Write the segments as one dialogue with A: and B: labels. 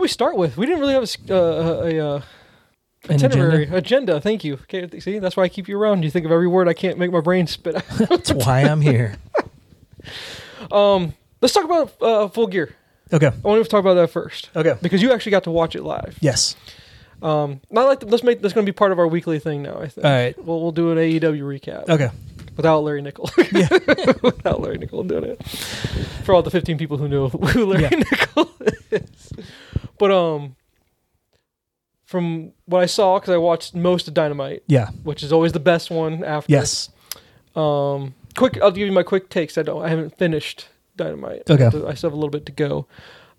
A: we start with? We didn't really have a s- uh, a, a, uh,
B: An
A: itinerary
B: agenda.
A: agenda. Thank you. Okay, th- see, that's why I keep you around. You think of every word. I can't make my brain spit. out.
B: That's why I'm here.
A: um, let's talk about uh, Full Gear.
B: Okay.
A: I want to talk about that first
B: Okay.
A: because you actually got to watch it live.
B: Yes.
A: Um, not like let's make that's going to be part of our weekly thing now. I think.
B: All right.
A: We'll we'll do an AEW recap.
B: Uh, Okay.
A: without Larry Nickel. without Larry Nickel doing it. For all the 15 people who know who Larry
B: Yeah.
A: Nickel is. But um from what I saw cuz I watched most of Dynamite,
B: Yeah.
A: which is always the best one after.
B: Yes.
A: Um quick I'll give you my quick takes. I don't I haven't finished Dynamite. I
B: Okay.
A: have to- I still have a little bit to go.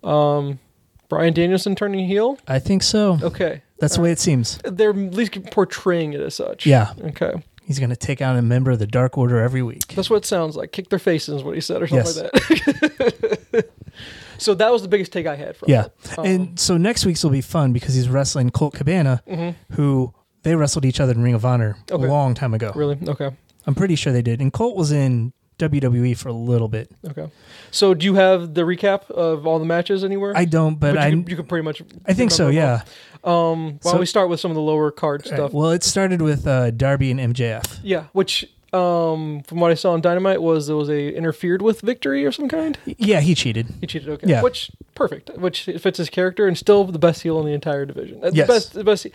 A: Um Brian Danielson turning heel?
B: I think so.
A: Okay.
B: That's the way it seems.
A: They're at least portraying it as such.
B: Yeah.
A: Okay.
B: He's going to take out a member of the Dark Order every week.
A: That's what it sounds like. Kick their faces is what he said, or something
B: Yes.
A: like that. so that was the biggest take I had from
B: Yeah.
A: it.
B: and so next week's will be fun because he's wrestling Colt Cabana,
A: Mm-hmm.
B: who they wrestled each other in Ring of Honor
A: Okay.
B: a long time ago.
A: Really? Okay.
B: I'm pretty sure they did. And Colt was in WWE for a little bit.
A: Okay. So do you have the recap of all the matches anywhere?
B: I don't, but,
A: But
B: I
A: you, could, you could pretty much.
B: I think so.
A: remember
B: Yeah.
A: them all. Um, why
B: So-
A: don't we start with some of the lower card
B: All right.
A: stuff?
B: Well, it started with uh, Darby and MJF.
A: yeah, which um, from what I saw on Dynamite was there was a interfered with victory of some kind.
B: Yeah, he cheated.
A: He cheated. Okay.
B: Yeah.
A: Which perfect. Which fits his character and still the best heel in the entire division. Uh, The
B: Yes.
A: best. The best.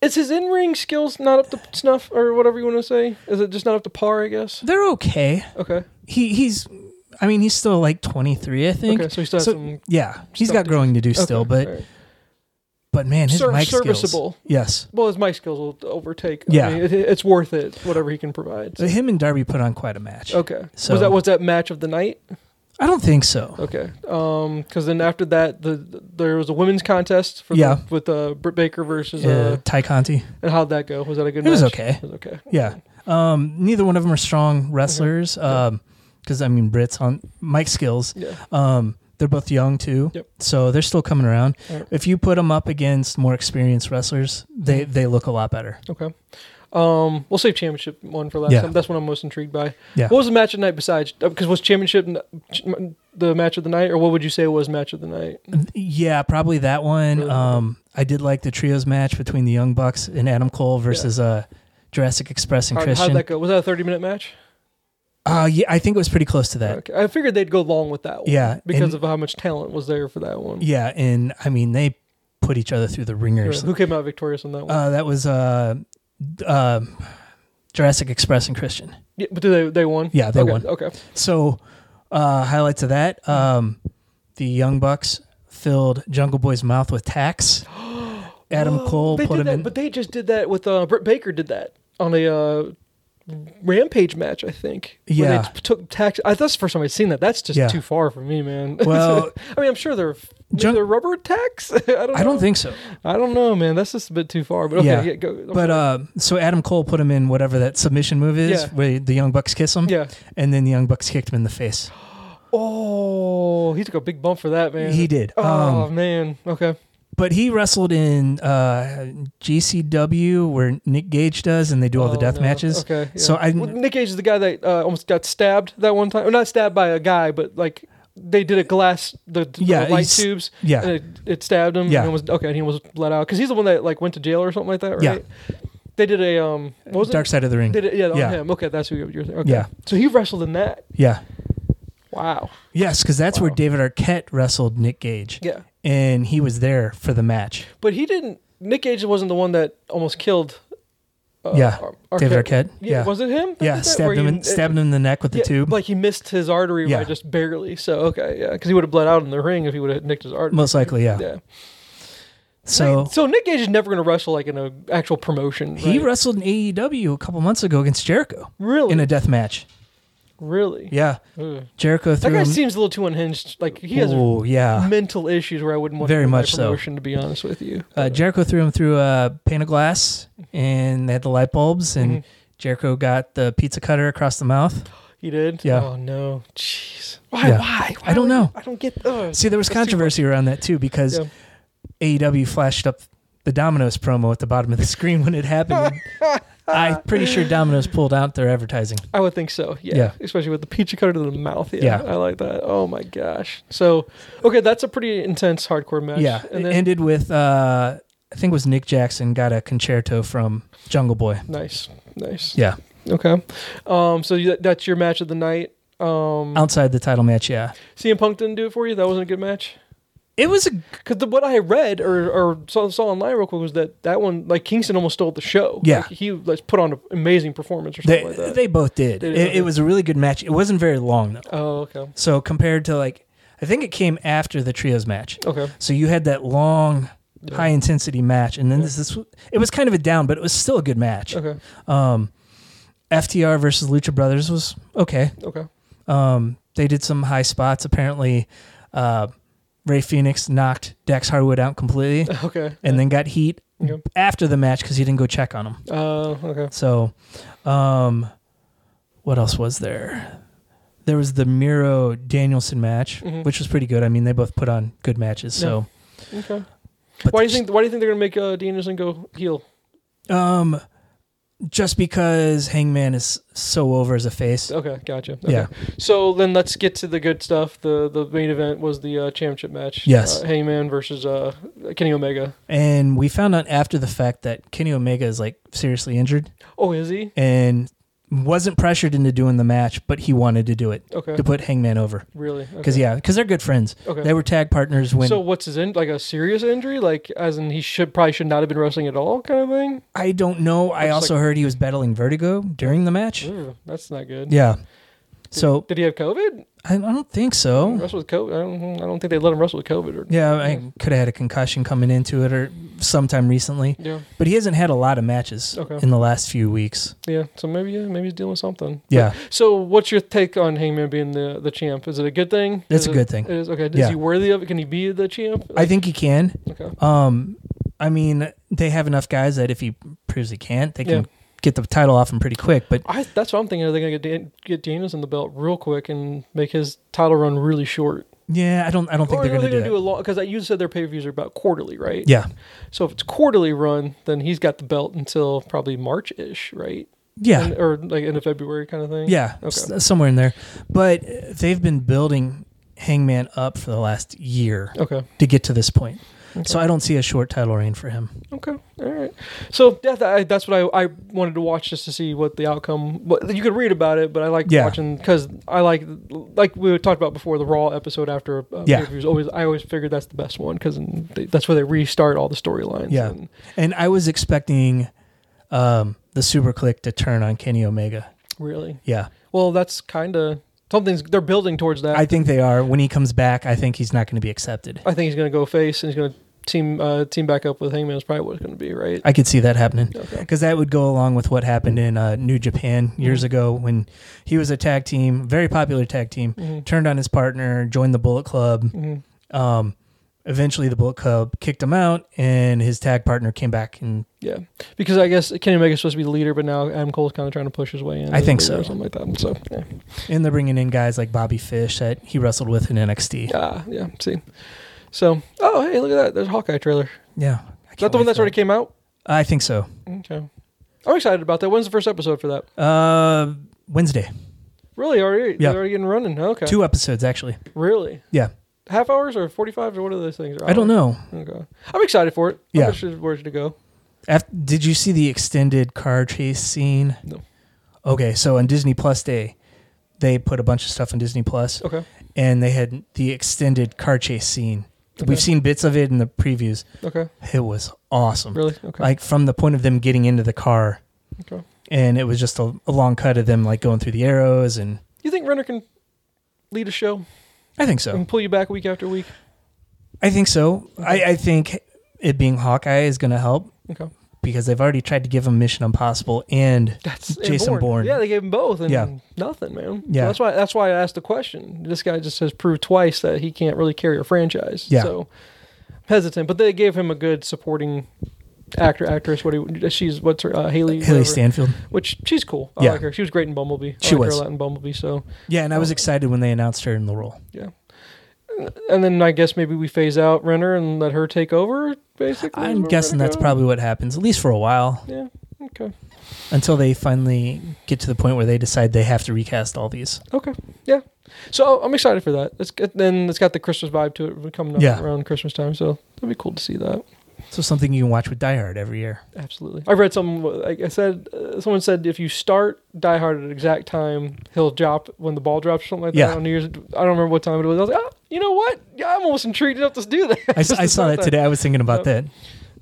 A: Is his in-ring skills not up to snuff or whatever you want to say? Is it just not up to par? I guess.
B: They're okay.
A: Okay.
B: He he's I mean, he's still like 23, I think.
A: Okay. So he still has some.
B: yeah, he's
A: stuff
B: got
A: to
B: growing to do
A: okay,
B: still, but
A: all right.
B: but man, his
A: Ser-
B: mic skills-
A: serviceable.
B: Yes.
A: well, his mic skills will overtake. I
B: Yeah.
A: mean, it, it's worth it. Whatever he can provide.
B: So him and Darby put on quite a match.
A: Okay.
B: So-
A: was that was that match of the night?
B: I don't think so.
A: Okay. Um. Because then after that, the, there was a women's contest. For
B: Yeah.
A: The, with uh, Britt Baker versus
B: Uh,
A: uh,
B: Ty Conti.
A: and how'd that go? Was that a good? match?
B: It was okay.
A: It was okay.
B: Yeah. Um, neither one of them are strong wrestlers. Um, because I mean, Brits on mic skills.
A: Yeah.
B: Um, they're both young too,
A: Yep.
B: so they're still coming around.
A: Alright.
B: If you put them up against more experienced wrestlers, they
A: Mm-hmm.
B: they look a lot better.
A: Okay. Um, we'll save championship one for last
B: Yeah.
A: time. That's what I'm most intrigued by.
B: Yeah.
A: What was the match of the night besides? Because was championship n- ch- m- the match of the night, or what would you say was match of the night?
B: Yeah, probably that one.
A: Really?
B: Um, I did like the trios match between the Young Bucks and Adam Cole versus uh, Jurassic Express and
A: How, how'd
B: Christian.
A: that go? Was that a 30 minute match?
B: Uh, yeah, I think it was pretty close to that.
A: Okay. I figured they'd go long with that one.
B: Yeah,
A: Because
B: and-
A: of how much talent was there for that one.
B: Yeah, and I mean they put each other through the
A: Yeah.
B: ringers.
A: Who came out victorious on that one?
B: Uh, that was uh, uh, Jurassic Express and Christian.
A: yeah, but they they won.
B: yeah, they
A: Okay,
B: won.
A: Okay.
B: So uh, highlights of that: um, the Young Bucks filled Jungle Boy's mouth with tacks. Adam Cole
A: They
B: put
A: did
B: him
A: that,
B: in.
A: but they just did that with uh, Britt Baker did that on a uh, rampage match, I think. where
B: Yeah.
A: they t- took tax. I, that's the first time I'd seen that. That's just
B: Yeah.
A: too far for me, man.
B: Well-
A: I mean, I'm sure they're
B: Jun-
A: they're rubber attacks. I don't. Know.
B: I don't think so.
A: I don't know, man. That's just a bit too far. But okay, yeah,
B: Yeah.
A: go. I'm
B: But
A: sorry.
B: uh, so Adam Cole put him in whatever that submission move is,
A: Yeah.
B: where the Young Bucks kiss him,
A: yeah.
B: and then the Young Bucks kicked him in the face.
A: Oh, he took a big bump for that, man.
B: He did.
A: Oh
B: Um,
A: man. Okay.
B: But he wrestled in uh, GCW where Nick Gage does, and they do all the
A: Oh,
B: death
A: no.
B: matches.
A: Okay. yeah.
B: So I
A: Well, Nick Cage is the guy that uh, almost got stabbed that one time. Or not stabbed by a guy, but like they did a glass the, the
B: Yeah,
A: light
B: he's-
A: tubes.
B: yeah.
A: And it, it stabbed him.
B: Yeah.
A: And it was okay. And he was let out because he's the one that like went to jail or something like that, right?
B: Yeah.
A: They did a um. What was
B: Dark
A: it?
B: Side of the Ring.
A: Did it? Yeah. On
B: Yeah.
A: him. Okay, that's who you're. you're okay.
B: Yeah.
A: So he wrestled in that.
B: Yeah.
A: Wow.
B: Yes, because that's where
A: Wow.
B: David Arquette wrestled Nick Gage.
A: Yeah.
B: And he was there for the match.
A: But he didn't. Nick Cage wasn't the one that almost killed. Uh,
B: Yeah,
A: Ar-
B: David Arquette. Yeah.
A: Was it him? that
B: yeah,
A: did that? Where
B: stabbed him,
A: he-
B: in,
A: it-
B: stabbed him in the neck with the
A: Yeah,
B: tube.
A: Like he missed his artery by
B: Yeah.
A: just barely. So okay, yeah, because he would have bled out in the ring if he would have nicked his artery.
B: most likely, yeah.
A: yeah.
B: So
A: so Nick Gage is never going to wrestle like in an actual promotion.
B: he
A: right?
B: wrestled in AEW a couple months ago against Jericho
A: really,
B: in a death match.
A: really.
B: Yeah.
A: Ugh.
B: Jericho
A: That
B: threw
A: guy
B: him.
A: seems a little too unhinged. Like he has
B: Ooh, yeah.
A: mental issues where I wouldn't want
B: Very
A: to my
B: much so.
A: promotion. To be honest with you,
B: Uh, Jericho threw him through a pane of glass and they had the light bulbs, and
A: Mm-hmm.
B: Jericho got the pizza cutter across the mouth.
A: he did.
B: yeah.
A: Oh no, jeez. Why?
B: Yeah.
A: Why? Why
B: I don't
A: would-
B: know.
A: I don't get. Ugh.
B: See, there was
A: That's too much.
B: controversy around that too because E
A: Yeah.
B: AEW flashed up the Domino's promo at the bottom of the screen when it happened. I'm pretty sure Domino's pulled out their advertising.
A: I would think so. Yeah.
B: Yeah.
A: Especially with the pizza cutter to the mouth. Yeah, I
B: Yeah.
A: like that. Oh my gosh. So, okay, that's a pretty intense hardcore match.
B: Yeah,
A: And
B: it
A: then,
B: ended with uh, I think it was Nick Jackson got a concerto from Jungle Boy.
A: nice. Nice.
B: Yeah,
A: Okay. Um. So you, that's your match of the night. Um.
B: outside the title match. Yeah,
A: CM Punk didn't do it for you. That wasn't a good match.
B: it was a
A: Because what I read or, or saw, saw online real quick was that that one, like Kingston almost stole the show.
B: Yeah.
A: Like, he like, put on an amazing performance or
B: they,
A: something like that.
B: they both did.
A: They did,
B: it,
A: okay.
B: it was a really good match. It wasn't very long though.
A: oh, okay.
B: So compared to like, I think it came after the trios match.
A: Okay.
B: So you had that long,
A: Yeah.
B: high intensity match, and then
A: Yeah.
B: this this it was kind of a down, but it was still a good match.
A: Okay.
B: Um, FTR versus Lucha Brothers was okay.
A: Okay.
B: Um, they did some high spots. Apparently, uh, Ray Phoenix knocked Dax Harwood out completely,
A: Okay.
B: and then got heat
A: Yeah.
B: after the match because he didn't go check on him.
A: Uh, okay.
B: So, um, what else was there? There was the Miro Danielson match,
A: Mhm.
B: which was pretty good. I mean, they both put on good matches. So,
A: Okay.
B: but
A: Why do you
B: just-
A: think? Why do you think they're gonna make uh, Dean Anderson go heel?
B: Um, just because Hangman is so over as a face.
A: Okay, gotcha. Okay.
B: Yeah.
A: So then let's get to the good stuff. The the main event was the uh, championship match.
B: Yes.
A: Uh, Hangman versus uh, Kenny Omega.
B: And we found out after the fact that Kenny Omega is like seriously injured
A: Oh, is he?
B: and wasn't pressured into doing the match, but he wanted to do it
A: Okay.
B: to put Hangman over.
A: Really?
B: Because,
A: okay.
B: yeah, because they're good friends.
A: Okay.
B: They were tag partners when
A: so what's his in like a serious injury? Like as in he should probably should not have been wrestling at all, kind of thing.
B: I don't know. I
A: Looks
B: also heard he was battling vertigo during the match.
A: Ooh, that's not good.
B: Yeah.
A: Did-
B: So
A: did he have COVID?
B: I, I don't think so.
A: Wrestle with COVID? I don't. I don't think they let him wrestle with COVID. Or,
B: Oh. Yeah, I could have had a concussion coming into it or sometime recently.
A: Yeah.
B: But he hasn't had a lot of matches
A: Okay.
B: in the last few weeks.
A: Yeah. So maybe yeah, maybe he's dealing with something.
B: Yeah.
A: So, what's your take on Hangman being the, the champ? Is it a good thing?
B: It's
A: Is
B: a
A: it-
B: good thing.
A: It is okay. Is
B: Yeah.
A: he worthy of it? Can he be the champ?
B: I think he can.
A: okay.
B: Um I mean, they have enough guys that if he proves he can't, they can
A: Yeah.
B: get the title off him pretty quick. But
A: I, that's what I'm thinking. Are they gonna get Dan, get Daniels in the belt real quick and make his title run really short?
B: yeah, I don't I don't think
A: Or
B: they're
A: are
B: gonna
A: Oh, they
B: do
A: gonna
B: that.
A: do a long? Because you said their pay per views are about quarterly, right?
B: yeah.
A: So if it's quarterly run, then he's got the belt until probably March ish, right?
B: Yeah.
A: And- or like end of February kind of thing.
B: Yeah,
A: Okay.
B: s- uh, somewhere in there. But they've been building Hangman up for the last year
A: Okay.
B: to get to this point.
A: Okay.
B: So I don't see a short title reign for him.
A: Okay, all right. So yeah, that, I, that's what I, I wanted to watch just to see what the outcome. But you could read about it, but I like
B: Yeah.
A: watching because I like like we talked about before the Raw episode after uh,
B: Yeah.
A: pay-per-views Always, I always figured that's the best one because that's where they restart all the storylines.
B: Yeah.
A: and-
B: And I was expecting um, the Super Click to turn on Kenny Omega.
A: really.
B: Yeah,
A: Well, that's kind of something's they're building towards that.
B: I
A: I,
B: think they are. When he comes back, I think he's not going to be accepted.
A: think he's gonna go face and he's gonna team uh, team back up with Hangman is probably what it's gonna be, right?
B: I could see that happening
A: Okay.
B: because that would go along with what happened in uh, New Japan years
A: Mhm.
B: ago when he was a tag team, very popular tag team,
A: Mm-hmm.
B: turned on his partner, joined the Bullet Club,
A: Mm-hmm.
B: um, eventually the Bullet Club kicked him out, and his tag partner came back. And
A: Yeah, because I guess Kenny Omega's supposed to be the leader, but now Adam Cole's kind of trying to push his way in.
B: I
A: as
B: think
A: leader Or
B: so.
A: something like that. So yeah.
B: and they're bringing in guys like Bobby Fish that he wrestled with in NXT. Yeah,
A: Ah, yeah. See, so oh hey, look at that. There's a Hawkeye trailer.
B: I
A: Is that
B: can't
A: the one
B: wait
A: that's
B: for
A: already
B: that.
A: came out?
B: I think so.
A: Okay, I'm excited about that. When's the first episode for that?
B: Uh, Wednesday,
A: Really? Already?
B: Yeah.
A: They're already getting running. Okay.
B: two episodes actually.
A: Really?
B: Yeah.
A: Half hours or 45 or what are those things? Or
B: I don't
A: hours?
B: know.
A: Okay. I'm excited for it.
B: Yeah.
A: I'm interested where to go.
B: Af did you see the extended car chase scene?
A: No.
B: Okay, so on Disney Plus Day, they put a bunch of stuff on Disney Plus,
A: Okay.
B: and they had the extended car chase scene.
A: Okay.
B: We've seen bits of it in the previews.
A: Okay.
B: It was awesome.
A: Really? Okay.
B: like from the point of them getting into the car
A: okay.
B: and it was just a, a long cut of them like going through the arrows and
A: You think Renner can lead a show
B: i think so
A: and pull you back week after week?
B: i think so I, I think it being hawkeye is going to help
A: Okay.
B: because they've already tried to give him mission impossible and
A: That's and
B: Jason Bourne.
A: Yeah, they gave him both, and
B: Yeah.
A: nothing, man.
B: Yeah.
A: So that's why that's why I asked the question. This guy just has proved twice that he can't really carry a franchise.
B: Yeah.
A: So I'm hesitant, but they gave him a good supporting actor, actress. What he, she's what's her uh, Haley
B: haley
A: whatever,
B: stanfield
A: which she's cool. I
B: Yeah.
A: like her. She was great in Bumblebee. I
B: She
A: like
B: was.
A: her a lot in Bumblebee. So
B: yeah and i was excited when they announced her in the role
A: and then I guess maybe we phase out Renner and let her take over. Basically, is where
B: i'm
A: we're
B: guessing
A: gonna
B: that's
A: go?
B: probably what happens at least for a while
A: yeah. Okay.
B: until they finally get to the point where they decide they have to recast all these.
A: Okay. Yeah. So I'm excited for that. It's good. Then it's got the Christmas vibe to it. We're coming up
B: Yeah.
A: around Christmas time, so it'll be cool to see that.
B: So something you can watch with Die Hard every year.
A: Absolutely. I read some. Like I said, uh, someone said if you start Die Hard at an exact time, he'll drop when the ball drops or something like
B: Yeah.
A: that on New Year's. I don't remember what time it was. I was like, oh, you know what? Yeah, I'm almost intrigued enough to do that.
B: I, s- I saw that today. I was thinking
A: Oh,
B: about that.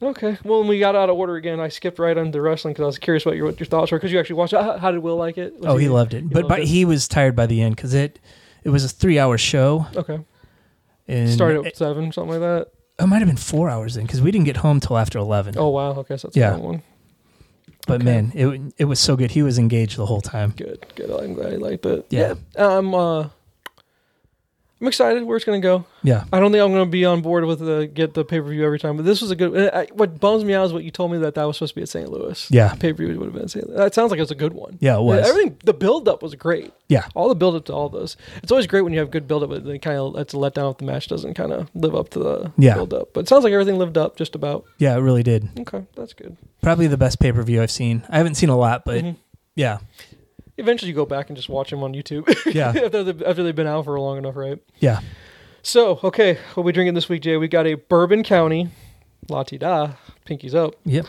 A: Okay. Well, when we got out of order again, I skipped right into wrestling because I was curious what your what your thoughts were because you actually watched. it. How, how did Will like it? Was
B: Oh, he loved it, but
A: loved
B: but
A: it?
B: he was tired by the end because it it was a three hour show.
A: Okay.
B: And
A: Started at
B: it,
A: seven, something like that.
B: it might have been four hours in because we didn't get home till after eleven.
A: Oh wow. Okay, so that's
B: Yeah.
A: a long one.
B: but
A: okay.
B: man, it it was so good. He was engaged the whole time.
A: Good. Good. I'm glad he liked it.
B: Yeah.
A: I'm. Uh, I'm excited where it's gonna go.
B: Yeah,
A: I don't think I'm going to be on board with the get the pay per view every time, but this was a good. I, what bums me out is what you told me that that was supposed to be at St. Louis.
B: yeah,
A: pay per view would have been at St. Louis. That sounds like it was a good one.
B: yeah. It was.
A: everything. The build up was great.
B: Yeah.
A: all the build up to all those. It's always great when you have good build up, but then kind of that's a letdown if the match doesn't kind of live up to the
B: Yeah.
A: build up. But it sounds like everything lived up just about.
B: yeah, it really did.
A: Okay, that's good.
B: Probably the best pay per view I've seen. I haven't seen a lot, but
A: Mhm.
B: yeah,
A: Eventually, you go back and just watch them on YouTube
B: yeah,
A: after, they, after they've been out for long enough, right?
B: yeah.
A: So, okay, what we drinking this week, Jay? We got a Bourbon County, La Ti Da, pinkies up.
B: Yep.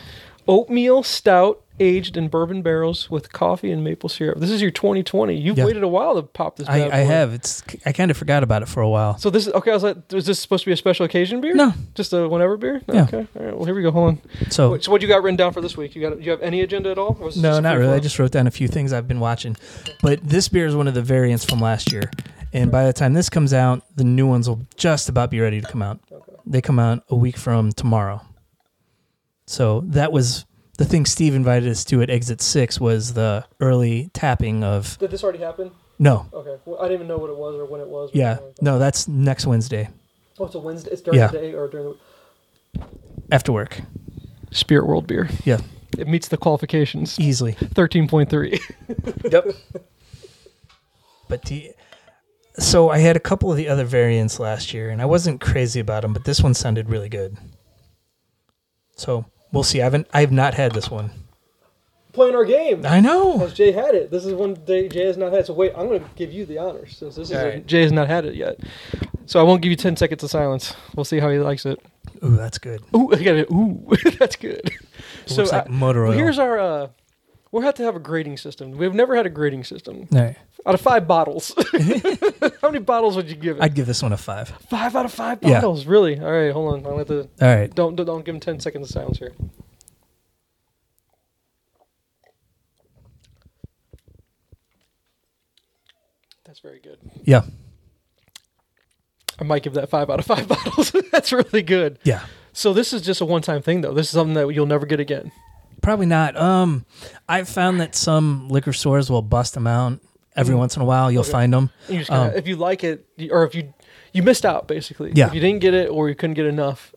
A: oatmeal stout aged in bourbon barrels with coffee and maple syrup. This is your 2020. You've
B: Yeah.
A: waited a while to pop this.
B: I,
A: bad
B: I
A: boy.
B: have. It's I kind of forgot about it for a while.
A: So this is okay. I was like, is this supposed to be a special occasion beer?
B: No,
A: just a whenever beer.
B: Yeah.
A: Okay. All right. Well, here we go. Hold on.
B: so
A: Wait, so what you got written down for this week? You got? You have any agenda at all? Or was this
B: No,
A: just a
B: not
A: free
B: really. I
A: flow?
B: just wrote down a few things I've been watching. But this beer is one of the variants from last year. And by the time this comes out, the new ones will just about be ready to come out.
A: Okay.
B: They come out a week from tomorrow. So that was the thing Steve invited us to at exit six was the early tapping of
A: Did this already happen?
B: no.
A: Okay. Well, I didn't even know what it was or when it was. or
B: Yeah.
A: anything like that.
B: No, that's next Wednesday
A: Oh, it's a Wednesday. It's during
B: Yeah.
A: the day or during the
B: after work.
A: Spirit World beer.
B: Yeah.
A: It meets the qualifications.
B: Easily.
A: 13.3.
B: Yep. but the so I had a couple of the other variants last year, and I wasn't crazy about them, but this one sounded really good. So we'll see. I haven't. I have not had this one.
A: Playing our game.
B: I know.
A: Because Jay had it. This is one day Jay has not had. So wait, I'm going to give you the honors since this is
B: All
A: a-
B: right.
A: Jay has not had it yet. So I won't give you 10 seconds of silence. We'll see how he likes it.
B: Ooh, that's good.
A: Ooh, I got it. Ooh, that's good.
B: It
A: so
B: looks like
A: I-
B: motor oil.
A: here's our. Uh, we'll have to have a grading system. We've never had a grading system.
B: All right.
A: Out of five bottles, how many bottles would you give it?
B: I'd give this one a five.
A: five out of five
B: Yeah.
A: bottles, really? All right, hold on. I'll have to.
B: All right.
A: Don't don't- don't give him 10 seconds of silence here. That's very good.
B: Yeah.
A: I might give that five out of five bottles. That's really good.
B: Yeah.
A: So this is just a one-time thing, though. This is something that you'll never get again.
B: Probably not. Um, I've found that some liquor stores will bust them out every once in a while. You'll
A: Okay.
B: find 'em. find them.
A: You just kinda,
B: Um,
A: if you like it, you- or if you you missed out, basically.
B: Yeah.
A: If you didn't get it, or you couldn't get enough,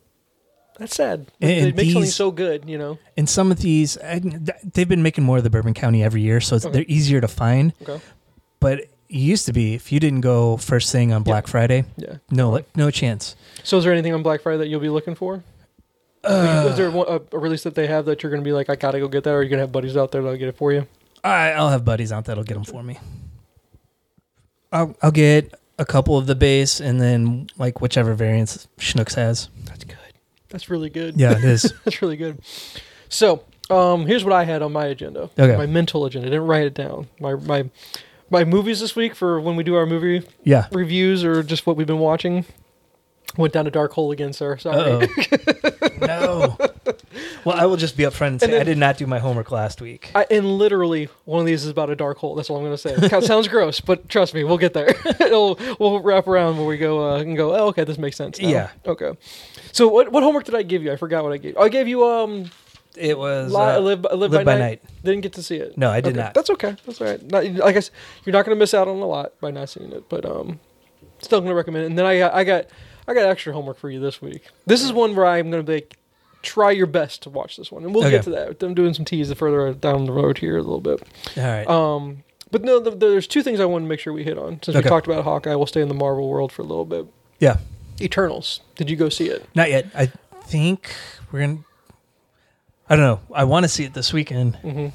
A: that's sad. They
B: and
A: make something
B: these-
A: so good, you know.
B: And some of these, I, they've been making more of the Bourbon County every year, so it's
A: Okay.
B: they're easier to find.
A: Okay.
B: But it used to be if you didn't go first thing on Black Friday,
A: Yeah.
B: no, like, no chance.
A: So is there anything on Black Friday that you'll be looking for?
B: Uh,
A: Like, is there one, a, a release that they have that you're going to be like, I gotta go get that, or you're going to have buddies out there that'll get it for you?
B: Uh, I, I'll have buddies out that'll get them for me. I'll, I'll get a couple of the base and then like whichever variants Schnooks has.
A: That's good. That's really good.
B: Yeah, it is.
A: that's really good. So um, here's what I had on my agenda.
B: Okay.
A: My mental agenda. I didn't write it down. My my my movies this week for when we do our movie
B: yeah.
A: reviews or just what we've been watching. Went down a dark hole again, sir. Sorry.
B: Uh oh. no. Well, I will just be upfront and say
A: And then-
B: I did not do my homework last week.
A: I, and literally, one of these is about a dark hole. That's all I'm going to say. It kinda sounds gross, but trust me, we'll get there. It'll, we'll wrap around when we go uh, and go. Oh, okay, this makes sense. now."
B: Yeah.
A: Okay. So what what homework did I give you? I forgot what I gave. you. I gave you um
B: It was
A: Li-
B: uh,
A: live, live,
B: Live
A: by,
B: by
A: night.
B: Night.
A: Didn't get to see it.
B: No, I did
A: Okay,
B: not.
A: That's okay. That's all right. Not, like I said, you're not going to miss out on a lot by not seeing it, but um, still going to recommend it. And then I got, I got, I got extra homework for you this week. This is one where I'm going to be like, try your best to watch this one, and we'll
B: Okay.
A: get to that. I'm doing some teas further down the road here a little bit.
B: All right.
A: Um, but no, th there's two things I want to make sure we hit on since
B: Okay.
A: we talked about Hawkeye. We'll stay in the Marvel world for a little bit.
B: yeah.
A: Eternals. Did you go see it?
B: Not yet. I think we're gonna. I don't know. I want to see it this weekend.
A: Mhm.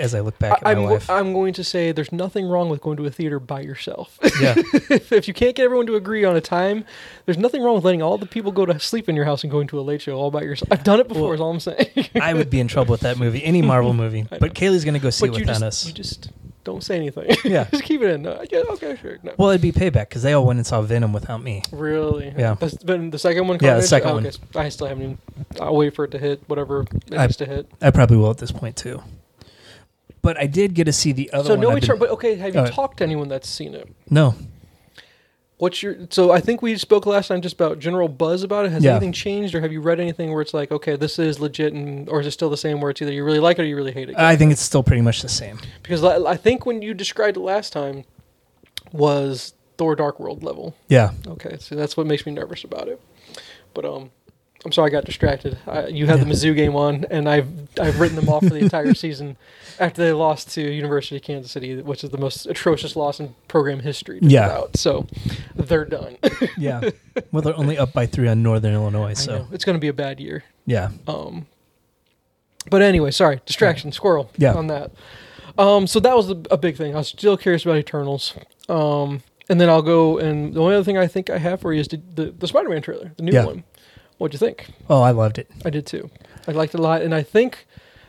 B: as I look
A: I-
B: back at my
A: I'm,
B: life.
A: I'm going to say there's nothing wrong with going to a theater by yourself.
B: yeah.
A: if, if you can't get everyone to agree on a time, there's nothing wrong with letting all the people go to sleep in your house and going to a late show all by yourself. I've done it before,
B: Well,
A: is all I'm saying.
B: I would be in trouble with that movie, any Marvel movie.
A: I
B: But Kaylee's going to go see it
A: but you
B: without
A: just,
B: us.
A: you just don't say anything.
B: Yeah.
A: just keep it in. No, yeah, okay, sure. No.
B: well, it'd be payback because they all went and saw Venom without me.
A: Really?
B: Yeah.
A: That's been the second one.
B: Yeah, the
A: Carnage?
B: second
A: Oh,
B: one.
A: okay. I still haven't. Even, I'll wait for it to hit whatever it
B: I-
A: has to hit.
B: I probably will at this point too. But I did get to see the other
A: So
B: one.
A: no
B: I've been-
A: return. But okay, have you
B: Alright.
A: talked to anyone that's seen it?
B: no.
A: What's your? So I think we spoke last time just about general buzz about it. Has
B: Yeah.
A: anything changed, or have you read anything where it's like, okay, this is legit, and or is it still the same? Where it's either you really like it or you really hate it?
B: I think it's still pretty much the same.
A: because I, I think when you described it last time was Thor Dark World level.
B: Yeah.
A: Okay, so that's what makes me nervous about it. But um, I'm sorry I got distracted. I, you had the Mizzou game on, and I've I've written them off for the entire season after they lost to University of Kansas City, which is the most atrocious loss in program history. just
B: Yeah.
A: about. so they're done.
B: Yeah. well, they're only up by three on Northern Illinois.
A: so
B: So
A: it's going to be a bad year.
B: yeah.
A: Um, but anyway, sorry, distraction, squirrel.
B: Yeah.
A: On that. Um, so that was a, a big thing. I was still curious about Eternals. Um, and then I'll go and the only other thing I think I have for you is the the, the Spider-Man trailer, the new
B: Yeah.
A: one. What'd you think?
B: Oh, I loved it.
A: I did too. I liked it a lot, and I think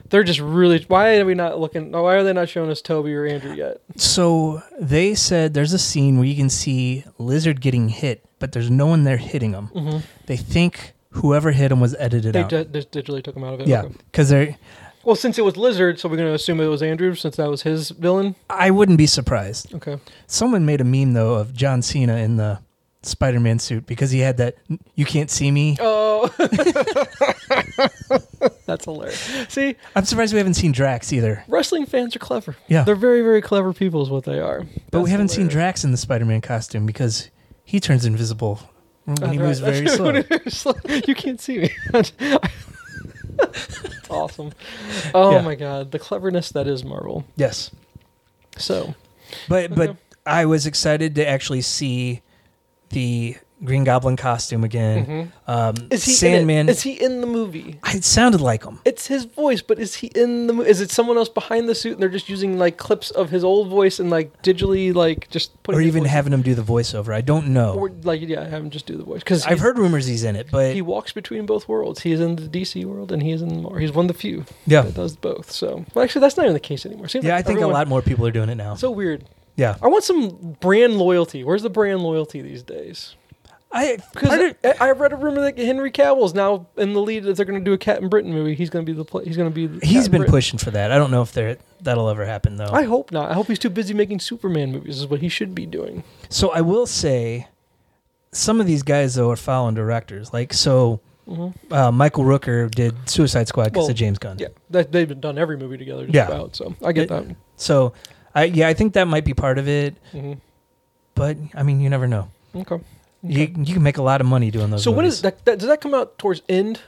A: they're just really. Why are we not looking? Why are they not showing us Toby or Andrew yet?
B: So they said there's a scene where you can see Lizard getting hit, but there's no one there hitting him.
A: Mm-hmm.
B: They think whoever hit him was edited
A: They
B: out.
A: di- just digitally took him out of it.
B: yeah,
A: Okay.
B: because they're.
A: Well, since it was Lizard, so we're gonna assume it was Andrew, since that was his villain.
B: I wouldn't be surprised.
A: Okay.
B: Someone made a meme though of John Cena in the Spider-Man suit because he had that "You can't see me."
A: Oh, that's hilarious. See,
B: I'm surprised we haven't seen Drax either,
A: wrestling fans are clever.
B: Yeah.
A: they're very, very clever people, is what they are.
B: but we
A: That's
B: haven't seen
A: hilarious.
B: Drax in the Spider-Man costume because he turns invisible when
A: That's
B: he
A: right,
B: moves very
A: that's
B: slow.
A: right, when he moves slow. you can't see me. That's awesome. Oh
B: Yeah.
A: my god, the cleverness that is Marvel.
B: Yes,
A: So
B: but but
A: Okay.
B: I was excited to actually see the Green Goblin costume again. Um,
A: mm-hmm. is he
B: Sandman?
A: In it? Is he in the movie?
B: I- it sounded like him.
A: It's his voice, but is he in the? mo- Is it someone else behind the suit, and they're just using like clips of his old voice and like digitally like just putting
B: Or
A: his
B: even
A: voice-
B: having him do the voiceover. I don't know.
A: or, like yeah, have him just do the voice because
B: I've heard rumors he's in it, but
A: he walks between both worlds. He is in the DC world and he is in the Mar- he's one of the few
B: yeah,
A: that does both. So well, actually, that's not even the case anymore. Seems
B: yeah. I
A: like
B: think
A: everyone-
B: a lot more people are doing it now.
A: So weird.
B: yeah,
A: I want some brand loyalty. Where's the brand loyalty these days?
B: I part
A: Because
B: of-
A: I, I read a rumor that Henry Cavill's now in the lead that they're going to do a Cat and Britain movie. He's going to be the play, he's going to be. the Cat
B: he's
A: in
B: been
A: Britain.
B: pushing for that. I don't know if they're, that'll ever happen though.
A: I hope not. I hope he's too busy making Superman movies. Is what he should be doing.
B: so I will say, some of these guys though are following directors. Like so,
A: Mhm.
B: uh, Michael Rooker did Suicide Squad because
A: Well,
B: of James Gunn.
A: Yeah, that, they've been done every movie together. Just
B: Yeah.
A: about. So I get
B: It-
A: that.
B: So, I yeah, I think that might be part of it.
A: hmm
B: But I mean, you never know.
A: Okay. okay.
B: You you can make a lot of money doing those.
A: so when
B: movies.
A: is that, that? Does that come out towards end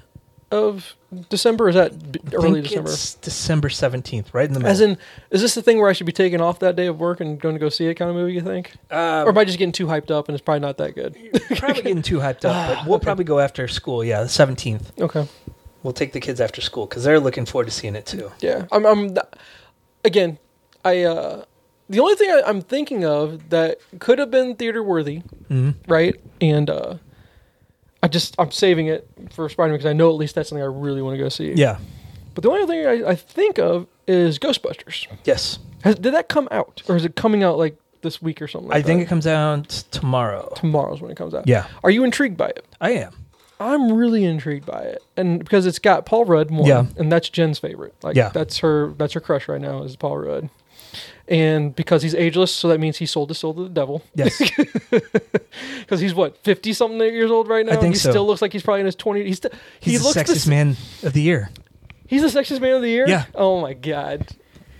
A: of December? Or is that b-
B: I
A: early
B: think
A: December?
B: It's December seventeenth, right in the middle.
A: As in, is this the thing where I should be taking off that day of work and going to go see it kind of movie? You think,
B: uh,
A: or am I just getting too hyped up and it's probably not that good?
B: probably getting too hyped up, but we'll
A: Ah, Okay.
B: probably go after school. Yeah, the seventeenth.
A: Okay,
B: We'll take the kids after school because they're looking forward to seeing it too.
A: yeah. I'm, I'm th- again, I uh, the only thing I, I'm thinking of that could have been theater worthy,
B: Mm-hmm.
A: right? And uh, I just I'm saving it for Spider Man because I know at least that's something I really want to go see.
B: Yeah.
A: But the only other thing I, I think of is Ghostbusters.
B: Yes.
A: Has, did that come out, or is it coming out like this week or something? Like
B: I think it
A: that?
B: comes out tomorrow.
A: tomorrow's when it comes out.
B: Yeah,
A: Are you intrigued by it?
B: I am.
A: I'm really intrigued by it, and because it's got Paul Rudd in one,
B: Yeah.
A: and that's Jen's favorite. Like
B: Yeah.
A: that's her that's her crush right now is Paul Rudd, and because he's ageless, so that means he sold his soul to the devil.
B: Yes.
A: Because he's what fifty something years old right now.
B: I think
A: he
B: so.
A: still looks like he's probably in his twenties. He's st-
B: He's
A: he
B: the
A: looks
B: sexiest
A: the s-
B: man of the year.
A: He's the sexiest man of the year.
B: Yeah.
A: Oh my god.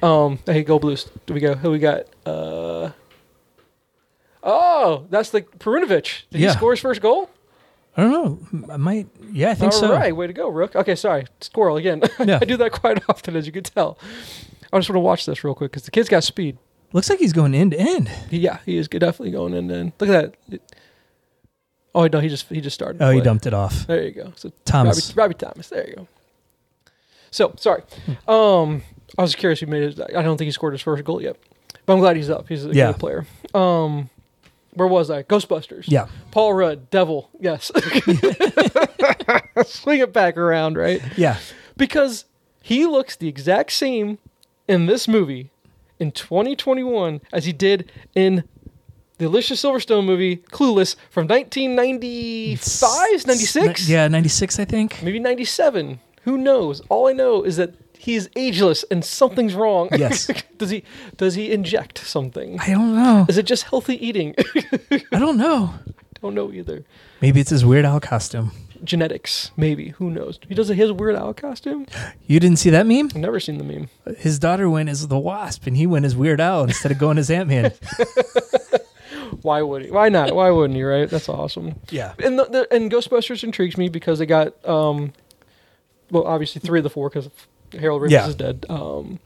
A: Um. Hey, go Blues. Do we go? Who we got? Uh. Oh, that's the Perunovic. Did
B: Yeah.
A: he score his first goal?
B: I don't know. I might. Yeah, I
A: All
B: think
A: right,
B: so.
A: way to go, Rook. Okay, sorry, squirrel again.
B: Yeah.
A: I do that quite often, as you can tell. I just want to watch this real quick because the kid's got speed.
B: Looks like he's going end to end.
A: He- Yeah, he is definitely going in. Then look at that. It- Oh no, he just he just started. to
B: Oh, he
A: play.
B: dumped it off.
A: Uh, There you go. So
B: Thomas.
A: Robbie, Robbie Thomas. There you go. So sorry. Um, I was curious who made his. I don't think he scored his first goal yet, but I'm glad he's up. He's a
B: Yeah.
A: good player. Um, where was I? Ghostbusters.
B: Yeah.
A: Paul Rudd, Devil. Yes. Swing it back around, right?
B: Yeah.
A: Because he looks the exact same in this movie in 2021 as he did in the Alicia Silverstone movie Clueless from 1995, 96
B: Yeah, 96, I think.
A: maybe 97 who knows all i know is that he's ageless and something's wrong
B: Yes.
A: does he does he inject something
B: I don't know.
A: is it just healthy eating
B: I don't know.
A: don't know either
B: Maybe it's his Weird Al costume.
A: genetics maybe who knows he does his weird owl costume
B: You didn't see that meme?
A: i've never seen the meme
B: His daughter went as the Wasp, and he went as Weird Al instead of going as Ant Man.
A: why would he why not why wouldn't he right that's awesome
B: yeah.
A: and the, the and ghostbusters intrigues me because they got um well obviously three of the four because harold rivers
B: Yeah.
A: is dead um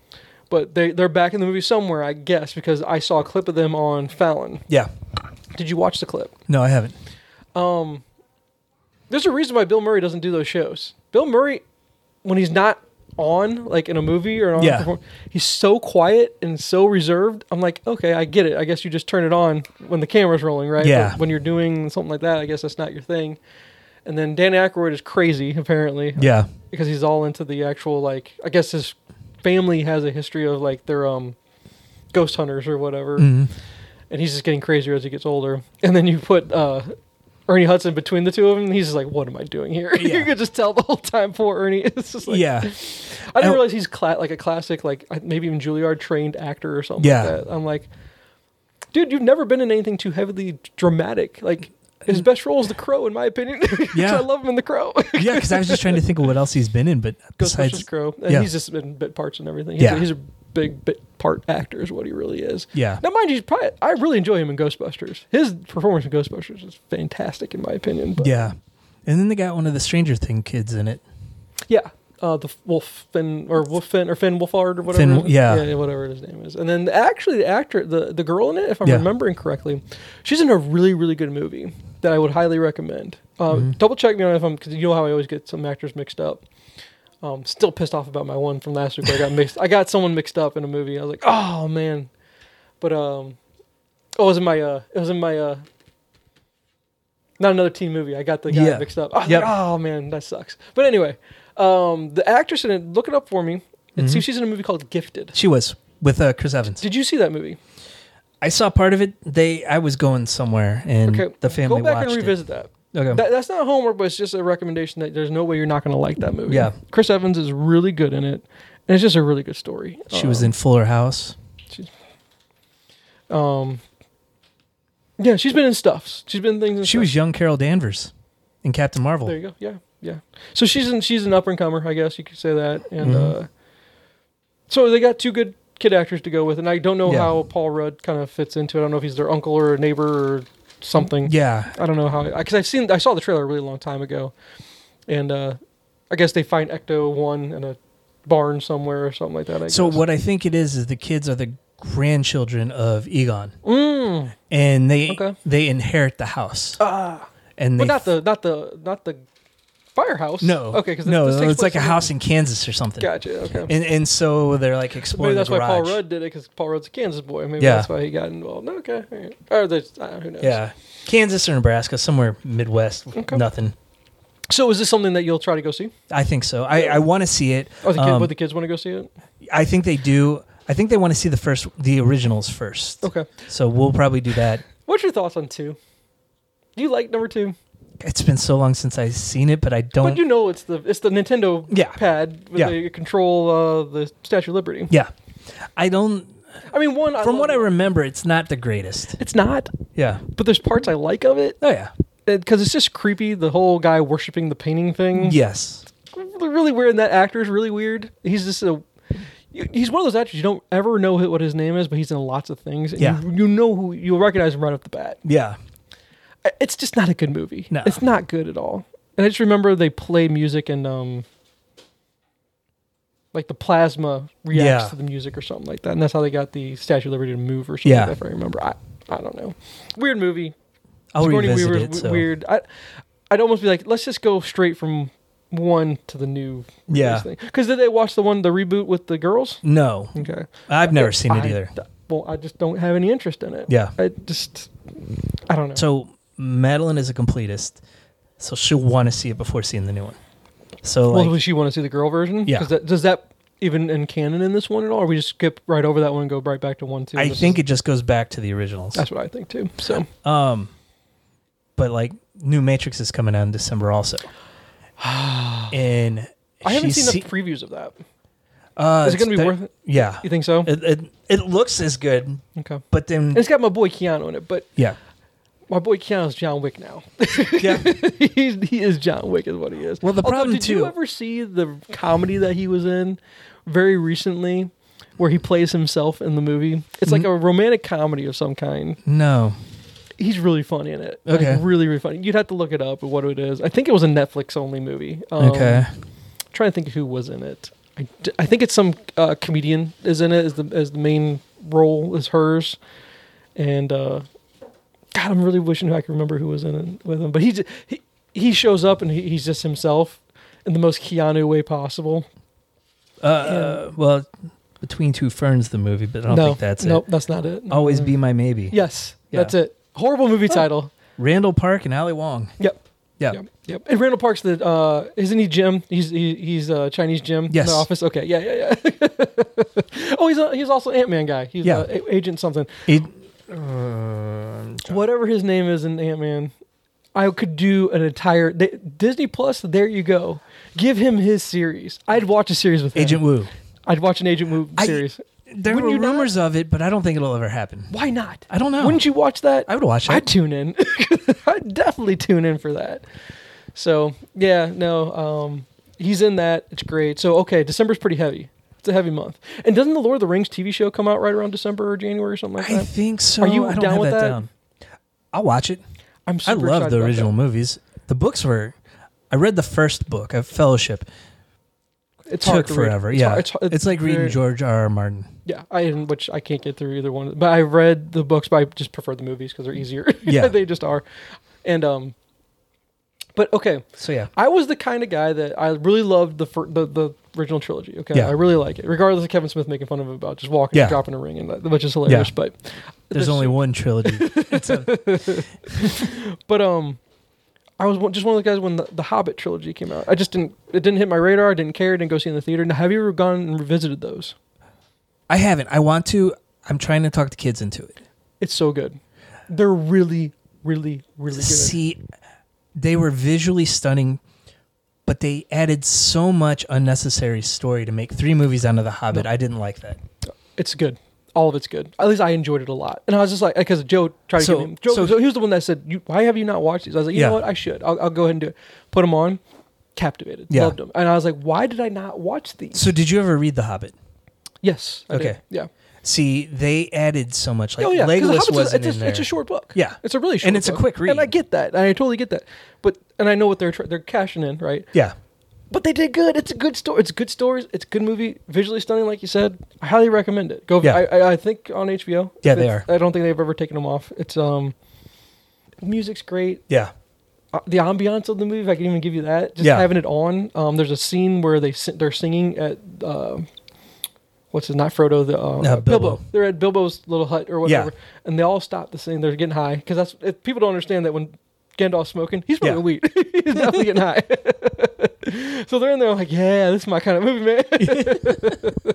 A: but they, they're back in the movie somewhere, I guess, because I saw a clip of them on Fallon.
B: Yeah.
A: Did you watch the clip?
B: No, I haven't.
A: there's a reason why Bill Murray doesn't do those shows. Bill Murray, when he's not on, like in a movie or on, a
B: Yeah.
A: perform- he's so quiet and so reserved. I'm like, okay, I get it. I guess you just turn it on when the camera's rolling, right?
B: Yeah.
A: But when you're doing something like that, I guess that's not your thing. And then Dan Aykroyd is crazy, apparently,
B: Yeah.
A: because he's all into the actual like. I guess his family has a history of like their um ghost hunters or whatever
B: Mhm.
A: and he's just getting crazier as he gets older. And then you put uh, Ernie Hudson between the two of them, and he's just like, "What am I doing here?"
B: Yeah.
A: you could just tell the whole time. Poor Ernie. It's just like, I
B: yeah.
A: didn't
B: I-
A: realize he's cla- like a classic, like I- maybe even Juilliard trained actor or something.
B: Yeah.
A: like that. I'm like, dude, you've never been in anything too heavily dramatic. Like his best role is The Crow, in my opinion. 'Cause
B: Yeah.
A: I love him in The Crow.
B: Yeah, because I was just trying to think of what else he's been in, but
A: Ghostbusters
B: besides.
A: Crow, and
B: yeah.
A: he's just been bit parts and everything. He's,
B: Yeah.
A: a, he's a big bit part actor, is what he really is.
B: Yeah.
A: Now, mind you, he's probably, I really enjoy him in Ghostbusters. His performance in Ghostbusters is fantastic, in my opinion. But
B: Yeah. And then they got one of the Stranger Thing kids in it.
A: yeah, uh, the Wolf Finn or Wolf Finn or Finn Wolfhard or
B: Finn-
A: whatever.
B: yeah.
A: whatever his name is. And then actually, the actor, the the girl in it, if I'm
B: Yeah.
A: remembering correctly, she's in a really really good movie that I would highly recommend. Uh,
B: Mm-hmm.
A: Double check me on if I'm because you know how I always get some actors mixed up. Um, still pissed off about my one from last week. Where I got mixed. I got someone mixed up in a movie. I was like, oh man, but um, oh, it was in my uh, it was in my uh, not another teen movie. I got the guy
B: Yeah.
A: mixed up. I was
B: Yep.
A: like, oh man, that sucks. But anyway, um, the actress in it, look it up for me. It
B: Mm-hmm.
A: seems she's in a movie called Gifted.
B: She was with uh, Chris Evans.
A: Did you see that movie?
B: I saw part of it. They, I was going somewhere, and
A: Okay,
B: the family
A: go back
B: watched
A: and revisit that.
B: it. Okay.
A: That- That's not homework, but it's just a recommendation that there's no way you're not going to like that movie.
B: Yeah.
A: Chris Evans is really good in it, and it's just a really good story.
B: she was in Fuller House.
A: in. Um, yeah, she's been in stuffs. She's been in things. And
B: She was young Carol Danvers in Captain Marvel.
A: There you go. Yeah, yeah. So she's an she's an up and comer, I guess you could say that. And
B: Mhm.
A: uh, so they got two good kid actors to go with, and I don't know
B: Yeah.
A: how Paul Rudd kind of fits into it. I don't know if he's their uncle or a neighbor or something.
B: Yeah.
A: I don't know how because I've seen I saw the trailer a really long time ago, and uh, I guess they find Ecto one in a barn somewhere or something like that. I
B: So
A: guess.
B: what I think it is is the kids are the grandchildren of Egon,
A: Mm.
B: and they
A: Okay.
B: they inherit the house,
A: Ah,
B: and
A: but
B: they
A: not the not the not the firehouse.
B: no
A: Okay. Because
B: no it's like a house in Kansas or something,
A: Gotcha. Okay.
B: and and so they're like
A: Maybe
B: exploring
A: that's
B: the
A: why
B: garage.
A: Paul Rudd did it because Paul Rudd's a Kansas boy. Maybe
B: Yeah.
A: that's why he got involved. Okay, all right. or there's uh, who knows.
B: Yeah, Kansas or Nebraska, somewhere Midwest,
A: Okay.
B: nothing.
A: So is this something that you'll try to go see?
B: I think so. I, I want to see it.
A: Oh, the kid,
B: Um,
A: would the kids want to go see it?
B: I think they do. I think they want to see the first, the originals first.
A: Okay.
B: So we'll probably do that.
A: What's your thoughts on two? Do you like number two?
B: It's been so long since I've seen it, but I don't.
A: But you know, it's the it's the Nintendo
B: Yeah.
A: pad with
B: Yeah.
A: the control uh, the Statue of Liberty.
B: yeah, I don't.
A: I mean, one I
B: From what I
A: love it.
B: remember, it's not the greatest.
A: it's not,
B: Yeah.
A: but there's parts I like of it
B: Oh yeah.
A: because it's just creepy. The whole guy worshiping the painting thing.
B: Yes.
A: they're really weird, and that actor's really weird. He's just a he's one of those actors you don't ever know who- what his name is, but he's in lots of things. And
B: Yeah.
A: you, you know who you'll recognize him right off the bat.
B: Yeah.
A: I- It's just not a good movie.
B: No.
A: It's not good at all. And I just remember they play music and um like the plasma reacts
B: Yeah.
A: to the music or something like that, and that's how they got the Statue of Liberty to move or something.
B: Yeah.
A: like that, if I remember, I I don't know. Weird movie.
B: I'll
A: Sigourney
B: revisit
A: Weaver's
B: it.
A: w-
B: So.
A: weird. I, I'd almost be like, let's just go straight from one to the new
B: Yeah.
A: Because did they watch the one the reboot with the girls?
B: No,
A: Okay,
B: I've never seen it
A: I-
B: either.
A: Well, I just don't have any interest in it.
B: Yeah.
A: I just I don't know.
B: So Madeline is a completist, so she'll want to see it before seeing the new one. So
A: well,
B: like,
A: does she want to see the girl version?
B: Yeah.
A: 'Cause That, does that even in canon in this one at all? Or we just skip right over that one and go right back to one two?
B: I
A: This
B: think
A: is-
B: it just goes back to the originals.
A: that's what I think too. So
B: Um, but like new Matrix is coming out in December also, and
A: I haven't
B: she's
A: seen
B: see-
A: enough previews of that.
B: uh,
A: Is it
B: it's
A: going to be
B: thir-
A: worth it?
B: Yeah,
A: You think so?
B: it, it it looks as good,
A: okay. And
B: but then
A: it's got my boy Keanu in it, but
B: yeah,
A: my boy Keanu's John Wick now.
B: yeah.
A: He's, he is John Wick, is what he is.
B: Well, the
A: Although,
B: problem,
A: did you
B: too-
A: ever see the comedy that he was in very recently, where he plays himself in the movie? It's like
B: Mm-hmm.
A: a romantic comedy of some kind.
B: no,
A: He's really funny in it. Like,
B: Okay.
A: really, really funny. You'd have to look it up, what it is. I think it was a Netflix only movie. Um,
B: okay,
A: trying to think who was in it. I, d- I think it's some uh, comedian is in it as the as the main role is hers, and uh, God, I'm really wishing I could remember who was in it with him. But he j- he he shows up and he, he's just himself in the most Keanu way possible.
B: uh, uh, well, between two ferns, the movie, but I don't
A: no,
B: think that's
A: nope, Mm.
B: it.
A: that's not it.
B: Always be my maybe.
A: yes,
B: Yeah.
A: that's it. Horrible movie title.
B: Randall Park and Ali Wong.
A: Yep.
B: Yeah.
A: Yep. Yep. And Randall Park's the uh, isn't he Jim? He's he, he's uh, Chinese Jim.
B: Yes.
A: In the office. Okay. Yeah. Yeah. Yeah. oh, he's a, he's also Ant Man guy. He's
B: Yeah.
A: uh, a- Agent something.
B: It,
A: Whatever his name is in Ant Man, I could do an entire they, Disney Plus. There you go. Give him his series. I'd watch a series with him.
B: Agent Wu.
A: I'd watch an Agent Wu
B: I-
A: series.
B: There
A: Wouldn't
B: were
A: you not?
B: rumors of it, but I don't think it'll ever happen.
A: Why not?
B: I don't know.
A: Wouldn't you watch that?
B: I would watch
A: I'd
B: it.
A: tune in. I'd definitely tune in for that. So yeah, no, um, he's in that. It's great. So okay, December's pretty heavy. It's a heavy month. And doesn't the Lord of the Rings TV show come out right around December or January or something like
B: I
A: that?
B: think so.
A: Are you
B: I don't
A: down
B: have
A: with
B: that,
A: that?
B: down. I'll watch it.
A: I'm
B: I
A: super
B: love
A: excited
B: the
A: about
B: original movies. The books were. I read the first book of Fellowship.
A: that. It's hard
B: Took
A: to read.
B: forever.
A: It's
B: yeah,
A: hard-
B: it's,
A: hard-
B: like reading
A: very-
B: George R. R. Martin.
A: Yeah, I didn't, which I can't get through either one. But I read the books, but I just prefer the movies because they're easier.
B: Yeah.
A: they just are. And um, but okay,
B: So yeah,
A: I was the kind of guy that I really loved the fir- the, the original trilogy. Okay,
B: Yeah.
A: I really like it, regardless of Kevin Smith making fun of him about just walking,
B: Yeah.
A: and dropping a ring, and that, which is hilarious.
B: Yeah.
A: But
B: there's
A: this-
B: only one trilogy. It's a-
A: but um, I was one- just one of the guys when the, the Hobbit trilogy came out. I just didn't it didn't hit my radar. I didn't care. Didn't go see it in the theater. Now, have you ever gone and revisited those?
B: I haven't. I want to. I'm trying to talk the kids into it.
A: It's so good. They're really, really, really good.
B: See, they were visually stunning, but they added so much unnecessary story to make three movies out of The Hobbit. I didn't like that.
A: It's good. All of it's good. At least I enjoyed it a lot. And I was just like, because Joe tried to
B: So-
A: give me. Joe,
B: so-
A: so he was the one that said, you, "Why have you not watched these?" I was like, "You
B: Yeah.
A: know what? I should. I'll, I'll go ahead and do it." Put them on. Captivated.
B: Yeah.
A: Loved them. And I was like, "Why did I not watch these?"
B: So, did you ever read The Hobbit?
A: Yes. I did.
B: Okay.
A: Yeah.
B: See, they added so much. Like
A: oh yeah. 'Cause The Hobbit's
B: Legolas
A: a-
B: wasn't
A: it's, a,
B: in there.
A: it's a short book.
B: Yeah.
A: It's a really short.
B: And it's a
A: book.
B: quick read.
A: And I get that. And I totally get that. But and I know what they're tr- they're cashing in, right?
B: yeah,
A: But they did good. It's a good story. It's good stories. It's a good movie. Visually stunning, like you said. I highly recommend it. Go.
B: Yeah.
A: I, I, I think on HBO.
B: Yeah, they
A: It's-
B: are.
A: I don't think they've ever taken them off. It's um, music's great.
B: yeah.
A: Uh, the ambiance of the movie, if I can even give you that. Just
B: Yeah.
A: having it on. Um, there's a scene where they si- they're singing at uh, what's his not Frodo the uh,
B: Uh, Bilbo.
A: They're at Bilbo's little hut or
B: Yeah.
A: whatever, and they all stop to sing. They're getting high because that's if people don't understand that when Gandalf's smoking, he's smoking
B: Yeah.
A: weed. he's definitely getting high. so they're in there like, yeah, this is my kind of movie, man.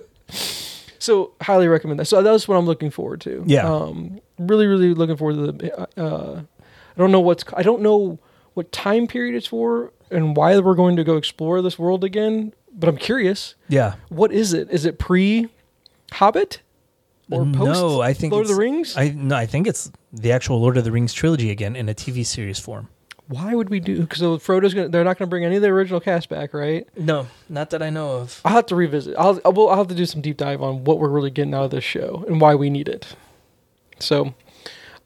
A: so highly recommend that. So that's what I'm looking forward to.
B: Yeah.
A: Um, really, really looking forward to the. Uh, I don't know what's. I don't know what time period it's for and why we're going to go explore this world again. But I'm curious.
B: Yeah.
A: What is it? Is it pre Hobbit or post?
B: no, I think
A: Lord of the
B: it's-
A: Rings.
B: I no, I think it's the actual Lord of the Rings trilogy again in a TV series form.
A: why would we do? Because Frodo's gonna. They're not gonna bring any of the original cast back, right?
B: No, not that I know of.
A: I'll have to revisit. I'll I will- I'll have to do some deep dive on what we're really getting out of this show and why we need it. So,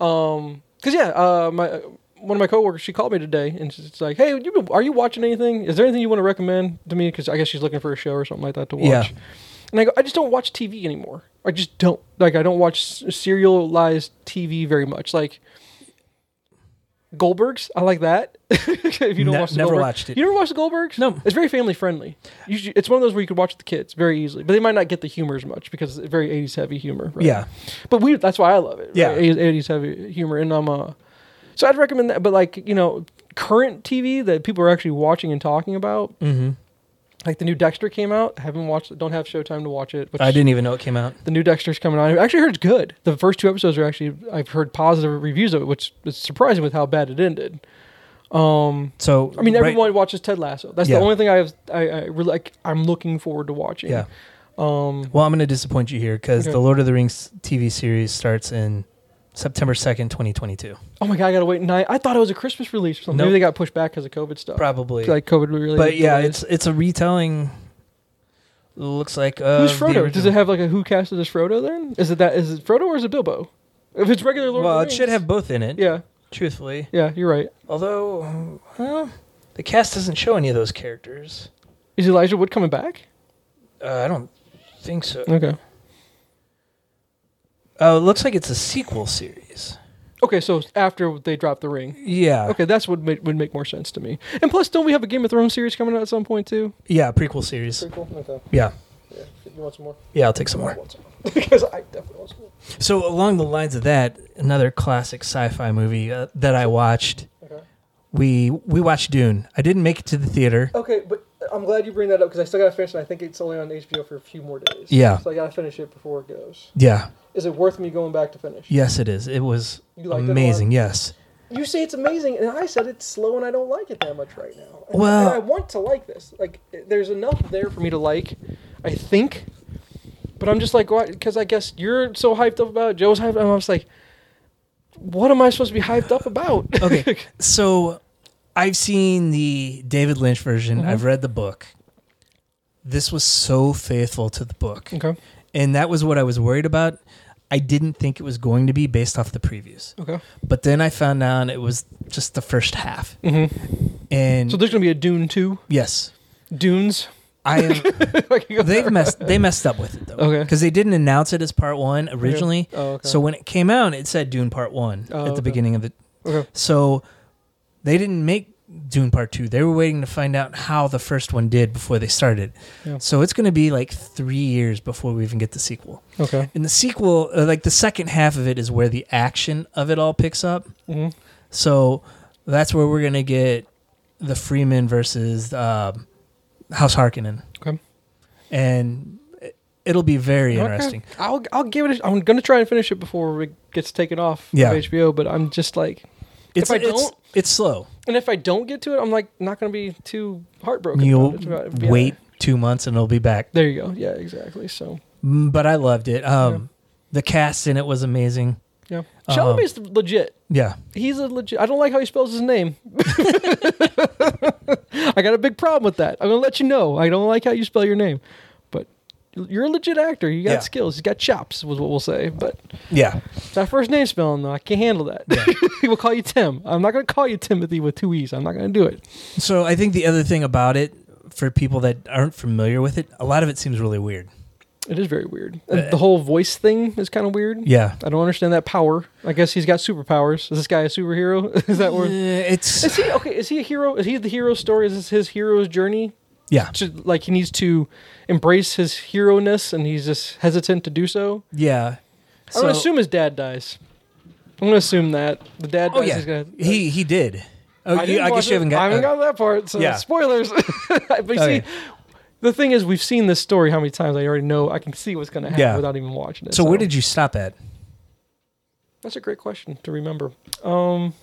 A: um, cause yeah, uh, my uh, one of my coworkers she called me today and she's like, "Hey, you been, are you watching anything? Is there anything you want to recommend to me? Because I guess she's looking for a show or something like that to watch."
B: Yeah.
A: And I go, I just don't watch TV anymore. I just don't like. I don't watch s- serialized TV very much. Like, Goldbergs. I like that. if you don't
B: Ne-
A: watch the
B: never
A: Goldberg-
B: watched it.
A: You never watched the Goldbergs?
B: No.
A: It's very family friendly. You should- it's one of those where you could watch with the kids very easily, but they might not get the humor as much because it's very 80s heavy humor. Right?
B: Yeah.
A: But we that's why I love it.
B: Yeah.
A: right? 80s heavy humor and I'm uh so I'd recommend that but like, you know, current TV that people are actually watching and talking about,
B: Mm-hmm.
A: like the new Dexter came out. Haven't watched it. Don't have Showtime to watch it. Which
B: I didn't even know it came out.
A: The new Dexter's coming on. I actually heard it's good. The first two episodes are actually I've heard positive reviews of it, which is surprising with how bad it ended. Um,
B: So
A: I mean,
B: right-
A: everyone watches Ted Lasso. That's
B: Yeah.
A: the only thing I have. I, I really like. I'm looking forward to watching.
B: Yeah.
A: Um,
B: Well, I'm going to disappoint you here because
A: Okay.
B: the Lord of the Rings TV series starts in September 2nd, 2022.
A: oh my god, I gotta wait nine. I thought it was a Christmas release or something.
B: Nope.
A: Maybe they got pushed back because of COVID stuff.
B: Probably.
A: Like COVID really.
B: but yeah, it's it's a retelling. Looks like uh,
A: who's Frodo? Does it have like a who casted as Frodo? Then is it that is it Frodo or is it Bilbo? If it's regular Lord, of
B: well,
A: the
B: it should
A: Rings-
B: have both in it.
A: Yeah,
B: Truthfully,
A: yeah, you're right.
B: although well, the cast doesn't show any of those characters.
A: Is Elijah Wood coming back?
B: Uh, I don't think so.
A: Okay.
B: Oh, it looks like it's a sequel series.
A: Okay, so after they drop the ring.
B: Yeah.
A: Okay, that's what ma- would make more sense to me. And plus, don't we have a Game of Thrones series coming out at some point too?
B: Yeah, prequel series.
A: Prequel. Okay.
B: Yeah.
A: Yeah. You want some more?
B: Yeah, I'll take some more.
A: want some more because I definitely want some more.
B: So along the lines of that, another classic sci-fi movie uh, that I watched.
A: Okay.
B: We we watched Dune. I didn't make it to the theater.
A: Okay, but I'm glad you bring that up because I still gotta finish it. I think it's only on HBO for a few more days.
B: Yeah.
A: So I gotta finish it before it goes.
B: Yeah.
A: Is it worth me going back to finish?
B: Yes, it is. It was
A: You liked it a lot?
B: amazing. yes.
A: You say it's amazing, and I said it's slow, and I don't like it that much right now. And-
B: Well-
A: and I want to like this. Like, there's enough there for me to like, I think. But I'm just like, why? Because I guess you're so hyped up about it, Joe's hyped. And I'm just like, what am I supposed to be hyped up about?
B: Okay. so I've seen the David Lynch version.
A: Mm-hmm.
B: I've read the book. This was so faithful to the book.
A: okay.
B: And that was what I was worried about. I didn't think it was going to be based off the previews.
A: Okay.
B: But then I found out it was just the first half.
A: Mm-hmm.
B: And
A: So there's gonna be a Dune two,
B: yes,
A: Dunes.
B: I am, they've messed they messed up with it though.
A: Okay.
B: Because they didn't announce it as part 1 originally.
A: Oh, okay.
B: So when it came out, it said Dune Part One
A: Oh,
B: at the
A: okay.
B: beginning of the.
A: Okay.
B: So they didn't make Dune Part Two. They were waiting to find out how the first one did before they started.
A: Yeah.
B: So it's going to be like three years before we even get the sequel.
A: okay.
B: And the sequel, uh, like the second half of it, is where the action of it all picks up.
A: hmm
B: So that's where we're going to get the Freeman versus um, House Harkonnen.
A: Okay.
B: And it- it'll be very
A: Okay.
B: interesting.
A: I'll I'll give it. A, I'm gonna try and finish it before it gets taken off of
B: Yeah.
A: HBO. But I'm just like,
B: It's,
A: I
B: it's,
A: don't-
B: it's slow.
A: And if I don't get to it, I'm like not going to be too heartbroken. about
B: You'll
A: it. It's about- yeah.
B: wait two months and it'll be back.
A: There you go. Yeah, exactly. So
B: Mm, But I loved it. Um, The cast in it was amazing.
A: yeah,
B: Um,
A: Chalamet's legit.
B: Yeah,
A: He's a legit. I don't like how he spells his name. I got a big problem with that. I'm gonna let you know. I don't like how you spell your name, but you're a legit actor. You got
B: Yeah.
A: skills. You got chops, was what we'll say. But
B: yeah.
A: it's that first name spelling though, I can't handle that. we'll call you Tim. I'm not gonna call you Timothy with two e's. I'm not gonna do it.
B: So I think the other thing about it, for people that aren't familiar with it, a lot of it seems really weird.
A: It is very weird. And the whole voice thing is kind of weird.
B: Yeah,
A: I don't understand that power. I guess he's got superpowers. Is this guy a superhero? is that
B: Uh,
A: where?
B: it's
A: Is he okay? Is he a hero? Is he the hero story? Is this his hero's journey?
B: yeah,
A: To, like he needs to embrace his hero ness, and he's just hesitant to do so.
B: yeah.
A: I'm
B: So-
A: gonna assume his dad dies. I'm gonna assume that the dad dies.
B: Oh yeah,
A: He's gonna,
B: he he did. Oh, you,
A: didn't
B: I
A: watch
B: guess you
A: it.
B: haven't got.
A: I haven't
B: uh,
A: got that part. So
B: yeah.
A: spoilers. but you
B: Okay.
A: see, the thing is, we've seen this story how many times? I already know. I can see what's gonna happen
B: Yeah.
A: without even watching it.
B: so where did you stop at?
A: That's a great question to remember. Um,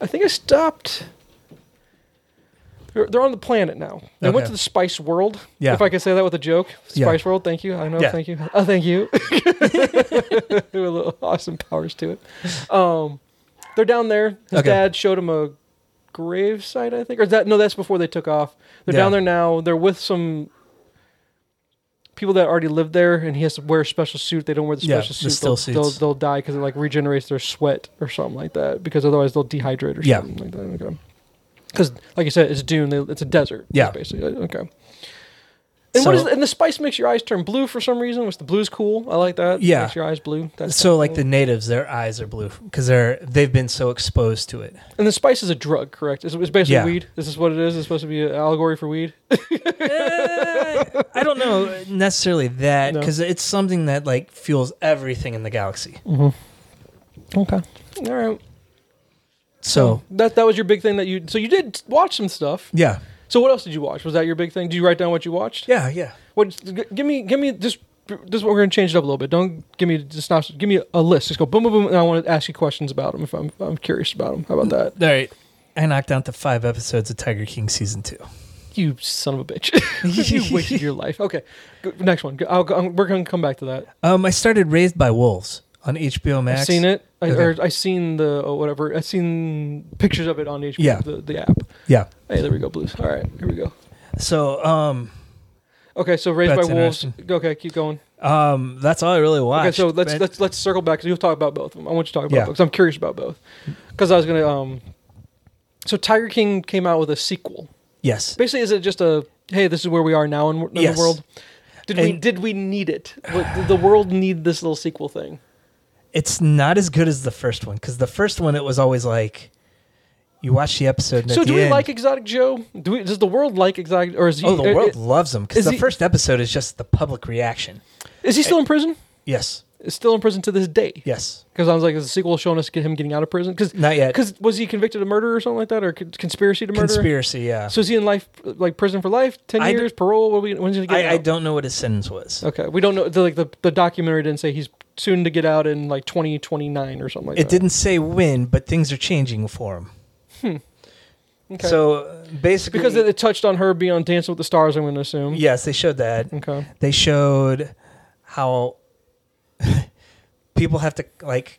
A: I think I stopped. They're, they're on the planet now. They
B: Okay.
A: went to the spice world.
B: Yeah.
A: If I could say that with a joke,
B: Yeah.
A: spice world. Thank you. I know.
B: Yeah.
A: Thank you. Oh, thank you. With little awesome powers to it. Um, they're down there. His
B: Okay.
A: dad showed him a grave site, I think, or is that no? That's before they took off. They're
B: Yeah.
A: down there now. They're with some people that already lived there, and he has to wear a special suit. They don't wear the
B: Yeah,
A: special
B: the
A: suit.
B: still
A: they'll, they'll,
B: suits.
A: they'll die because it like regenerates their sweat or something like that. Because otherwise they'll dehydrate or
B: Yeah.
A: something like that. Okay. Because like you said, it's dune. They, it's a desert.
B: Yeah.
A: basically. Okay. And what is
B: So-
A: and the spice makes your eyes turn blue for some reason, which the blue's cool. I like that.
B: Yeah.
A: makes your eyes blue. That's
B: So like the
A: cool.
B: natives, their eyes are blue because they're they've been so exposed to it.
A: and the spice is a drug, correct? It's, it's basically
B: Yeah.
A: weed. This is what it is. It's supposed to be an allegory for weed.
B: Eh, I don't know necessarily that
A: No.
B: because it's something that like fuels everything in the galaxy.
A: Okay. All right.
B: So
A: That that was your big thing that you so you did watch some stuff.
B: yeah,
A: So what else did you watch? Was that your big thing? Do you write down what you watched?
B: yeah, yeah.
A: What? g- Give me give me just this. is What we're gonna change it up a little bit. Don't give me just not. Give me a list. Just go boom boom boom. And I want to ask you questions about them if I'm I'm curious about them. How about that?
B: All right, I knocked out the five episodes of Tiger King season two.
A: You son of a bitch. you wasted your life. Okay, Go- next one. Go- I'll, go- I'm- we're gonna come back to that.
B: Um, I started Raised by Wolves on HBO Max.
A: I've seen it. I,
B: Okay.
A: or I seen the oh, whatever. I've seen pictures of it on HBO.
B: Yeah.
A: The, the app.
B: Yeah.
A: Hey, there we go, blues. All right, here we go.
B: So um,
A: Okay, so raised
B: That's
A: by wolves.
B: interesting.
A: Okay, keep going.
B: um, that's all I really watched.
A: Okay, so let's
B: but-
A: let's let's circle back because you'll talk about both of them. I want you to talk about
B: Yeah.
A: because I'm curious about both. Because I was gonna um, so Tiger King came out with a sequel.
B: yes.
A: Basically, is it just a hey, this is where we are now in, in
B: Yes.
A: the world? Did we
B: And-
A: did we need it? What- Did the world need this little sequel thing?
B: it's not as good as the first one because the first one it was always like you watch the episode. And
A: So
B: at
A: do
B: the
A: we
B: end,
A: like Exotic Joe? Do we does the world like Exotic or is he
B: Oh, the
A: uh,
B: world loves him because
A: is
B: the
A: he-
B: first episode is just the public reaction.
A: Is he still in prison?
B: Yes,
A: Is still in prison to this day.
B: yes,
A: Because I was like, is the sequel showing us get him getting out of prison? Because
B: not yet.
A: was he convicted of murder or something like that, or con- conspiracy to murder?
B: Conspiracy, yeah.
A: So is he in life, like prison for life, ten
B: I d-
A: years, parole? What are we, when's he gonna get
B: I, I
A: out?
B: don't know what his sentence was.
A: Okay, we don't know. The, like the, the documentary didn't say he's soon to get out in like twenty twenty nine or something like
B: It
A: that.
B: didn't say when, but things are changing for him.
A: Okay.
B: So uh, basically,
A: because it, it touched on her being on Dancing with the Stars, I'm going to assume.
B: yes, they showed that.
A: Okay.
B: They showed how people have to like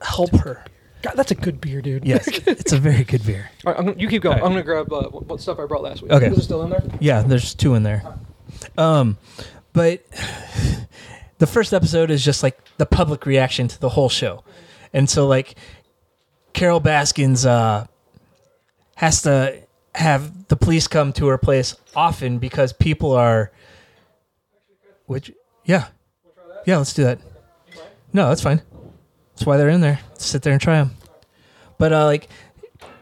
B: help her.
A: God, that's a good beer, dude.
B: Yes, it's a very good beer.
A: All right, I'm gonna, you keep going.
B: All right.
A: I'm going to grab uh, what, what stuff I brought last week.
B: Okay.
A: Is it still in there?
B: Yeah, there's two in there. Um, but the first episode is just like the public reaction to the whole show, and so like Carol Baskins uh, has to have the police come to her place often because people are, which yeah, yeah, let's do that. No, that's fine. That's why they're in there. Sit there and try them. But uh, like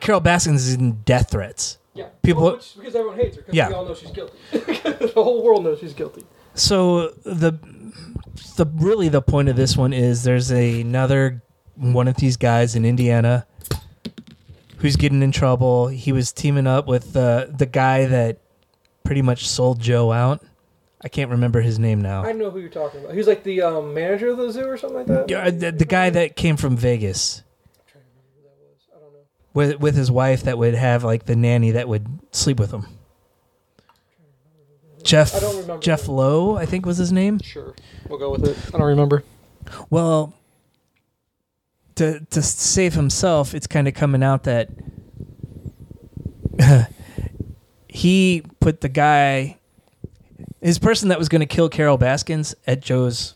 B: Carol Baskins is in death threats.
A: Yeah. Oh,
B: People- Well, which-
A: because everyone hates her. Because
B: Yeah.
A: we
B: we
A: all
B: all
A: know she's guilty. the whole world knows she's guilty.
B: So the the really the point of this one is there's another one of these guys in Indiana who's getting in trouble. He was teaming up with uh, the guy that pretty much sold Joe out. I can't remember his name now.
A: I know who you're talking about. He's like the um, manager of the zoo or something like that.
B: Yeah, the, the guy that came from Vegas with with his wife that would have like the nanny that would sleep with him. Jeff
A: I don't remember.
B: Jeff Lowe, I think was his name.
A: Sure. We'll go with it. I don't remember.
B: Well, to to save himself, it's kind of coming out that he put the guy, his person that was going to kill Carol Baskins at Joe's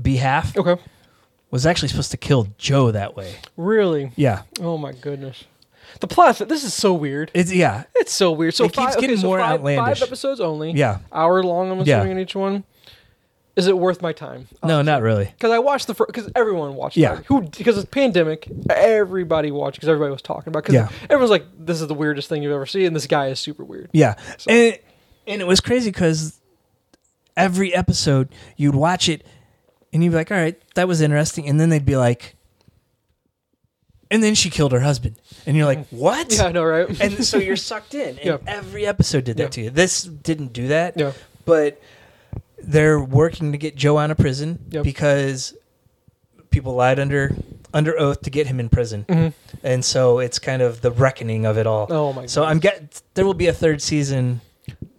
B: behalf,
A: Okay.
B: was actually supposed to kill Joe that way.
A: Really?
B: Yeah,
A: Oh my goodness. The plot. This is so weird.
B: it's yeah,
A: It's so weird. So
B: It keeps
A: five, okay,
B: getting
A: so
B: more
A: five,
B: outlandish.
A: Five episodes only.
B: yeah.
A: Hour long. I'm
B: Yeah.
A: assuming in each one. Is it worth my time?
B: No, not really.
A: Because I watched the first. Because everyone watched.
B: Yeah.
A: It. Who? Because it's pandemic. Everybody watched. Because everybody was talking about. Because
B: Yeah.
A: everyone's like, "This is the weirdest thing you've ever seen." And this guy is super weird.
B: Yeah, and and it was crazy because every episode you'd watch it and you'd be like, "All right, that was interesting," and then they'd be like, "And then she killed her husband," and you're like, "What?"
A: Yeah, I know, right?
B: And so you're sucked in, and
A: Yeah.
B: every episode did that
A: Yeah.
B: to you. This didn't do that,
A: yeah.
B: but they're working to get Joe out of prison
A: Yep.
B: because people lied under under oath to get him in prison,
A: Mhm.
B: and so it's kind of the reckoning of it all.
A: Oh my.
B: So
A: God.
B: I'm get there will be a third season.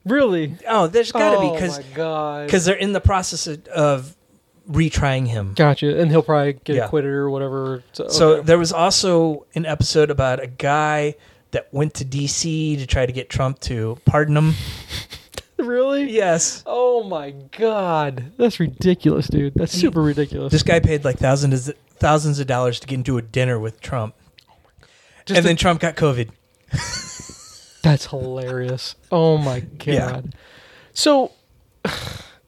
A: really.
B: Oh, there's got to
A: oh
B: be because
A: my god.
B: because they're in the process of, of retrying him.
A: Gotcha. And he'll probably get
B: Yeah.
A: acquitted or whatever.
B: So
A: okay.
B: there was also an episode about a guy that went to D.C. to try to get Trump to pardon him.
A: really?
B: Yes,
A: Oh my god. That's ridiculous, dude. That's super ridiculous.
B: this guy paid like thousands thousands of dollars to get into a dinner with Trump,
A: Just
B: and
A: to-
B: then Trump got COVID.
A: that's hilarious. Oh my god.
B: Yeah.
A: So,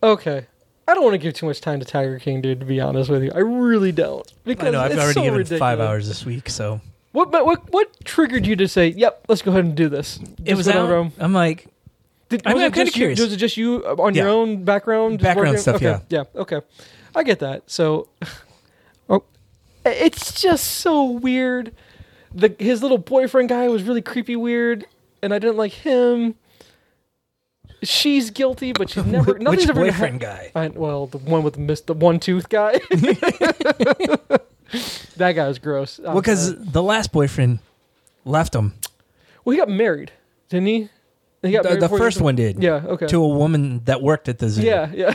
A: okay. I don't want to give too much time to Tiger King, dude. To be honest with you, I really don't. Because
B: I know I've
A: it's
B: already
A: so
B: given five
A: ridiculous.
B: hours this week, so
A: What, but what what triggered you to say, "Yep, let's go ahead and do this"?
B: it
A: Just
B: was
A: went
B: out.
A: over 'em.
B: I'm like,
A: Did,
B: I mean,
A: was it
B: I'm kinda
A: just you-
B: curious.
A: Was it just you uh, on your
B: Yeah.
A: own background? just
B: Background
A: working?
B: stuff,
A: Okay. Yeah. Okay. I get that. So, oh, it's just so weird. The his little boyfriend guy was really creepy, weird, and I didn't like him. She's guilty, but she's never.
B: "Wh-
A: nothing's
B: which
A: ever gonna hap-
B: boyfriend guy?
A: I, well, the one with the, mis- the one tooth guy. that guy was gross. I'm
B: Well, because
A: sorry.
B: the last boyfriend left him.
A: well, he got married, didn't he? He got
B: The,
A: married
B: the
A: before he-
B: first one did.
A: Yeah. Okay.
B: To a woman that worked at the zoo.
A: yeah. Yeah.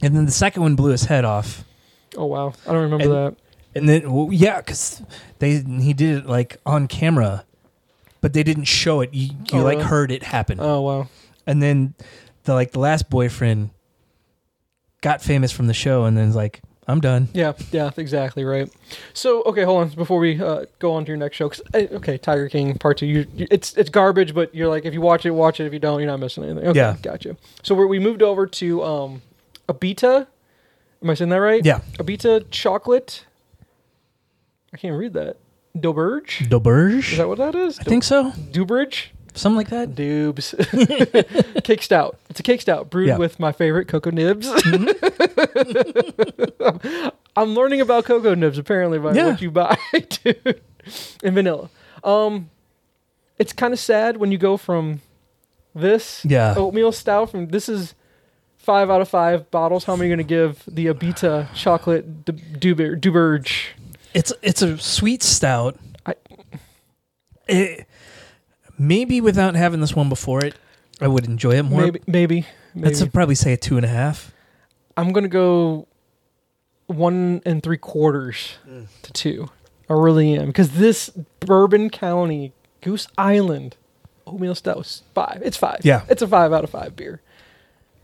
B: And then the second one blew his head off.
A: Oh wow, I don't remember
B: And-
A: that.
B: And then well, yeah, because they he did it like on camera, but they didn't show it. You,
A: Oh,
B: you like
A: really?
B: heard it happen.
A: Oh wow.
B: and then the like the last boyfriend got famous from the show, and then is like, I'm done.
A: Yeah, yeah, exactly right. So okay, hold on before we uh, go on to your next show. 'cause, eh, okay, Tiger King Part Two. You, you- it's it's garbage, but you're like if you watch it, watch it. If you don't, you're not missing anything. Okay,
B: Yeah.
A: gotcha. So we we moved over to um, Abita. Am I saying that right?
B: Yeah,
A: Abita chocolate. I can't read that. Doberge. Is
B: Doberge.
A: that what that is?
B: I think so.
A: Duberge.
B: Something like that.
A: Dubes. cake stout. It's a cake stout brewed
B: Yeah.
A: with my favorite cocoa nibs. I'm learning about cocoa nibs apparently by
B: Mm-hmm. Yeah.
A: what you buy, dude. And vanilla. Um, it's kind of sad when you go from this
B: Yeah.
A: oatmeal stout from this is five out of five bottles. How many are you gonna give the Abita chocolate d- Duber- Duberge?
B: It's it's a sweet stout.
A: I-
B: It- maybe without having this one before it, I would enjoy it more.
A: Maybe, maybe, maybe.
B: That's a- probably say a two and a half.
A: I'm gonna go one and three quarters to two. I really am because this Bourbon County Goose Island oatmeal stout was five. It's five.
B: Yeah.
A: it's a five out of five beer.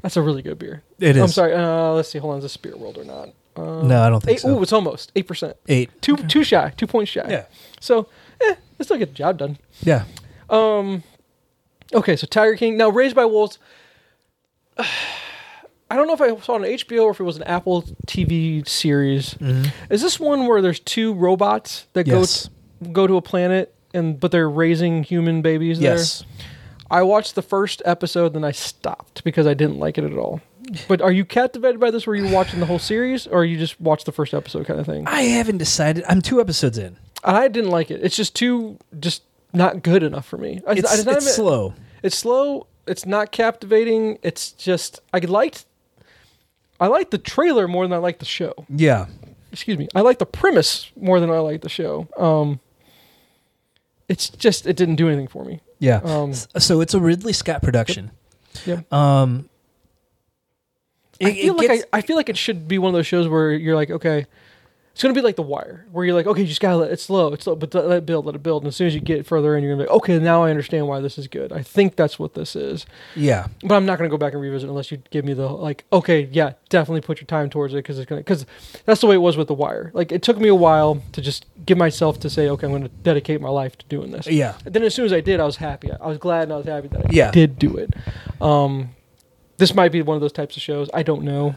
A: That's a really good beer.
B: It is.
A: I'm sorry. Uh, let's see. Hold on. Is this Spirit World or not? Uh,
B: No, I don't think
A: eight,
B: so.
A: Ooh, it's almost eight percent.
B: Eight.
A: Two, two shy. Two points shy.
B: Yeah.
A: So, eh, let's still get the job done.
B: Yeah.
A: Okay, so Tiger King. Now, Raised by Wolves. I don't know if I saw it on HBO or if it was an Apple TV series. Is this one where there's two robots that
B: Mm-hmm. Yes.
A: go go to a planet and but they're raising human babies
B: Yes.
A: there? I watched the first episode then I stopped because I didn't like it at all. But are you captivated by this? Were you watching the whole series or you just watched the first episode kind of thing?
B: I haven't decided. I'm two episodes in.
A: And I didn't like it. It's just too just not good enough for me. I-
B: It's,
A: I, did not
B: it's
A: even-
B: slow.
A: it's slow. It's not captivating. It's just I liked I liked the trailer more than I liked the show.
B: Yeah.
A: Excuse me. I liked the premise more than I liked the show. Um it's just it didn't do anything for me.
B: Yeah.
A: Um,
B: S- so it's a Ridley Scott production.
A: Yeah.
B: Um,
A: I feel like I, I feel like it should be one of those shows where you're like, okay, it's gonna be like The Wire, where you're like, okay, you just gotta let it slow, it's slow, but let it build, let it build, and as soon as you get further in, you're gonna be like, okay, now I understand why this is good. I think that's what this is.
B: yeah.
A: but I'm not gonna go back and revisit unless you give me the like. Okay, yeah, definitely put your time towards it because it's gonna because that's the way it was with The Wire. Like it took me a while to just give myself to say, okay, I'm gonna dedicate my life to doing this.
B: Yeah.
A: And then as soon as I did, I was happy. I was glad and I was happy that I
B: Yeah.
A: did do it. Um, this might be one of those types of shows. I don't know.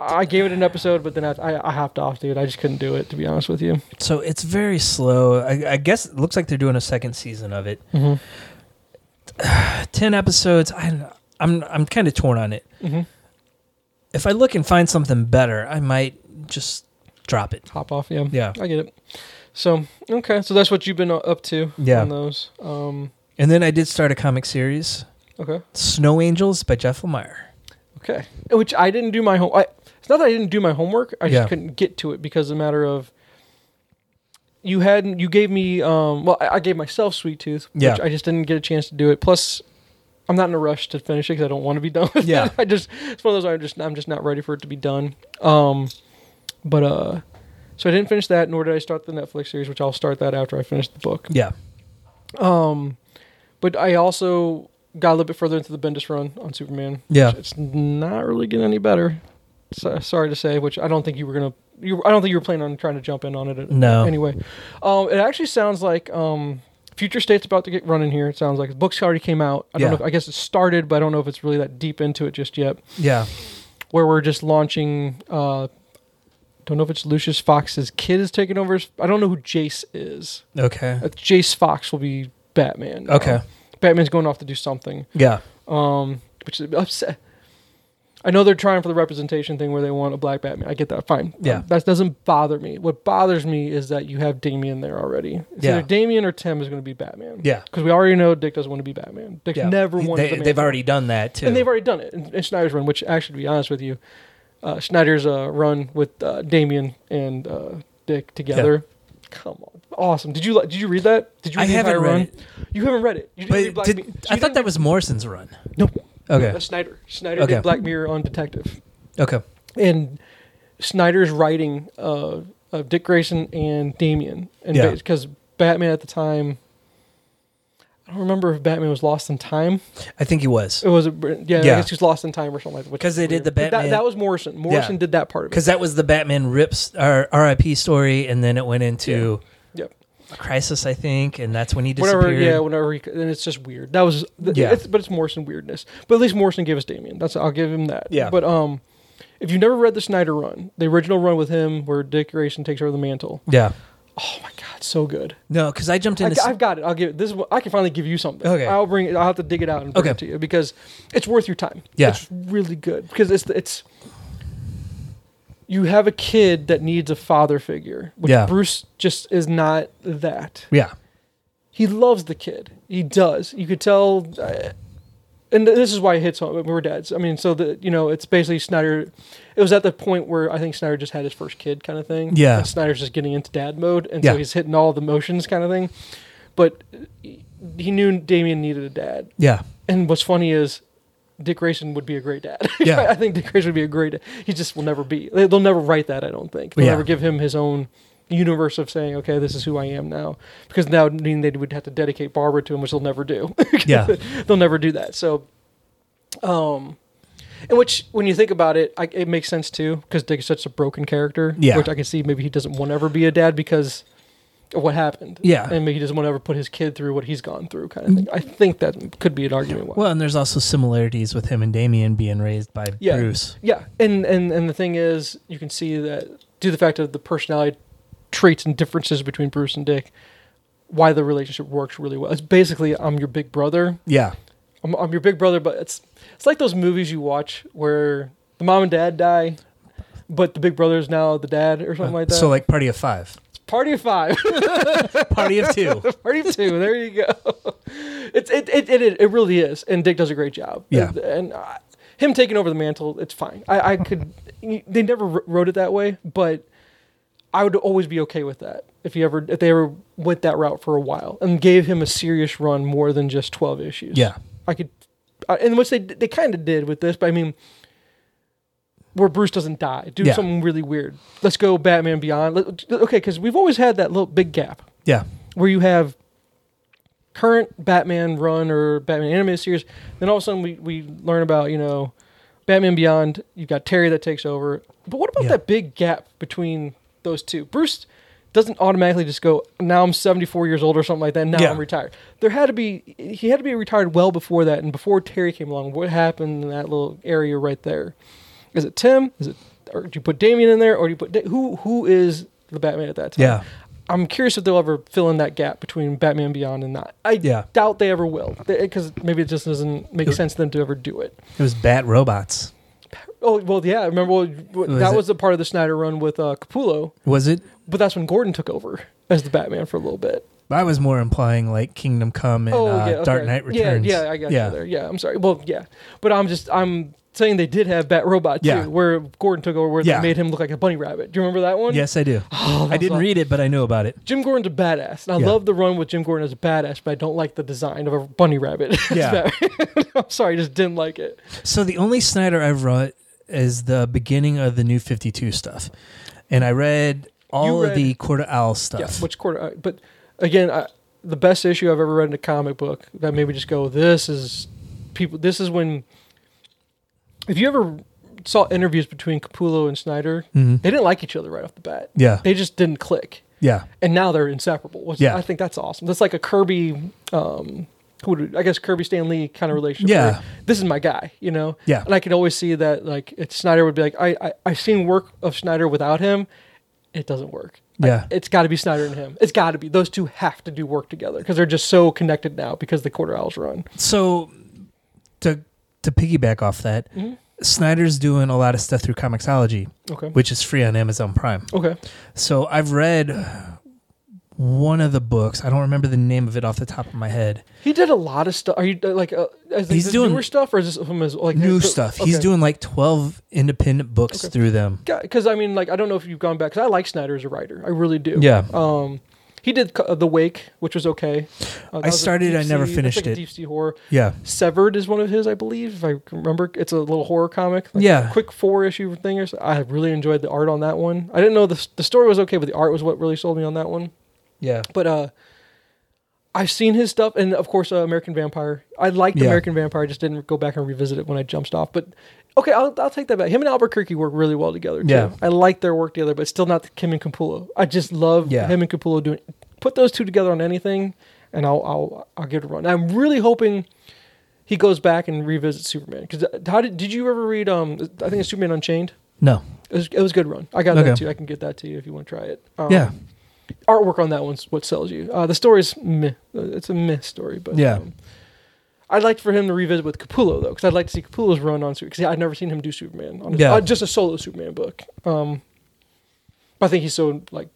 A: I gave it an episode, but then I I, I hopped off, dude. I just couldn't do it to be honest with you.
B: So it's very slow. I, I guess it looks like they're doing a second season of it. Uh,
A: Mm-hmm.
B: Ten episodes. I, I'm I'm kind of torn on it.
A: Mm-hmm.
B: If I look and find something better, I might just drop it.
A: Hop off, yeah.
B: Yeah.
A: I get it. So okay, so that's what you've been up to.
B: Yeah.
A: On those. Um.
B: And then I did start a comic series,
A: Okay.
B: Snow Angels by Jeff Lemire.
A: Okay. Which I didn't do my home. I, it's not that I didn't do my homework. I
B: Yeah.
A: just couldn't get to it because of a matter of you hadn't. You gave me. Um. Well, I, I gave myself sweet tooth.
B: Yeah.
A: Which I just didn't get a chance to do it. Plus, I'm not in a rush to finish it because I don't want to be done. With
B: Yeah.
A: it. I just. It's one of those. I'm just. I'm just not ready for it to be done. Um. But uh. So I didn't finish that, nor did I start the Netflix series, which I'll start that after I finish the book.
B: Yeah.
A: Um, but I also got a little bit further into the Bendis run on Superman.
B: Yeah.
A: which it's not really getting any better. So, sorry to say, which I don't think you were gonna. You, I don't think you were planning on trying to jump in on uh, it.
B: No.
A: Anyway, um, it actually sounds like um, Future State's about to get running here. It sounds like the book's already came out. I don't
B: Yeah.
A: know. If, I guess it started, but I don't know if it's really that deep into it just yet.
B: Yeah.
A: Where we're just launching. uh Don't know if it's Lucius Fox's kid is taking over. as- I don't know who Jace is.
B: Okay.
A: Uh, Jace Fox will be Batman. now.
B: Okay.
A: Batman's going off to do something.
B: Yeah.
A: Um, which is upset. I know they're trying for the representation thing where they want a black Batman. I get that. Fine. Um,
B: Yeah.
A: that doesn't bother me. What bothers me is that you have Damien there already. It's
B: Yeah.
A: either Damien or Tim is going to be Batman.
B: Yeah.
A: Because we already know Dick doesn't want to be Batman. Dick
B: yeah.
A: never wanted
B: They,
A: the
B: they've
A: mantle.
B: already done that too.
A: And they've already done it in, in Schneider's run, which actually, to be honest with you, uh, Schneider's uh, run with uh, Damien and uh, Dick together. Come on, awesome! Did you li- did you read that? Did you
B: I
A: read the
B: haven't
A: entire
B: read
A: run?
B: it.
A: You haven't read it. You didn't read
B: But
A: Black
B: did,
A: Mirror. So
B: I
A: you
B: thought
A: didn't
B: that was Morrison's run.
A: No.
B: Okay.
A: That's Uh, Snyder. Snyder
B: Okay.
A: did Black Mirror on Detective,
B: Okay.
A: and Snyder's writing uh, of Dick Grayson and Damien, and
B: Yeah.
A: because Batman at the time, I don't remember if Batman was lost in time.
B: I think he was
A: It was a, yeah, I
B: Yeah.
A: guess he was lost in time or something like that. which
B: 'Cause they
A: is
B: did the
A: weird. But
B: Batman-
A: That, that was Morrison. Morrison did that part of it.
B: because that was the Batman rips or R.I.P. story, and then it went into
A: Yep.
B: Crisis, I think, and that's when he disappeared.
A: Whatever, yeah, whenever he, and it's just weird. That was, th-
B: Yeah.
A: it's, but it's Morrison weirdness. But at least Morrison gave us Damien. That's I'll give him that.
B: Yeah.
A: But um, if you never read the Snyder run, the original run with him where Dick Grayson takes over the mantle,
B: Yeah.
A: Oh my god, it's so good.
B: No, because I jumped
A: I,
B: into.
A: have got it. I'll give it. This is what I can finally give you something.
B: Okay.
A: I'll bring it. I'll have to dig it out and bring
B: Okay.
A: it to you because it's worth your time.
B: Yeah.
A: It's really good because it's it's you have a kid that needs a father figure, which
B: Yeah.
A: Bruce just is not that.
B: yeah.
A: He loves the kid. He does. You could tell uh, and th- this is why it hits home. We're dads. I mean, so that you know, it's basically Snyder. It was at the point where I think Snyder just had his first kid, kind of thing.
B: Yeah.
A: and Snyder's just getting into dad mode, and
B: Yeah.
A: so he's hitting all the motions, kind of thing. But he he knew Damien needed a dad,
B: Yeah.
A: and what's funny is. Dick Grayson would be a great dad.
B: Yeah.
A: I think Dick Grayson would be a great. He just will never be. They- They'll never write that. I don't think. They'll
B: Yeah.
A: never give him his own universe of saying, "Okay, this is who I am now," because now would mean they would have to dedicate Barbara to him, which they'll never do.
B: Yeah.
A: they'll never do that. So, um, and which when you think about it, I, it makes sense too because Dick is such a broken character.
B: Yeah.
A: which I can see maybe he doesn't want to ever be a dad because of what happened.
B: Yeah.
A: and maybe he doesn't want to ever put his kid through what he's gone through, kind of thing. I think that could be an argument. why.
B: Well, and there's also similarities with him and Damien being raised by
A: Yeah.
B: Bruce.
A: Yeah, and and and the thing is, you can see that due to the fact of the personality traits and differences between Bruce and Dick, why the relationship works really well. It's basically I'm your big brother.
B: Yeah.
A: I'm, I'm your big brother, but it's it's like those movies you watch where the mom and dad die, but the big brother is now the dad or something like that.
B: Uh, So like party of five,
A: It's party of five.
B: party of two.
A: Party of two. There you go. It's it it, it it really is, and Dick does a great job.
B: Yeah.
A: and, and, uh, him taking over the mantle, it's fine. I, I could. They never wr- wrote it that way, but I would always be okay with that if he ever if they ever went that route for a while and gave him a serious run more than just twelve issues.
B: Yeah.
A: I could, uh, and which they they kind of did with this, but I mean, where Bruce doesn't die, do
B: Yeah.
A: something really weird. Let's go Batman Beyond. Let, okay, because we've always had that little big gap
B: Yeah.
A: where you have current Batman run or Batman animated series. Then all of a sudden we, we learn about, you know, Batman Beyond. You've got Terry that takes over. But what about
B: Yeah.
A: that big gap between those two? Bruce doesn't automatically just go, now I'm 74 years old or something like that. Now
B: Yeah.
A: I'm retired. There had to be, he had to be retired well before that. And before Terry came along, what happened in that little area right there? Is it Tim? Is it, or do you put Damien in there? Or do you put, who, who is the Batman at that time?
B: Yeah.
A: I'm curious if they'll ever fill in that gap between Batman Beyond and that. I
B: Yeah.
A: doubt they ever will, because maybe it just doesn't make sense to them to ever do it.
B: It was Bat Robots.
A: Oh well, yeah. I Remember well, w-
B: Was
A: that
B: it-
A: was the part of the Snyder run with uh, Capullo,
B: Was it?
A: but that's when Gordon took over as the Batman for a little bit.
B: I was more implying like Kingdom Come and
A: oh
B: uh,
A: yeah, okay.
B: Dark Knight Returns.
A: Yeah, yeah, I got you there. Yeah, I'm sorry. Well, yeah, but I'm just I'm saying they did have Bat Robot too,
B: Yeah.
A: where Gordon took over, where
B: Yeah.
A: they made him look like a bunny rabbit. Do you remember that one? Oh,
B: Yes, I do. I didn't
A: awesome.
B: read it, but I knew about it.
A: Jim Gordon's a badass, and I
B: Yeah.
A: love the run with Jim Gordon as a badass, but I don't like the design of a bunny rabbit. as
B: Yeah.
A: Batman. I'm sorry, I just didn't like it.
B: So the only Snyder I've read is the beginning of the New Fifty Two stuff, and I read all of
A: read-
B: the Quarter Owl
A: Yeah,
B: stuff.
A: which quarter? uh, But again, I, the best issue I've ever read in a comic book that made me just go, "This is people. This is when." If you ever saw interviews between Capullo and Snyder,
B: Mhm.
A: they didn't like each other right off the bat.
B: Yeah.
A: They just didn't click.
B: Yeah.
A: and now they're inseparable. Which
B: Yeah.
A: I think that's awesome. That's like a Kirby, um, who would, I guess Kirby Stanley kind of relationship.
B: Yeah.
A: where this is my guy, you know.
B: Yeah.
A: and I could always see that like it, Snyder would be like, I, I I've seen work of Snyder without him, it doesn't work.
B: Yeah.
A: It's got to be Snyder and him. It's got to be those two have to do work together because they're just so connected now because the quarter owls run.
B: So to to piggyback off that,
A: Mm-hmm.
B: Snyder's doing a lot of stuff through Comixology,
A: Okay.
B: which is free on Amazon Prime.
A: Okay.
B: So I've read one of the books. I don't remember the name of it off the top of my head.
A: He did a lot of stuff. Are you uh, like uh, is
B: He's
A: this
B: doing-
A: newer stuff or is this from his like
B: New stuff. He's doing like 12 independent books
A: Okay.
B: through them.
A: because I mean like I don't know if you've gone back because I like Snyder as a writer. I really do.
B: Yeah.
A: Um, he did co- uh, The Wake, which was okay. Uh, that
B: I
A: was a
B: started, I
A: deep
B: never
A: sea-
B: finished
A: it's like
B: it.
A: A deep sea horror.
B: Yeah.
A: Severed is one of his, I believe, if I can remember. It's a little horror comic. like
B: Yeah.
A: Quick four issue thing. Or so. I really enjoyed the art on that one. I didn't know the the story was okay, but the art was what really sold me on that one.
B: Yeah.
A: But uh, I've seen his stuff, and of course, uh, American Vampire. I liked
B: Yeah.
A: American Vampire. I just didn't go back and revisit it when I jumped off. But okay, I'll, I'll take that back. Him and Albuquerque work really well together. Too.
B: Yeah.
A: I like their work together, but still not Kim and Capullo. I just love
B: Yeah.
A: him and Capullo doing. Put those two together on anything, and I'll I'll I'll give it a run. I'm really hoping. He goes back and revisits Superman because how did did you ever read? Um, I think it's Superman Unchained.
B: No.
A: It was, it was a good run. I got
B: Okay.
A: that too. I can get that to you if you want to try it. Um,
B: Yeah.
A: artwork on that one's what sells you. Uh, the story's meh. Uh, It's a meh story, but
B: Yeah.
A: um, I'd like for him to revisit with Capullo though, because I'd like to see Capullo's run on because I've never seen him do Superman on his,
B: Yeah.
A: uh, just a solo Superman book. Um, I think he's so like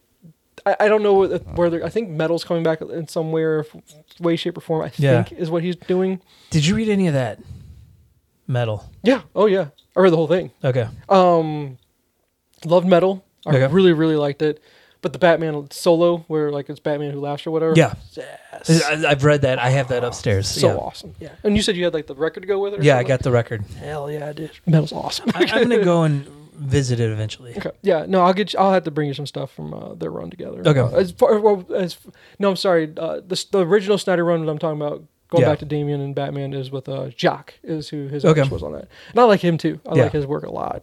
A: I, I don't know what- where they're, I think metal's coming back in some way, or f- way, shape, or form. I
B: Yeah.
A: think is what he's doing.
B: Did you read any of that? Metal.
A: Yeah. Oh yeah. I read the whole thing.
B: Okay.
A: Um, loved metal. I
B: Okay.
A: really, really liked it. But the Batman solo, where like it's Batman who laughs or whatever.
B: Yeah.
A: Yes.
B: I- I've read that. I have that upstairs.
A: So
B: yeah.
A: awesome. Yeah. And you said you had like the record to go with it? Or
B: Yeah, I
A: something?
B: got the record.
A: Hell yeah, I did. Metal's awesome.
B: I, I'm gonna go and visit it eventually.
A: Okay. Yeah. No, I'll get. You, I'll have to bring you some stuff from uh, their run together.
B: Okay.
A: Uh, as far well, as no, I'm sorry. Uh, the s- the original Snyder run that I'm talking about, going
B: Yeah.
A: back to Damien and Batman, is with uh, Jock is who his
B: Okay.
A: artist was on that. And I like him too. I
B: Yeah.
A: like his work a lot.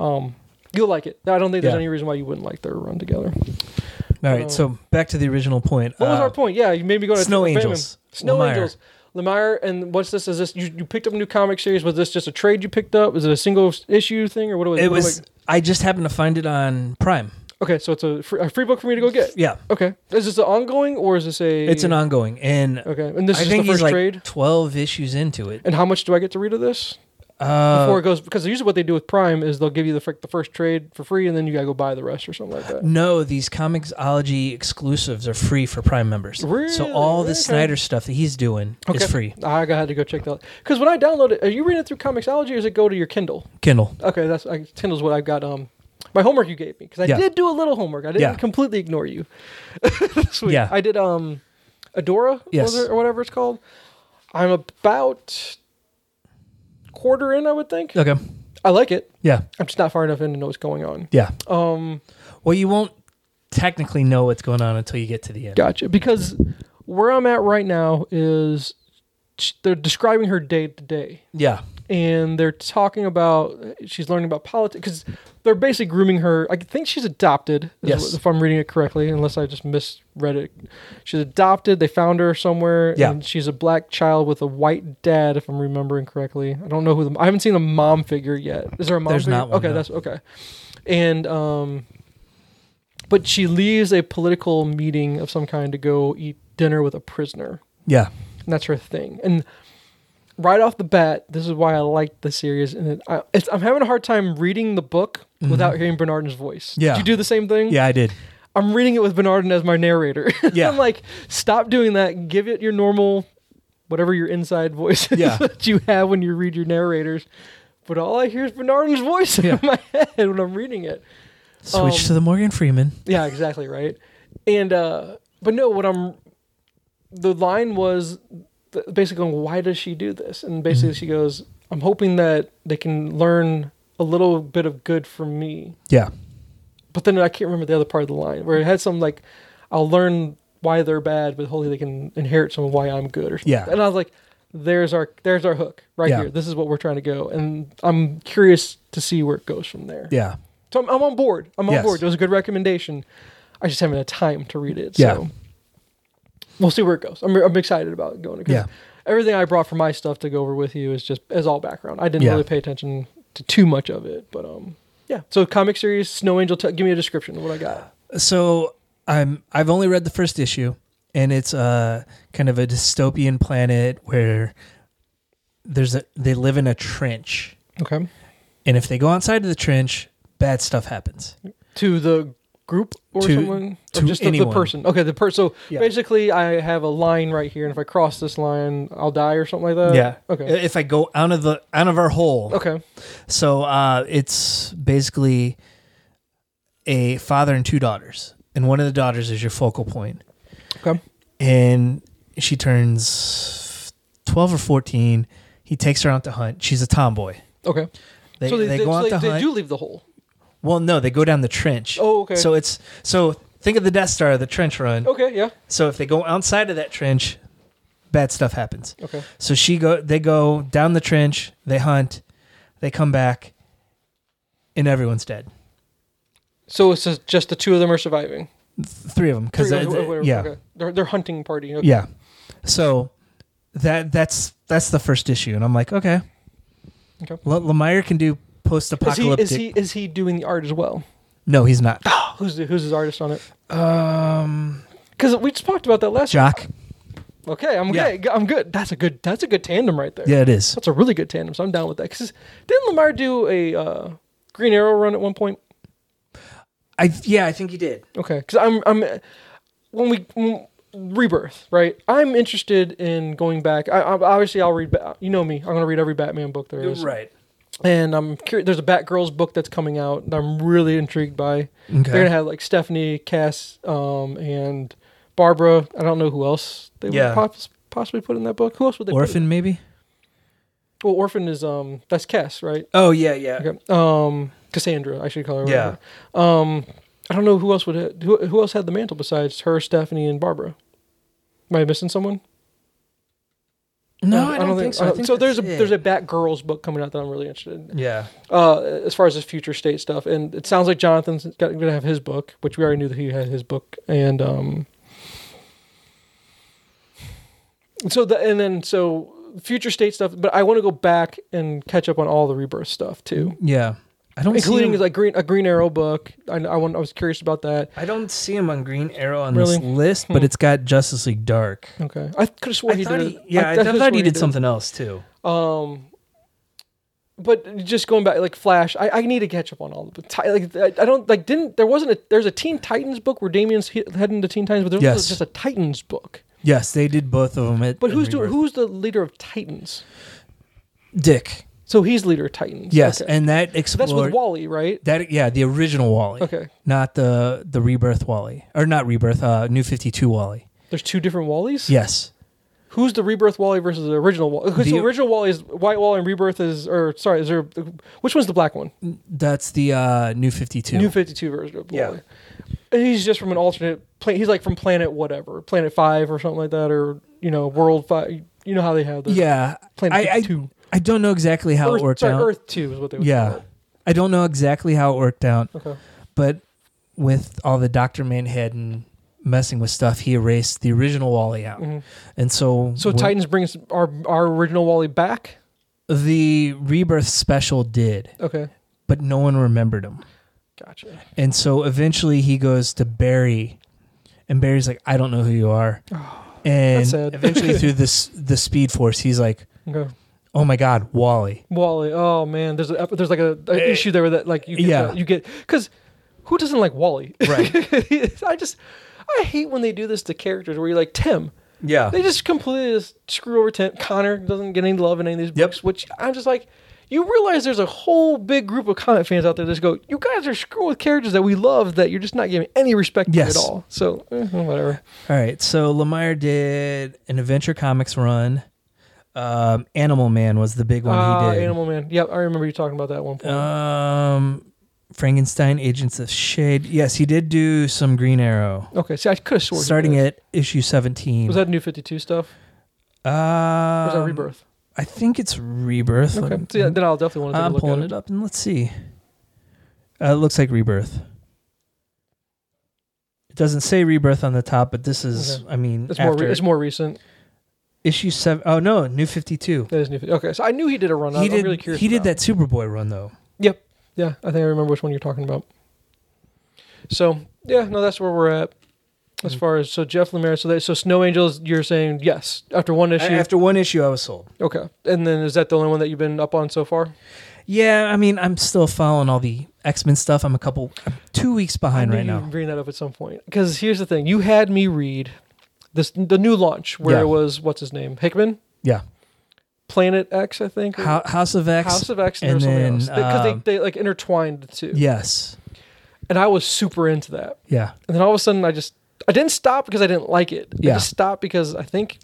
A: Um, you'll like it. I don't think there's
B: Yeah.
A: any reason why you wouldn't like their run together.
B: All right. So back to the original point.
A: Um, What was
B: Uh,
A: our point? Yeah, you made me go to
B: Snow
A: Phantom.
B: Angels.
A: Snow
B: Lemire.
A: Angels. Lemire, and what's this? Is this you, you picked up a new comic series? Was this just a trade you picked up? Was it a single issue thing, or what was
B: It
A: what
B: was. I just happened to find it on Prime.
A: okay, so it's a free, a free book for me to go get.
B: Yeah,
A: Okay, is this an ongoing or is this a?
B: it's an ongoing, and
A: okay, and this
B: I
A: is
B: think
A: just the first
B: he's like
A: trade.
B: twelve issues into it.
A: And how much do I get to read of this
B: Uh,
A: before it goes? Because usually what they do with Prime is they'll give you the fir- the first trade for free, and then you gotta go buy the rest or something like that.
B: no, these Comixology exclusives are free for Prime members.
A: Really?
B: So all the
A: Okay.
B: Snyder stuff that he's doing
A: Okay.
B: is free.
A: I had to go check that. Because when I download it, are you reading it through Comixology or does it go to your Kindle?
B: Kindle.
A: Okay, that's I, Tyndall's what I've got. Um, my homework you gave me because I
B: Yeah.
A: did do a little homework. I didn't
B: Yeah.
A: completely ignore you. this week.
B: Yeah.
A: I did. Um, Adora,
B: Yes.
A: was it, or whatever it's called. I'm about quarter in, I would think.
B: Okay.
A: I like it.
B: Yeah.
A: I'm just not far enough in to know what's going on.
B: Yeah.
A: Um,
B: Well, you won't technically know what's going on until you get to the end.
A: gotcha. Because where I'm at right now is sh- they're describing her day to day.
B: Yeah.
A: and they're talking about she's learning about politics because they're basically grooming her. I think she's adopted. is
B: Yes.
A: what- if I'm reading it correctly, unless I just misread it. She's adopted. They found her somewhere.
B: Yeah.
A: and she's a black child with a white dad, if I'm remembering correctly. I don't know who the. I haven't seen the mom figure yet. Is there a mom?
B: There's
A: figure?
B: not one,
A: Okay,
B: no.
A: that's okay. And um, but she leaves a political meeting of some kind to go eat dinner with a prisoner
B: Yeah.
A: and that's her thing. And right off the bat, this is why I like the series. And it, I, it's, I'm having a hard time reading the book without hearing Bernardin's voice.
B: Mm-hmm. Yeah.
A: Did you do the same thing?
B: Yeah, I did.
A: I'm reading it with Bernardin as my narrator.
B: Yeah.
A: I'm like, stop doing that. Give it your normal, whatever your inside voice is
B: Yeah.
A: that you have when you read your narrators. But all I hear is Bernardin's voice
B: Yeah.
A: in my head when I'm reading it.
B: Switch
A: Um,
B: to the Morgan Freeman.
A: Yeah, exactly right. And uh but no, what I'm the line was th- basically going, why does she do this? And basically
B: Mm-hmm.
A: she goes, I'm hoping that they can learn a little bit of good from me.
B: Yeah.
A: But then I can't remember the other part of the line where it had some like, I'll learn why they're bad, but hopefully they can inherit some of why I'm good. Or something.
B: Yeah.
A: And I was like, there's our there's our hook right
B: Yeah.
A: here. This is what we're trying to go, and I'm curious to see where it goes from there.
B: Yeah.
A: So I'm, I'm on board. I'm on
B: Yes.
A: board. It was a good recommendation. I just haven't had time to read it.
B: Yeah.
A: So we'll see where it goes. I'm, I'm excited about going. 'cause
B: Yeah.
A: Everything I brought for my stuff to go over with you is just is all background. I didn't
B: Yeah.
A: really pay attention to too much of it, but um, yeah. So comic series Snow Angel. T- give me a description of what I got.
B: So I'm I've only read the first issue, and it's uh kind of a dystopian planet where there's a they live in a trench,
A: Okay.
B: and if they go outside of the trench, bad stuff happens.
A: To the group or
B: To-
A: someone or
B: to
A: just the, the
B: anyone.
A: person. Okay. The person. So
B: Yeah.
A: basically, I have a line right here, and if I cross this line, I'll die or something like that. Okay. Oh.
B: If I go out of the out of our hole,
A: okay.
B: So uh, it's basically a father and two daughters, and one of the daughters is your focal point.
A: Okay.
B: And she turns twelve or fourteen. He takes her out to hunt. She's a tomboy.
A: Okay.
B: They,
A: so
B: they,
A: they, they,
B: go
A: so
B: out
A: they-
B: to
A: they
B: hunt.
A: do leave the hole.
B: Well, no, they go down the trench.
A: Oh, okay. Oh.
B: So it's so think of the Death Star, the trench run.
A: Okay. Yeah.
B: So if they go outside of that trench, bad stuff happens.
A: Okay.
B: So she go they go down the trench, they hunt, they come back, and everyone's dead.
A: So it's just- just the two of them are surviving.
B: three of them because
A: Three- or whatever,
B: yeah
A: okay. They're, they're hunting party. Okay.
B: yeah so that that's that's the first issue and i'm like okay
A: Okay.
B: Le- lemire can do
A: Is he,
B: post-apocalyptic
A: is he is he doing the art as well?
B: no he's not
A: Who's the, who's his artist on it?
B: um
A: Because we just talked about that last.
B: jock
A: Okay, I'm
B: Yeah.
A: good. I'm good. That's a good. That's a good tandem right there.
B: yeah it is
A: that's a really good tandem. So I'm down with that. Because didn't Lamar do a uh, Green Arrow run at one point?
B: i yeah i think he did
A: Okay, because I'm I'm when we mm, rebirth right. I'm interested in going back. I, I obviously I'll read. Ba- You know me. I'm gonna read every Batman book there is.
B: right
A: and I'm curious. There's a Batgirls book that's coming out that I'm really intrigued by. They're gonna
B: okay
A: have like Stephanie, Cass, um, and Barbara. I don't know who else they
B: Yeah.
A: would poss- possibly put in that book. Who else would they?
B: orphan maybe
A: Put? Well, Orphan is um, that's Cass, right?
B: oh yeah yeah
A: Okay. Um, Cassandra, I should call her.
B: Yeah.
A: whatever. Um, I don't know who else would ha- who who else had the mantle besides her, Stephanie, and Barbara. Am I missing someone? Uh,
B: no i don't, think so I think
A: so there's a
B: that's it.
A: there's a Batgirls book coming out that I'm really interested in.
B: yeah
A: uh, as far as his future state stuff. And it sounds like Jonathan's got, gonna have his book, which we already knew that he had his book. And um, so the and then so future state stuff. But I want to go back and catch up on all the rebirth stuff too,
B: yeah i don't
A: including
B: see him,
A: like green a Green Arrow book. I I, want, I was curious about that.
B: i don't see him on green arrow on this
A: Really?
B: list but
A: Hmm.
B: it's got justice league dark
A: Okay, I could have sworn
B: I
A: he
B: thought
A: did.
B: he,
A: it.
B: yeah, I,
A: coulda
B: thought,
A: sworn
B: he did
A: it.
B: something else too.
A: Um, but just going back, like Flash, I, I need to catch up on all the ti- like I, I don't like didn't there wasn't a there's a Teen Titans book where Damien's he- heading to Teen Titans, but there was
B: Yes.
A: just a Titans book.
B: Yes, they did both of them. At,
A: But
B: at
A: who's doing
B: Rebirth.
A: who's the leader of Titans?
B: Dick?
A: So he's leader of Titans.
B: Yes,
A: okay.
B: and that
A: So that's with
B: explored
A: Wally, right?
B: that. Yeah, the original Wally,
A: Okay,
B: not the the Rebirth Wally, or not Rebirth, uh, New Fifty Two Wally.
A: there's two different Wallys.
B: Yes,
A: Who's the rebirth Wally versus the original Wally? Because the
B: The-
A: original Wally is White Wally and rebirth is or sorry, is there which one's the black one?
B: that's the uh, New Fifty Two.
A: New 52 version of
B: Yeah.
A: Wally. And he's just from an alternate planet. He's like from planet whatever, planet five or something like that, or, you know, world five. You know how they have the
B: yeah,
A: planet
B: I- I-
A: 52.
B: I don't know exactly how
A: Earth,
B: it worked
A: sorry,
B: out.
A: Earth 2 is what they would
B: yeah,
A: call it.
B: I don't know exactly how it worked out,
A: Okay.
B: but with all the Doctor Manhattan messing with stuff, he erased the original Wally out,
A: Mhm.
B: and so
A: So
B: when-
A: Titans brings our, our original Wally back.
B: the Rebirth special did.
A: Okay.
B: but no one remembered him.
A: Gotcha.
B: And so eventually he goes to Barry, and Barry's like, I don't know who you are. and
A: Oh, that's sad.
B: eventually through this the Speed Force, he's like,
A: Okay.
B: Oh my God, Wally.
A: Wally. Oh, man. There's a, there's like a, a
B: Eh,
A: issue there that, like, you get,
B: yeah.
A: the- you get, because who doesn't like Wally?
B: Right.
A: I just, I hate when they do this to characters where you're like, Tim,
B: Yeah.
A: They just completely just screw over Tim. Connor doesn't get any love in any of these
B: Yep.
A: books, which I'm just like, you realize there's a whole big group of comic fans out there that just go, you guys are screwing with characters that we love that you're just not giving any respect
B: Yes.
A: to at all. So, eh, whatever.
B: All right. So Lemire did an Adventure Comics run. Um, Animal Man was the big one
A: Ah,
B: he did. Uh,
A: Animal Man. Yep, I remember you talking about that at one point.
B: um, Frankenstein, Agents of Shade. Yes, he did do some Green Arrow.
A: okay, see, I could have sworn. he
B: Starting
A: did.
B: at issue 17.
A: Was that New 52 stuff? Or
B: uh,
A: was that Rebirth?
B: I think it's Rebirth. Let
A: Okay.
B: me-
A: So, yeah, then I'll definitely want to take
B: I'm
A: a look
B: pulling
A: at
B: it. up and let's see. Uh, it looks like Rebirth. It doesn't say Rebirth on the top, but this is,
A: Okay.
B: I mean,
A: It's more.
B: after
A: Re- it's more recent.
B: issue seven oh no, New Fifty Two.
A: That is new. Okay, so I knew he did a run.
B: He
A: Oh, I'm
B: did.
A: really curious.
B: he did
A: about it.
B: that Superboy run though.
A: Yeah, I think I remember which one you're talking about. So yeah, no, that's where we're at as
B: Mm.
A: far as so Jeff Lemire. So that so Snow Angels, you're saying yes after one issue.
B: After one issue, I was sold.
A: okay, and then is that the only one that you've been up on so far?
B: Yeah, I mean, I'm still following all the X Men stuff. I'm a couple, I'm two weeks behind
A: I
B: right
A: knew
B: now.
A: you'd Bring that up at some point because here's the thing: you had me read this the new launch where
B: Yeah.
A: it was what's his name Hickman.
B: Yeah.
A: Planet X, I think. or
B: Ho- House of X.
A: House of X, and,
B: and
A: there was
B: then,
A: something else because
B: um,
A: they, they like intertwined the two.
B: yes.
A: and I was super into that.
B: Yeah.
A: And then all of a sudden, I just I didn't stop because I didn't like it.
B: Yeah.
A: I just stopped because I think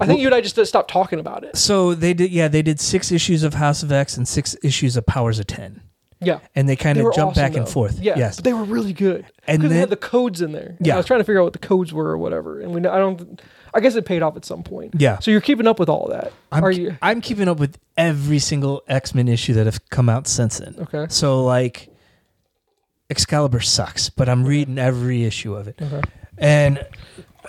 A: I think
B: Well-
A: you and I just stopped talking about it.
B: So they did. Yeah, they did six issues of House of X and six issues of Powers of Ten,
A: Yeah,
B: and they kind
A: They
B: of
A: were
B: jump
A: awesome,
B: back and
A: though.
B: forth.
A: Yeah,
B: Yes.
A: but they were really good. And
B: And
A: they
B: then-
A: had the codes in there. And
B: Yeah.
A: I was trying to figure out what the codes were or whatever, and we I don't. I guess it paid off at some point.
B: Yeah.
A: So you're keeping up with all that,
B: I'm,
A: are
B: ke-
A: you?
B: I'm keeping up with every single X Men issue that have come out since then.
A: Okay.
B: So like, Excalibur sucks, but I'm reading every issue of it.
A: Okay.
B: And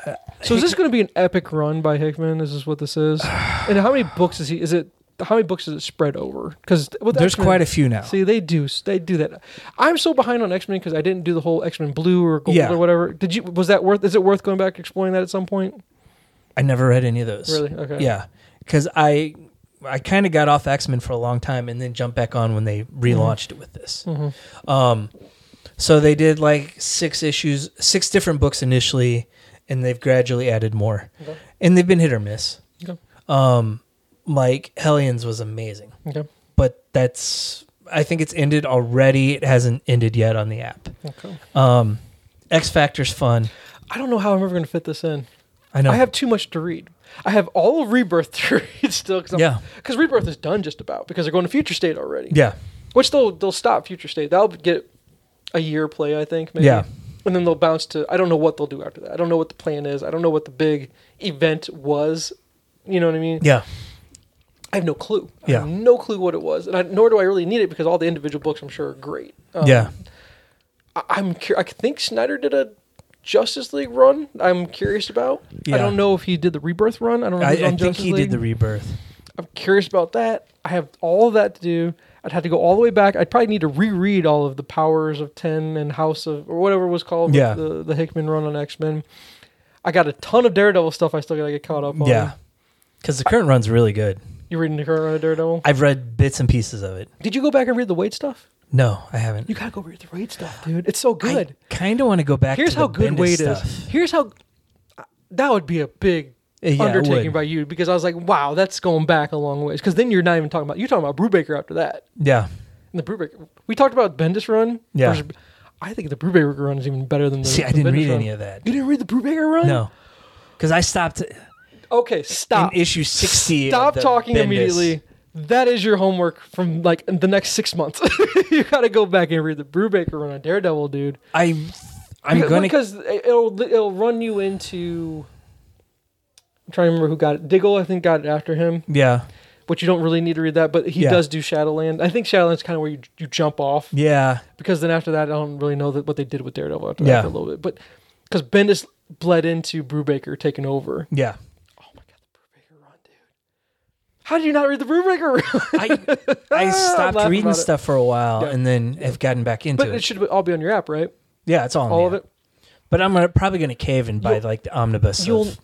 B: uh,
A: So is this going to be an epic run by Hickman? Is this what this is? and how many books is he? Is it how many books is it spread over? Because
B: there's quite a few now.
A: See, they do. They do that. I'm so behind on X Men because I didn't do the whole X Men Blue or Gold
B: Yeah.
A: or whatever. Did you? Was that worth? Is it worth going back and exploring that at some point?
B: I never read any of those.
A: Really? Okay.
B: Yeah, because I I kind of got off X Men for a long time and then jumped back on when they relaunched it with this.
A: Mhm.
B: Um, so they did like six issues, six different books initially, and they've gradually added more,
A: Okay.
B: and they've been hit or miss.
A: Okay.
B: Um, like Hellions was amazing,
A: Okay.
B: but that's I think it's ended already. It hasn't ended yet on the app.
A: Okay.
B: Um, X Factor's fun.
A: I don't know how I'm ever going to fit this in.
B: I know.
A: I have too much to read. I have all of Rebirth to read still. Cause I'm-
B: Yeah.
A: 'cause Rebirth is done just about because they're going to Future State already.
B: yeah.
A: Which they'll they'll stop Future State. That'll get a year play, I think. Maybe.
B: Yeah.
A: And then they'll bounce to. I don't know what they'll do after that. I don't know what the plan is. I don't know what the big event was. You know what I mean?
B: Yeah.
A: I have no clue. I
B: Yeah.
A: have no clue what it was, and I, nor do I really need it because all the individual books I'm sure are great. Um,
B: yeah.
A: I, I'm. Cur- I think Snyder did a Justice League run. I'm curious about.
B: Yeah.
A: I don't know if he did the Rebirth run. I don't know.
B: I,
A: If he was
B: I
A: on
B: think
A: Justice
B: he
A: League.
B: did the rebirth.
A: I'm curious about that. I have all of that to do. I'd have to go all the way back. I'd probably need to reread all of the Powers of Ten and House of or whatever it was called. with
B: Yeah.
A: The the Hickman run on X Men. I got a ton of Daredevil stuff. I still gotta get caught up on.
B: Yeah. Because the current run's really good.
A: You reading the current run of Daredevil?
B: I've read bits and pieces of it.
A: Did you go back and read the Wade stuff?
B: No, I haven't.
A: You gotta go read the Wade stuff, dude. It's so good.
B: I kind of want to go back
A: Here's
B: to the
A: how good
B: Bendis
A: Wade
B: stuff.
A: is. Here's how that would be a big
B: Yeah, it
A: undertaking
B: would.
A: by you because I was like, wow, that's going back a long ways. Because then you're not even talking about you're talking about Brubaker after that.
B: Yeah.
A: And the Brubaker, we talked about Bendis run.
B: Yeah.
A: versus- I think the Brubaker run is even better than the.
B: See, I
A: the
B: didn't
A: Bendis
B: read
A: run.
B: any of that.
A: You didn't read the Brubaker run?
B: No. Because I stopped
A: Okay, stop.
B: in issue 60. of
A: Stop
B: the
A: talking
B: Bendis.
A: immediately. That is your homework from like the next six months. you got to go back and read the Brubaker run on Daredevil, dude.
B: I, I'm
A: because,
B: going to.
A: because it'll it'll run you into. I'm trying to remember who got it. Diggle, I think, got it after him,
B: Yeah.
A: but you don't really need to read that. But he
B: Yeah.
A: does do Shadowland. I think Shadowland's kind of where you you jump off
B: Yeah.
A: because then after that, I don't really know that what they did with Daredevil after,
B: Yeah.
A: after a little bit. But because Bendis bled into Brubaker taking over.
B: Yeah.
A: Oh my god, the Brubaker run, dude! How did you not read the Brubaker run?
B: I, I stopped
A: laughing
B: reading
A: about it.
B: stuff for a while
A: Yeah.
B: and then have gotten back into
A: but
B: it.
A: it should all be on your app, right?
B: Yeah, it's all, on
A: all
B: the
A: of
B: app.
A: it.
B: But I'm gonna, probably going to cave and buy
A: You'll-
B: like the omnibus.
A: You'll.
B: of-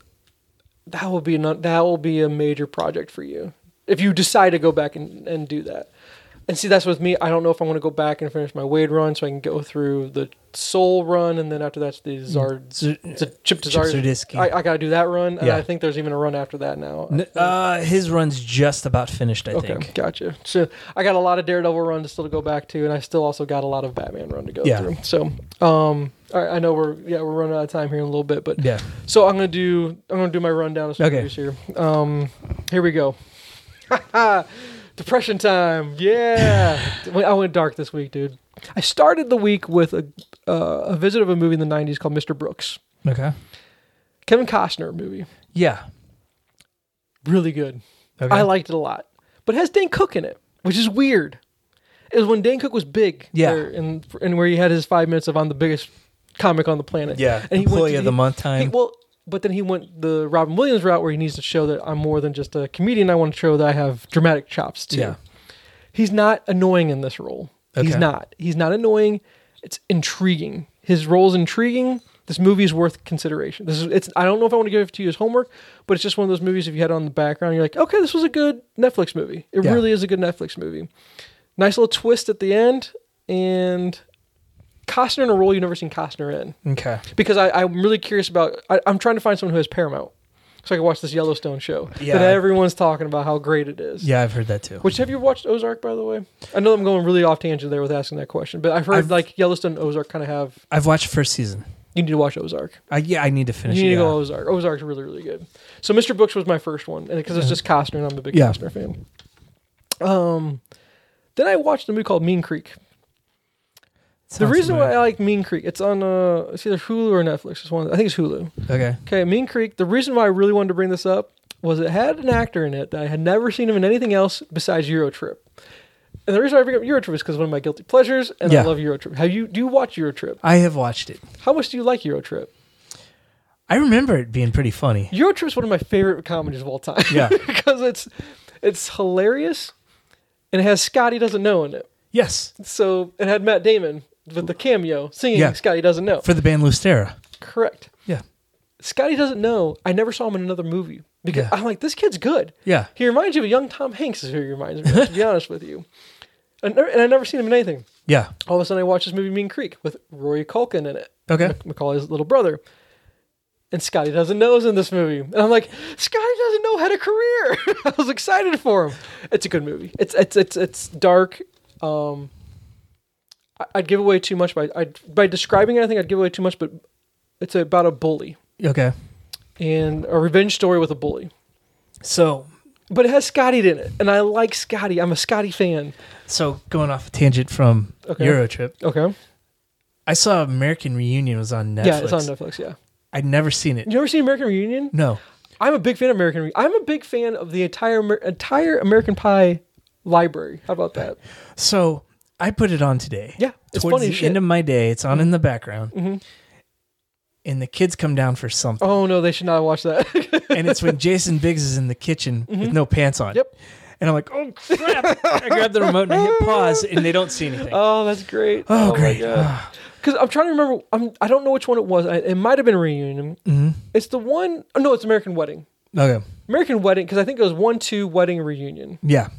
A: That will be not, that will be a major project for you if you decide to go back and, and do that. And see, that's with me. I don't know if I want to go back and finish my Wade run, so I can go through the Soul run, and then after that's the Zard,
B: Mm. Z-
A: the Chip to
B: Chip
A: Zard.
B: Zdarsky.
A: I, I got to do that run, and
B: Yeah.
A: I think there's even a run after that now.
B: N- uh, his run's just about finished, I
A: okay,
B: think.
A: gotcha. So I got a lot of Daredevil run to still go back to, and I still also got a lot of Batman run to go
B: Yeah.
A: through. So, um, all right, I know we're yeah we're running out of time here in a little bit, but
B: Yeah.
A: so I'm gonna do I'm gonna do my rundown as
B: Okay.
A: okay. here. Um, here we go. Depression time. Yeah, I went dark this week, dude. I started the week with a uh, a visit of a movie in the '90s called Mr. Brooks,
B: Okay.
A: Kevin Costner movie.
B: Yeah.
A: Really good.
B: Okay.
A: I liked it a lot, but it has Dan Cook in it, which is weird. It was when Dan Cook was big,
B: Yeah.
A: there and and where he had his five minutes of I'm the biggest comic on the planet.
B: Yeah,
A: and he
B: employee
A: went,
B: of the
A: he-
B: month
A: he-
B: time.
A: well, but then he went the Robin Williams route where he needs to show that I'm more than just a comedian. I want to show that I have dramatic chops too.
B: Yeah.
A: He's not annoying in this role. He's
B: Okay.
A: not. He's not annoying. It's intriguing. His role's intriguing. This movie is worth consideration. This is it's I don't know if I want to give it to you as homework, but it's just one of those movies if you had it on the background, you're like, okay, this was a good Netflix movie. It
B: Yeah.
A: really is a good Netflix movie. Nice little twist at the end, and Costner in a role you've never seen Costner in
B: okay.
A: because I, I'm really curious about. I, I'm trying to find someone who has Paramount, so I can watch this Yellowstone show
B: Yeah.
A: that everyone's talking about how great it is.
B: Yeah, I've heard that too.
A: Which have you watched Ozark by the way? I know I'm going really off tangent there with asking that question, but I've heard
B: I've-
A: like Yellowstone and Ozark kind of have.
B: I've watched first season.
A: You need to watch Ozark.
B: I, yeah, I need to finish.
A: you need
B: it.
A: to
B: yeah.
A: go Ozark. Ozark's really really good. So Mr. Brooks was my first one, and because it's just Costner, and I'm a big
B: Yeah.
A: Costner fan. Um, then I watched a movie called Mean Creek. the
B: Sounds
A: reason why
B: familiar.
A: I like Mean Creek, it's on uh, it's either Hulu or Netflix. It's one. I think it's Hulu.
B: okay.
A: Okay, Mean Creek. The reason why I really wanted to bring this up was it had an actor in it that I had never seen him in anything else besides Eurotrip. And the reason why I bring up Eurotrip is because one of my guilty pleasures, and I
B: Yeah.
A: love Eurotrip. Have you do you watch Eurotrip?
B: I have watched it.
A: How much do you like Eurotrip?
B: I remember it being pretty funny.
A: Eurotrip is one of my favorite comedies of all time.
B: Yeah.
A: because it's it's hilarious, and it has Scotty doesn't know in it.
B: Yes,
A: So it had Matt Damon with the cameo singing
B: Yeah.
A: Scotty doesn't know.
B: for the band Lustera.
A: Correct.
B: Yeah,
A: Scotty doesn't know. I never saw him in another movie because
B: Yeah.
A: I'm like, this kid's good.
B: yeah.
A: He reminds you of a young Tom Hanks, is who he reminds me of, to be honest with you. And, and I've never seen him in anything.
B: Yeah.
A: All of a sudden, I watch this movie, Mean Creek, with Rory Culkin in it,
B: Okay.
A: Mac- Macaulay's little brother. And Scotty Doesn't Know is in this movie. And I'm like, Scotty Doesn't Know had a career. I was excited for him. It's a good movie. It's it's it's it's dark. Um, I- I'd give away too much by I, by describing it. I think I'd give away too much, but it's about a bully
B: Okay.
A: and a revenge story with a bully.
B: So,
A: But it has Scotty in it, and I like Scotty. I'm a Scotty fan.
B: so going off a tangent from
A: Okay.
B: Eurotrip,
A: Okay.
B: I saw American Reunion was on Netflix.
A: Yeah, it's on Netflix. Yeah.
B: I'd never seen it.
A: You ever seen American Reunion?
B: No.
A: I'm a big fan of American. Re- I'm a big fan of the entire Amer- entire American Pie library. How about that?
B: So I put it on today.
A: Yeah, it's
B: Towards
A: funny
B: the
A: as shit.
B: end of my day, it's on in the background,
A: Mhm.
B: and the kids come down for something,
A: Oh no, they should not watch that.
B: and it's when Jason Biggs is in the kitchen with no pants on.
A: Mm-hmm. Yep.
B: And I'm like, oh crap! I grab the remote and I hit pause, and they don't see anything.
A: oh, that's great.
B: oh, great.
A: Because I'm trying to remember. I'm. I don't know which one it was. I, it might have been Reunion.
B: Mhm.
A: It's the one oh no, it's American Wedding.
B: Okay.
A: American Wedding because I think it was one, two, Wedding, Reunion.
B: Yeah.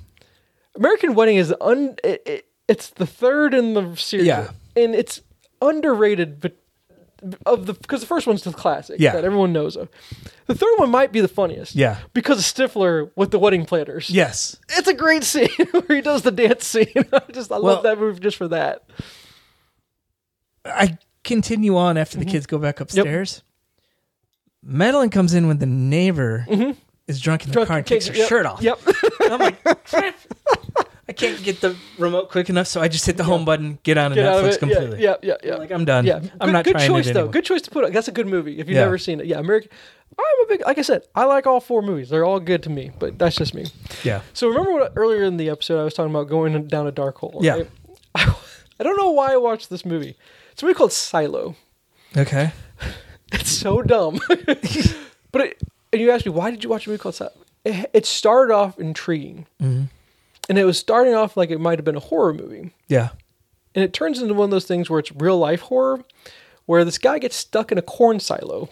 A: American Wedding is un. It, it, it's the third in the series.
B: Yeah.
A: and it's underrated, but of the because the first one's the classic.
B: Yeah.
A: that everyone knows of. The third one might be the funniest.
B: Yeah.
A: because of Stifler with the wedding planners.
B: Yes.
A: it's a great scene where he does the dance scene. I just I
B: Well-
A: love that movie just for that.
B: I continue on after the
A: Mm-hmm.
B: kids go back upstairs. Madeline comes in when the neighbor is drunk in
A: Mm-hmm.
B: the
A: Drunk
B: car and
A: kid-
B: takes her
A: yep,
B: shirt off.
A: Yep.
B: And I'm like, crap. I can't get the remote quick enough, so I just hit the home button, get on to
A: Get
B: Netflix
A: out of it.
B: completely.
A: Yeah, yeah, yeah. yeah.
B: Like I'm done.
A: yeah,
B: I'm
A: good,
B: not
A: good
B: trying
A: choice
B: it
A: though.
B: anymore.
A: Good choice to put. on. That's a good movie if you've
B: Yeah.
A: never seen it. Yeah, American. I'm a big. Like I said, I like all four movies. They're all good to me, but that's just me.
B: Yeah.
A: So remember what earlier in the episode I was talking about going down a dark hole.
B: Yeah.
A: right? I, don't know why I watched this movie. It's a movie called Silo.
B: Okay.
A: It's so dumb. but it, and you asked me why did you watch a movie called Silo? It, it started off intriguing, and it was starting off like it might have been a horror movie,
B: Yeah.
A: and it turns into one of those things where it's real life horror, where this guy gets stuck in a corn silo.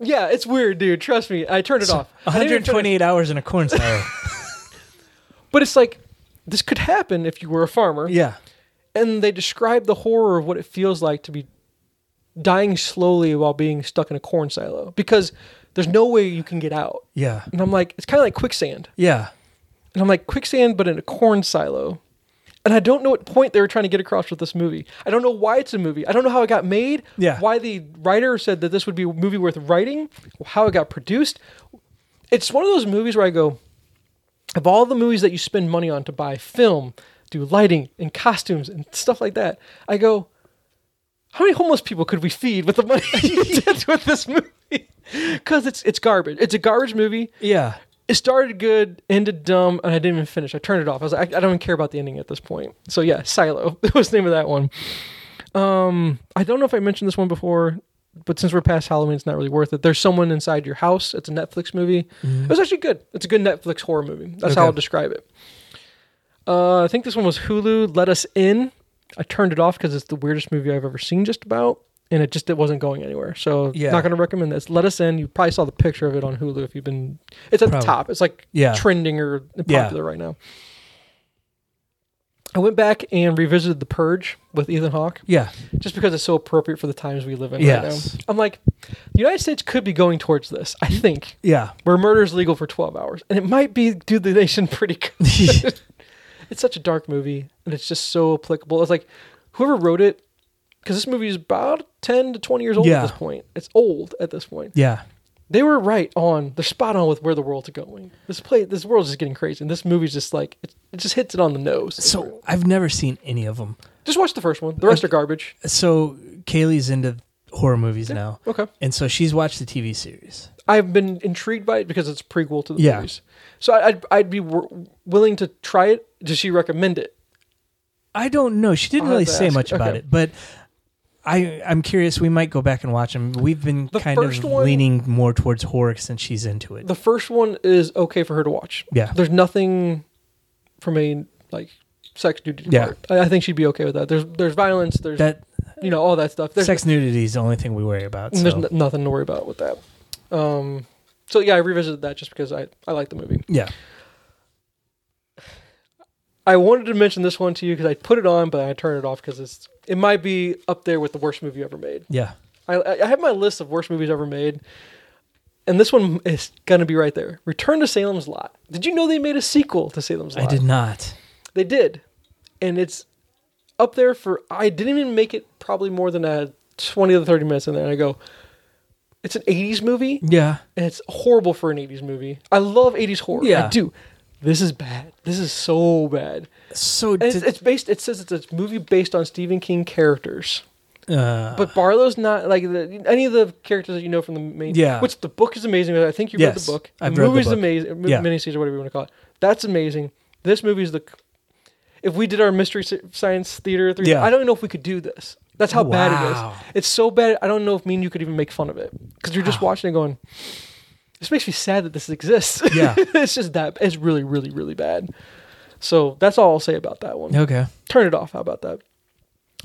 A: yeah, it's weird, dude. Trust me. I turned it off. I didn't even finish-
B: 128 hours in a corn silo.
A: But it's like this could happen if you were a farmer.
B: yeah.
A: and they describe the horror of what it feels like to be dying slowly while being stuck in a corn silo because there's no way you can get out.
B: Yeah.
A: And I'm like, it's kind of like quicksand.
B: Yeah.
A: And I'm like, quicksand, but in a corn silo. And I don't know what point they were trying to get across with this movie. I don't know why it's a movie. I don't know how it got made.
B: Yeah.
A: Why the writer said that this would be a movie worth writing. How it got produced. It's one of those movies where I go, of all the movies that you spend money on to buy film, do lighting and costumes and stuff like that, I go, how many homeless people could we feed with the money you did with this movie? Because it's it's garbage. It's a garbage movie
B: Yeah.
A: it started good, ended dumb, and I didn't even finish. I turned it off. I was like, I, I don't even care about the ending at this point. So yeah, Silo was the name of that one. Um, I don't know if I mentioned this one before, but since we're past Halloween, it's not really worth it. There's someone inside your house. It's a Netflix movie. It was actually good. It's a good Netflix horror movie. That's how
B: Mm-hmm. Okay.
A: I'll describe it. Uh, I think this one was Hulu. Let us in. I turned it off because it's the weirdest movie I've ever seen, just about, and it just it wasn't going anywhere. So
B: Yeah.
A: not going to recommend this. Let us in. You probably saw the picture of it on Hulu if you've been. It's at
B: Probably.
A: the top. It's like
B: Yeah.
A: trending or
B: Yeah.
A: popular right now. I went back and revisited The Purge with Ethan Hawke
B: Yeah.
A: just because it's so appropriate for the times we live in
B: Yes.
A: right now. I'm like, the United States could be going towards this, I think,
B: Yeah.
A: where murder is legal for 12 hours. And it might be do the nation pretty good. it's such a dark movie, and it's just so applicable. It's like, whoever wrote it, because this movie is about 10 to 20 years old
B: Yeah.
A: at this point. It's old at this point.
B: Yeah.
A: They were right on, they're spot on with where the world's going. This play, this world's just getting crazy, and this movie's just like, it, it just hits it on the nose.
B: So I've never seen any of them.
A: just watch the first one. The rest are garbage.
B: So Kaylee's into horror movies now.
A: Okay.
B: And so she's watched the TV series.
A: I've been intrigued by it because it's a prequel to the
B: Yeah.
A: movies. So I- I'd I'd be w- willing to try it. Does she recommend it?
B: I don't know. She didn't
A: I'll have
B: really
A: to
B: say
A: ask
B: much
A: her.
B: about
A: Okay.
B: it, but I I'm curious. We might go back and watch them. We've been
A: The
B: kind of
A: first one-
B: leaning more towards horror since she's into it.
A: The first one is okay for her to watch.
B: Yeah.
A: There's nothing from a like sex nudity
B: Yeah.
A: part. I, I think she'd be okay with that. There's there's violence. There's
B: that
A: you know all that stuff. There's,
B: sex nudity is the only thing we worry about. So.
A: there's n- nothing to worry about with that. Um. So yeah, I revisited that just because I I like the movie.
B: yeah.
A: I wanted to mention this one to you because I put it on, but I turned it off because it's it might be up there with the worst movie ever made.
B: Yeah.
A: I, I have my list of worst movies ever made, and this one is gonna be right there. Return to Salem's Lot. Did you know they made a sequel to Salem's
B: I
A: Lot?
B: did not.
A: They did, and it's up there for. I didn't even make it probably more than a twenty to thirty minutes in there. And I go, it's an '80s movie,
B: Yeah.
A: and it's horrible for an '80s movie. I love '80s horror.
B: Yeah.
A: I do. This is bad. This is so bad.
B: So
A: And it's,
B: did,
A: it's based. It says it's a movie based on Stephen King characters.
B: uh,
A: But Barlow's not like the, any of the characters that you know from the main.
B: Yeah.
A: Which the book is amazing. I think you read
B: Yes,
A: the book.
B: I've
A: the
B: read the
A: movie's
B: book.
A: amazing.
B: Yeah.
A: Yeah. Miniseries or whatever you want to call it. That's amazing. This movie's the. If we did our mystery Sci- science theater, three,
B: Yeah.
A: I don't know if we could do this. That's how bad
B: Wow.
A: it is. It's so bad. I don't know if me and you could even make fun of it because you're just
B: Wow.
A: watching it going. This makes me sad that this exists.
B: Yeah.
A: it's just that it's really, really, really bad. So that's all I'll say about that one
B: okay.
A: turn it off. How about that?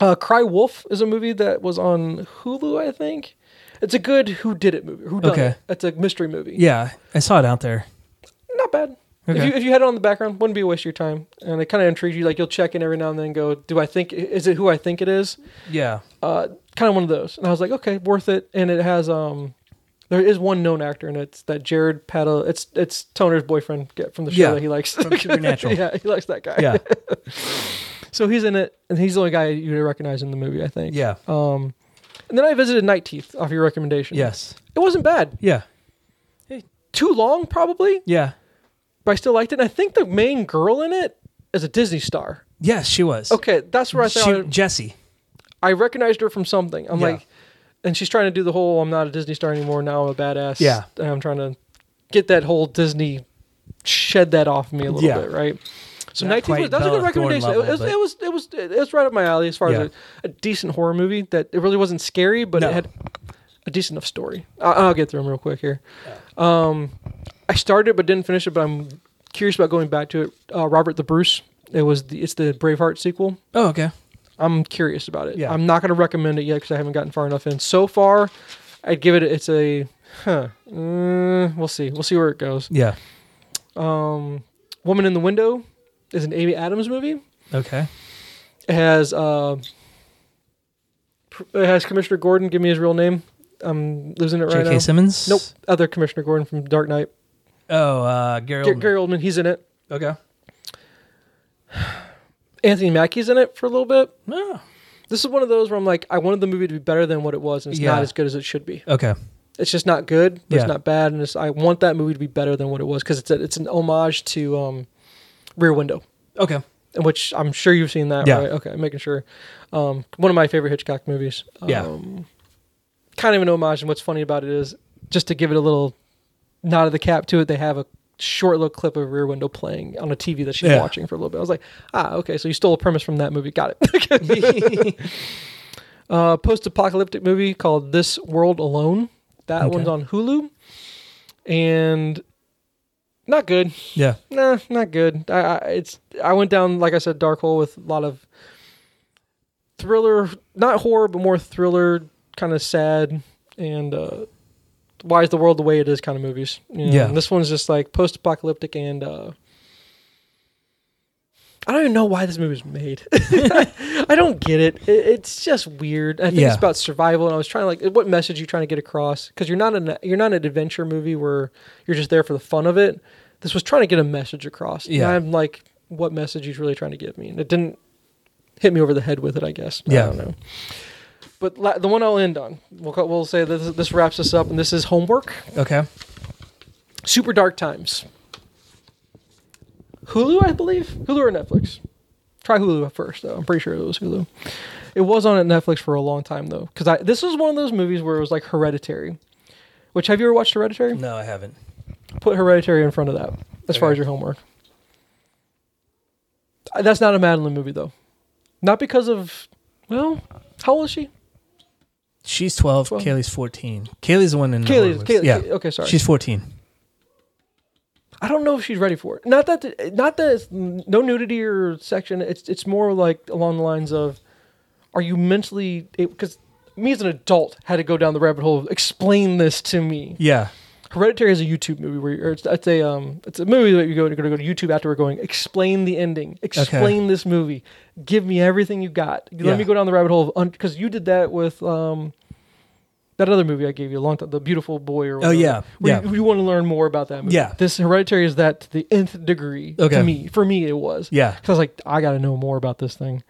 A: Uh, Cry Wolf is a movie that was on Hulu, I think. It's a good Who Did It movie. Who Done
B: Okay.
A: It? It's a mystery movie.
B: Yeah, I saw it out there.
A: not bad.
B: Okay.
A: If, you, if you had it on the background, wouldn't be a waste of your time. And it kind of intrigues you. Like you'll check in every now and then. And go, do I think is it who I think it is?
B: Yeah.
A: Uh, kind of one of those. And I was like, okay, worth it. And it has um, there is one known actor, and it's that Jared Paddle. It's it's Toner's boyfriend get from the show
B: Yeah,
A: that he likes.
B: from Supernatural.
A: yeah, he likes that guy.
B: Yeah.
A: So he's in it, and he's the only guy you recognize in the movie, I think.
B: Yeah.
A: Um, and then I visited Night Teeth off your recommendation.
B: Yes.
A: It wasn't bad.
B: Yeah.
A: Too long, probably,
B: Yeah.
A: but I still liked it. And I think the main girl in it is a Disney star.
B: Yes, she was.
A: Okay, that's where I
B: She-
A: thought
B: Jesse.
A: I recognized her from something. I'm
B: Yeah.
A: like, and she's trying to do the whole "I'm not a Disney star anymore. Now I'm a badass."
B: Yeah.
A: and I'm trying to get that whole Disney shed that off me a little
B: Yeah.
A: bit, right? So
B: Not
A: 19 was,
B: quite
A: that was a
B: Bella
A: good
B: Thorne
A: recommendation.
B: level,
A: it, was,
B: but-
A: it was it was it was right up my alley as far
B: Yeah.
A: as a, a decent horror movie that it really wasn't scary, but
B: No.
A: it had a decent enough story. I, I'll get through them real quick here. Um, I started it but didn't finish it, but I'm curious about going back to it. Uh, Robert the Bruce. It was the, it's the Braveheart sequel.
B: Oh, okay.
A: I'm curious about it.
B: Yeah.
A: I'm not going to recommend it yet because I haven't gotten far enough in. So far, I'd give it. It's a. Huh. Mm, we'll see. We'll see where it goes.
B: Yeah.
A: Um, Woman in the Window is an Amy Adams movie.
B: Okay.
A: It has uh, pr- it has Commissioner Gordon. Give me his real name. I'm losing it right
B: J.K.
A: now.
B: Simmons.
A: Nope. Other Commissioner Gordon from Dark Knight.
B: Oh, uh, Gary.
A: Ga-
B: Oldman.
A: Gary Oldman. He's in it.
B: Okay.
A: Anthony Mackie's in it for a little bit.
B: Oh.
A: This is one of those where I'm like, I wanted the movie to be better than what it was, and it's
B: Yeah.
A: not as good as it should be.
B: Okay.
A: it's just not good. But
B: Yeah.
A: It's not bad, and it's, I want that movie to be better than what it was because it's a, it's an homage to um, Rear Window,
B: Okay.
A: which I'm sure you've seen that.
B: Yeah.
A: right? Okay, I'm making sure. Um, one of my favorite Hitchcock movies.
B: Yeah.
A: Um, kind of an homage, and what's funny about it is just to give it a little nod of the cap to it, they have a short little clip of Rear Window playing on a TV that she's
B: Yeah.
A: watching for a little bit. I was like, ah, okay, so you stole a premise from that movie. Got it. uh, post-apocalyptic movie called This World Alone. That
B: Okay.
A: one's on Hulu, and not good.
B: Yeah.
A: Nah, not good. I, I it's I went down like I said dark hole with a lot of thriller, not horror, but more thriller, kind of sad and uh, why is the world the way it is kind of movies. you know?
B: Yeah.
A: And this one's just like post-apocalyptic and uh, I don't even know why this movie was made. I don't get it. it it's just weird. I think
B: Yeah.
A: it's about survival, and I was trying to like, what message are you trying to get across? Because you're not an you're not an adventure movie where you're just there for the fun of it. This was trying to get a message across. And
B: Yeah.
A: I'm like, what message he's really trying to give me, and it didn't hit me over the head with it. I guess.
B: Yeah.
A: I don't know. But la- the one I'll end on, we'll co- we'll say this this wraps us up, and this is homework.
B: Okay.
A: Super Dark Times. Hulu, I believe. Hulu or Netflix. Try Hulu at first, though. I'm pretty sure it was Hulu. It was on at Netflix for a long time, though, because I this was one of those movies where it was like Hereditary. Which have you ever watched Hereditary?
B: No, I haven't.
A: Put Hereditary in front of that as far
B: Okay.
A: as your homework. Uh, That's not a Madeline movie, though. Not because of well, how old is she?
B: She's 12,
A: Twelve.
B: Kaylee's 14. Kaylee's the one in the
A: Kaylee.
B: Kaylee.
A: Kaylee.
B: Yeah.
A: Okay, sorry.
B: She's 14.
A: I don't know if she's ready for it. Not that, not that it's no nudity or section. It's it's more like along the lines of, are you mentally? Because me as an adult had to go down the rabbit hole. Of, Explain this to me.
B: Yeah.
A: Hereditary is a YouTube movie where you're, it's, it's a um it's a movie that you go to go to YouTube after we're going. Explain the ending. Explain this movie. Give me everything you got. Let
B: Yeah.
A: me go down the rabbit hole because you did that with um. That other movie I gave you a long time, The Beautiful Boy, or
B: Oh, yeah.
A: where
B: Yeah.
A: you, you want to learn more about that movie.
B: Yeah.
A: This Hereditary is that to the nth degree
B: Okay.
A: to me. For me, it was.
B: Yeah.
A: Because I was like, I got to know more about this thing.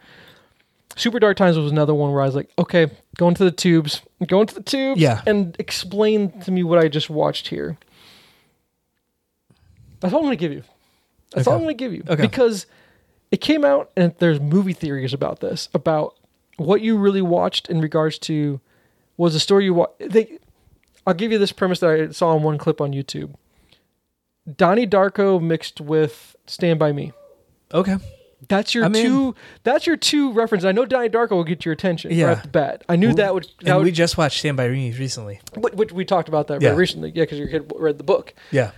A: Super Dark Times was another one where I was like, okay, go into the tubes, go into the tubes,
B: Yeah.
A: and explain to me what I just watched here. That's all I'm going to give you. That's all I'm
B: Okay.
A: going to give you.
B: Okay.
A: Because it came out and there's movie theories about this, about what you really watched in regards to was the story you watched. They, I'll give you this premise that I saw in one clip on YouTube. Donnie Darko mixed with Stand By Me.
B: Okay.
A: That's your
B: I'm in.
A: two. That's your two references. I know Donnie Darko will get your attention
B: Yeah.
A: right off the bat. I knew that would. That
B: And we
A: would
B: just watched Stand By Me recently.
A: which- which we talked about that
B: Yeah.
A: very recently. Yeah, because your kid read the book.
B: Yeah.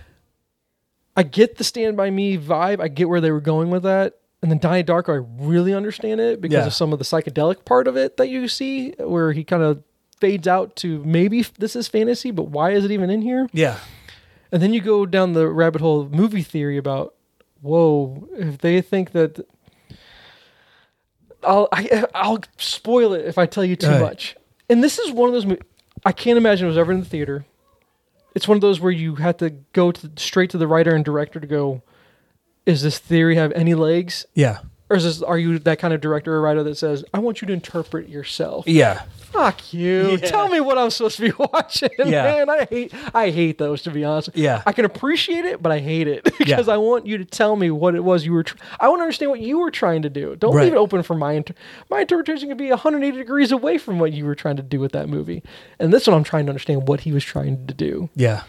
A: I get the Stand By Me vibe. I get where they were going with that. And then Donnie Darko, I really understand it because
B: Yeah.
A: of some of the psychedelic part of it that you see, where he kind of fades out to maybe this is fantasy, but why is it even in here?
B: Yeah.
A: And then you go down the rabbit hole of movie theory about, whoa, if they think that. I'll I, I'll spoil it if I tell you too
B: Right.
A: much. And this is one of those. mo- I can't imagine it was ever in the theater. It's one of those where you had to go to straight to the writer and director to go. Is this theory have any legs,
B: Yeah.
A: or is this are you that kind of director or writer that says I want you to interpret yourself?
B: Yeah.
A: Fuck you!
B: Yeah.
A: Tell me what I'm supposed to be watching,
B: Yeah.
A: man. I hate I hate those to be honest.
B: Yeah.
A: I can appreciate it, but I hate it because I want you to tell me what it was you were. Tr- I want to understand what you were trying to do. Don't
B: Right.
A: leave it open for my inter- my interpretation could be 180 degrees away from what you were trying to do with that movie. And this one, I'm trying to understand what he was trying to do.
B: Yeah.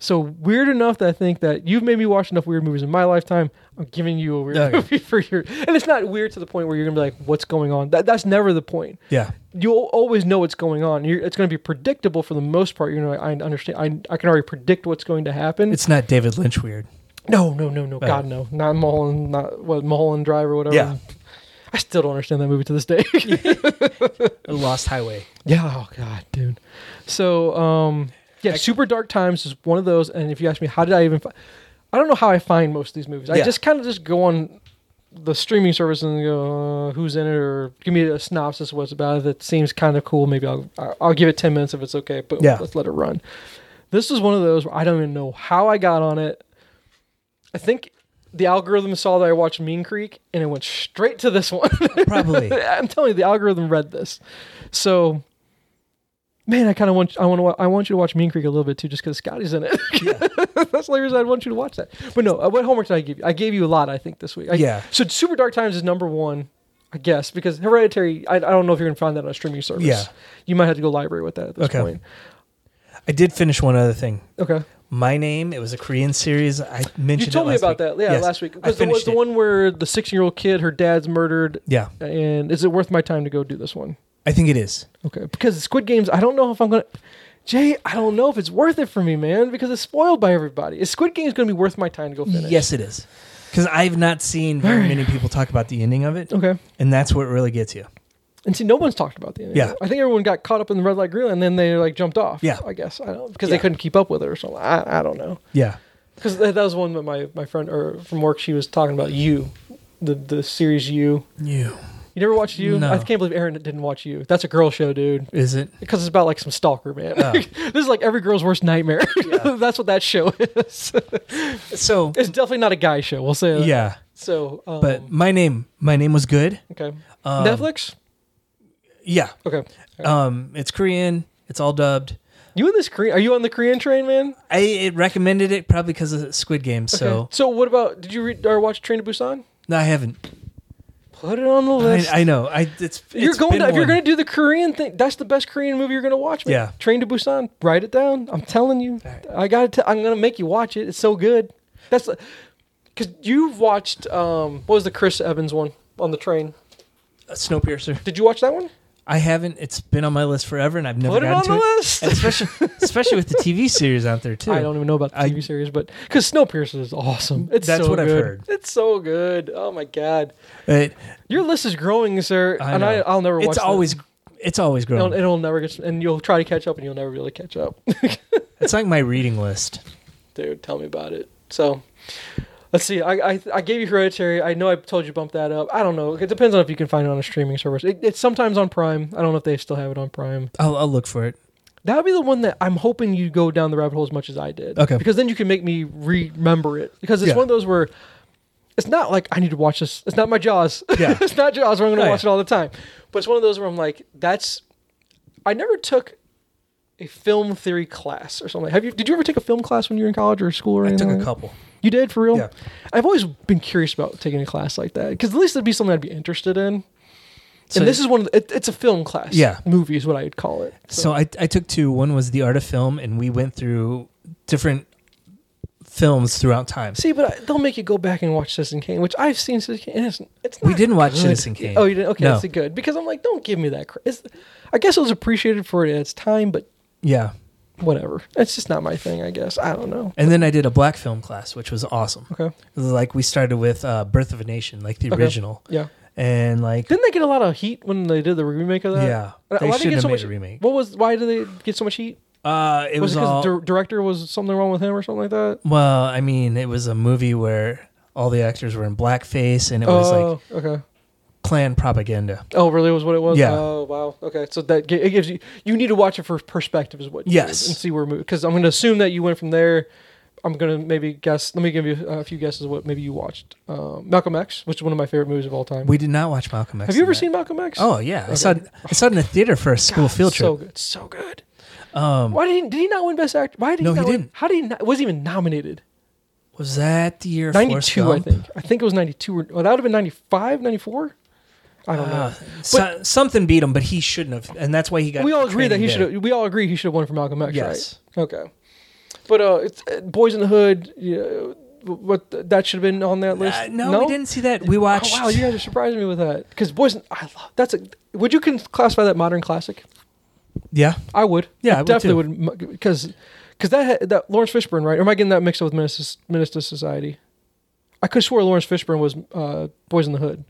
A: So weird enough that I think that you've made me watch enough weird movies in my lifetime. I'm giving you a weird
B: Okay.
A: movie for your, and it's not weird to the point where you're gonna be like, "What's going on?" That that's never the point
B: Yeah.
A: you'll always know what's going on. You're, it's going to be predictable for the most part. You know, I understand. I, I can already predict what's going to happen.
B: It's not David Lynch weird.
A: no, no, no, no. God, no. Not Mulholland. Not what Mulholland Drive or whatever.
B: Yeah.
A: I still don't understand that movie to this day.
B: A Lost Highway.
A: yeah. Oh God, dude. So, um, yeah, Super Dark Times is one of those. And if you ask me, how did I even? Fi- I don't know how I find most of these movies. I
B: Yeah.
A: just kind of just go on the streaming service and go, uh, who's in it, or give me a synopsis of what's about it. That seems kind of cool. Maybe I'll I'll- I'll give it ten minutes if it's okay. But
B: Yeah.
A: let's let it run. This is one of those where I don't even know how I got on it. I think the algorithm saw that I watched Mean Creek and it went straight to this one.
B: Probably.
A: I'm telling you, the algorithm read this. So, man, I kind of want I want to I want you to watch Mean Creek a little bit too, just because Scotty's in it. That's the only reason I want you to watch that. But no, uh, what homework did I give you? I gave you a lot, I think, this week. I,
B: Yeah.
A: So Super Dark Times is number one, I guess, because Hereditary. I, I don't know if you're gonna find that on a streaming service.
B: Yeah.
A: You might have to go library with that at this
B: Okay.
A: point.
B: I did finish one other thing.
A: Okay.
B: My Name. It was a Korean series. I mentioned
A: You told
B: it
A: me
B: last
A: about
B: week.
A: that, yeah,
B: Yes.
A: last week.
B: I
A: Because it was
B: finished
A: the
B: it.
A: one where the sixteen-year-old kid, her dad's murdered,
B: Yeah.
A: and is it worth my time to go do this one?
B: I think it is.
A: Okay, because Squid Games, I don't know if I'm gonna. Jay, I don't know if it's worth it for me, man, because it's spoiled by everybody. Is Squid Games gonna be worth my time to go finish?
B: Yes, it is. Because I've not seen very
A: Alright.
B: many people talk about the ending of it,
A: Okay.
B: and that's what really gets you.
A: And see, no one's talked about the ending.
B: Yeah.
A: I think everyone got caught up in the red light, green light, and then they like jumped off.
B: Yeah.
A: I guess I don't because
B: Yeah.
A: they couldn't keep up with it or something. I, I don't know
B: Yeah.
A: because that, that was one that my my friend or from work she was talking about you, the the series you.
B: You.
A: You never watched you?
B: No.
A: I can't believe Aaron didn't watch you. That's a girl show, dude.
B: Is it?
A: Because it's about like some stalker, man.
B: Oh.
A: this is like every girl's worst nightmare. That's what that show is.
B: So,
A: it's definitely not a guy show. We'll say that.
B: yeah.
A: So, um,
B: But my name, my name was good.
A: okay,
B: Um,
A: Netflix.
B: Yeah.
A: Okay,
B: Um, it's Korean. It's all dubbed.
A: you in this Korean? Are you on the Korean train, man?
B: I it recommended it probably because of Squid Game. So
A: Okay. so what about? Did you read or watch Train to Busan?
B: no, I haven't.
A: Put it on the
B: I,
A: list.
B: I know. I it's
A: If you're
B: it's
A: going
B: been
A: to, if you're
B: one.
A: going to do the Korean thing, that's the best Korean movie you're going to watch. Man.
B: Yeah.
A: Train to Busan. Write it down. I'm telling you.
B: right.
A: I got to. I'm going to make you watch it. It's so good. That's because you've watched. Um, what was the Chris Evans one on the train?
B: Uh, Snowpiercer.
A: Did you watch that one?
B: I haven't. It's been on my list forever, and I've never
A: Put it
B: gotten
A: on
B: to
A: the
B: it.
A: list.
B: And especially especially with the TV series out there too.
A: I don't even know about the
B: I-
A: TV series, but because Snowpiercer is awesome. It's
B: That's
A: so
B: what I've
A: good.
B: heard.
A: It's so good. Oh my god,
B: It-
A: your list is growing, sir,
B: I
A: and I,
B: know.
A: I'll never. watch
B: it's
A: that.
B: always it's always
A: It'll,
B: growing.
A: it'll never get, and you'll try to catch up, and you'll never be able to catch up.
B: It's like my reading list.
A: Dude, tell me about it. So, let's see. I, I I gave you Hereditary. I know I told you bump that up. I don't know. It depends on if you can find it on a streaming service. It, it's sometimes on Prime. I don't know if they still have it on Prime.
B: I'll, I'll look for it.
A: That would be the one that I'm hoping you go down the rabbit hole as much as I did.
B: Okay.
A: Because then you can make me remember it. Because it's
B: Yeah.
A: one of those where it's not like I need to watch this. It's not my Jaws.
B: Yeah.
A: it's not Jaws where I'm going
B: Oh,
A: to
B: yeah.
A: watch it all the time. But it's one of those where I'm like, that's. I never took a film theory class or something. Have you? Did you ever take a film class when you were in college or school or
B: I
A: anything?
B: took
A: like
B: a
A: that?
B: couple.
A: You did for real?
B: Yeah.
A: I've always been curious about taking a class like that because at least it'd be something I'd be interested in.
B: So-
A: and this is one of the, it, it's a film class.
B: Yeah.
A: Movie is what I would call it.
B: So I I took two. One was the art of film, and we went through different films throughout time.
A: See, but I, they'll make you go back and watch Citizen Kane, which I've seen Citizen Kane. And it's, it's not
B: We didn't watch
A: good.
B: Citizen Kane.
A: Oh, you didn't? Okay,
B: No.
A: that's good because I'm like, don't give me that. Cr- it's, I guess it was appreciated for it at its time, but
B: Yeah.
A: whatever. It's just not my thing. I guess I don't know.
B: And then I did a black film class, which was awesome.
A: Okay.
B: Like we started with uh, Birth of a Nation, like the
A: Okay.
B: original,
A: Yeah.
B: and like
A: Didn't they get a lot of heat when they did the remake of that?
B: yeah,
A: Why
B: they
A: did
B: should
A: get
B: have
A: so
B: made
A: much,
B: a remake.
A: What was? Why did they get so much heat?
B: Uh, it was,
A: was, it
B: all
A: because the dir- director was something wrong with him or something like that?
B: well. I mean, it was a movie where all the actors were in blackface, and it was like
A: Oh, okay.
B: Klan propaganda.
A: Oh, really? Was what it was?
B: Yeah.
A: Oh, wow. Okay. So that gi- it gives you. You need to watch it for perspective, is what. you
B: Yes.
A: did And see where because I'm going to assume that you went from there. I'm going to maybe guess. Let me give you a few guesses. What maybe you watched? Um, Malcolm X, which is one of my favorite movies of all time.
B: We did not watch Malcolm X.
A: Have you
B: in
A: ever
B: that.
A: seen Malcolm X?
B: Oh yeah, I saw it,
A: Okay.
B: I saw it in a theater for a school field
A: So
B: trip.
A: good. So good.
B: um,
A: Why did he? Did he not win Best Actor? Why did
B: No,
A: he?
B: he
A: Not win-
B: didn't.
A: How did he? Not, was he even nominated?
B: was that the year? Forrest
A: 92, I
B: Gump?
A: think. I think it was 92. Or, well, that would have been 95, 94. I don't know.
B: Uh, so- something beat him, but he shouldn't have, and that's why he got.
A: we all agree that he
B: training
A: should.
B: day.
A: have. We all agree he should have won for Malcolm X,
B: Yes.
A: right? Okay. But uh, it's uh, Boys in the Hood. Yeah, what that should have been on that list?
B: Uh, no, we didn't see that. We
A: Oh,
B: watched.
A: wow, you guys are surprising me with that. Because Boys, in, I love that's a. Would you con- classify that modern classic?
B: yeah,
A: I would.
B: Yeah, I would
A: definitely would. Because because that ha- that Lawrence Fishburne, right? Or am I getting that mixed up with Menace, Menace to Society? I could swear Lawrence Fishburne was uh, Boys in the Hood.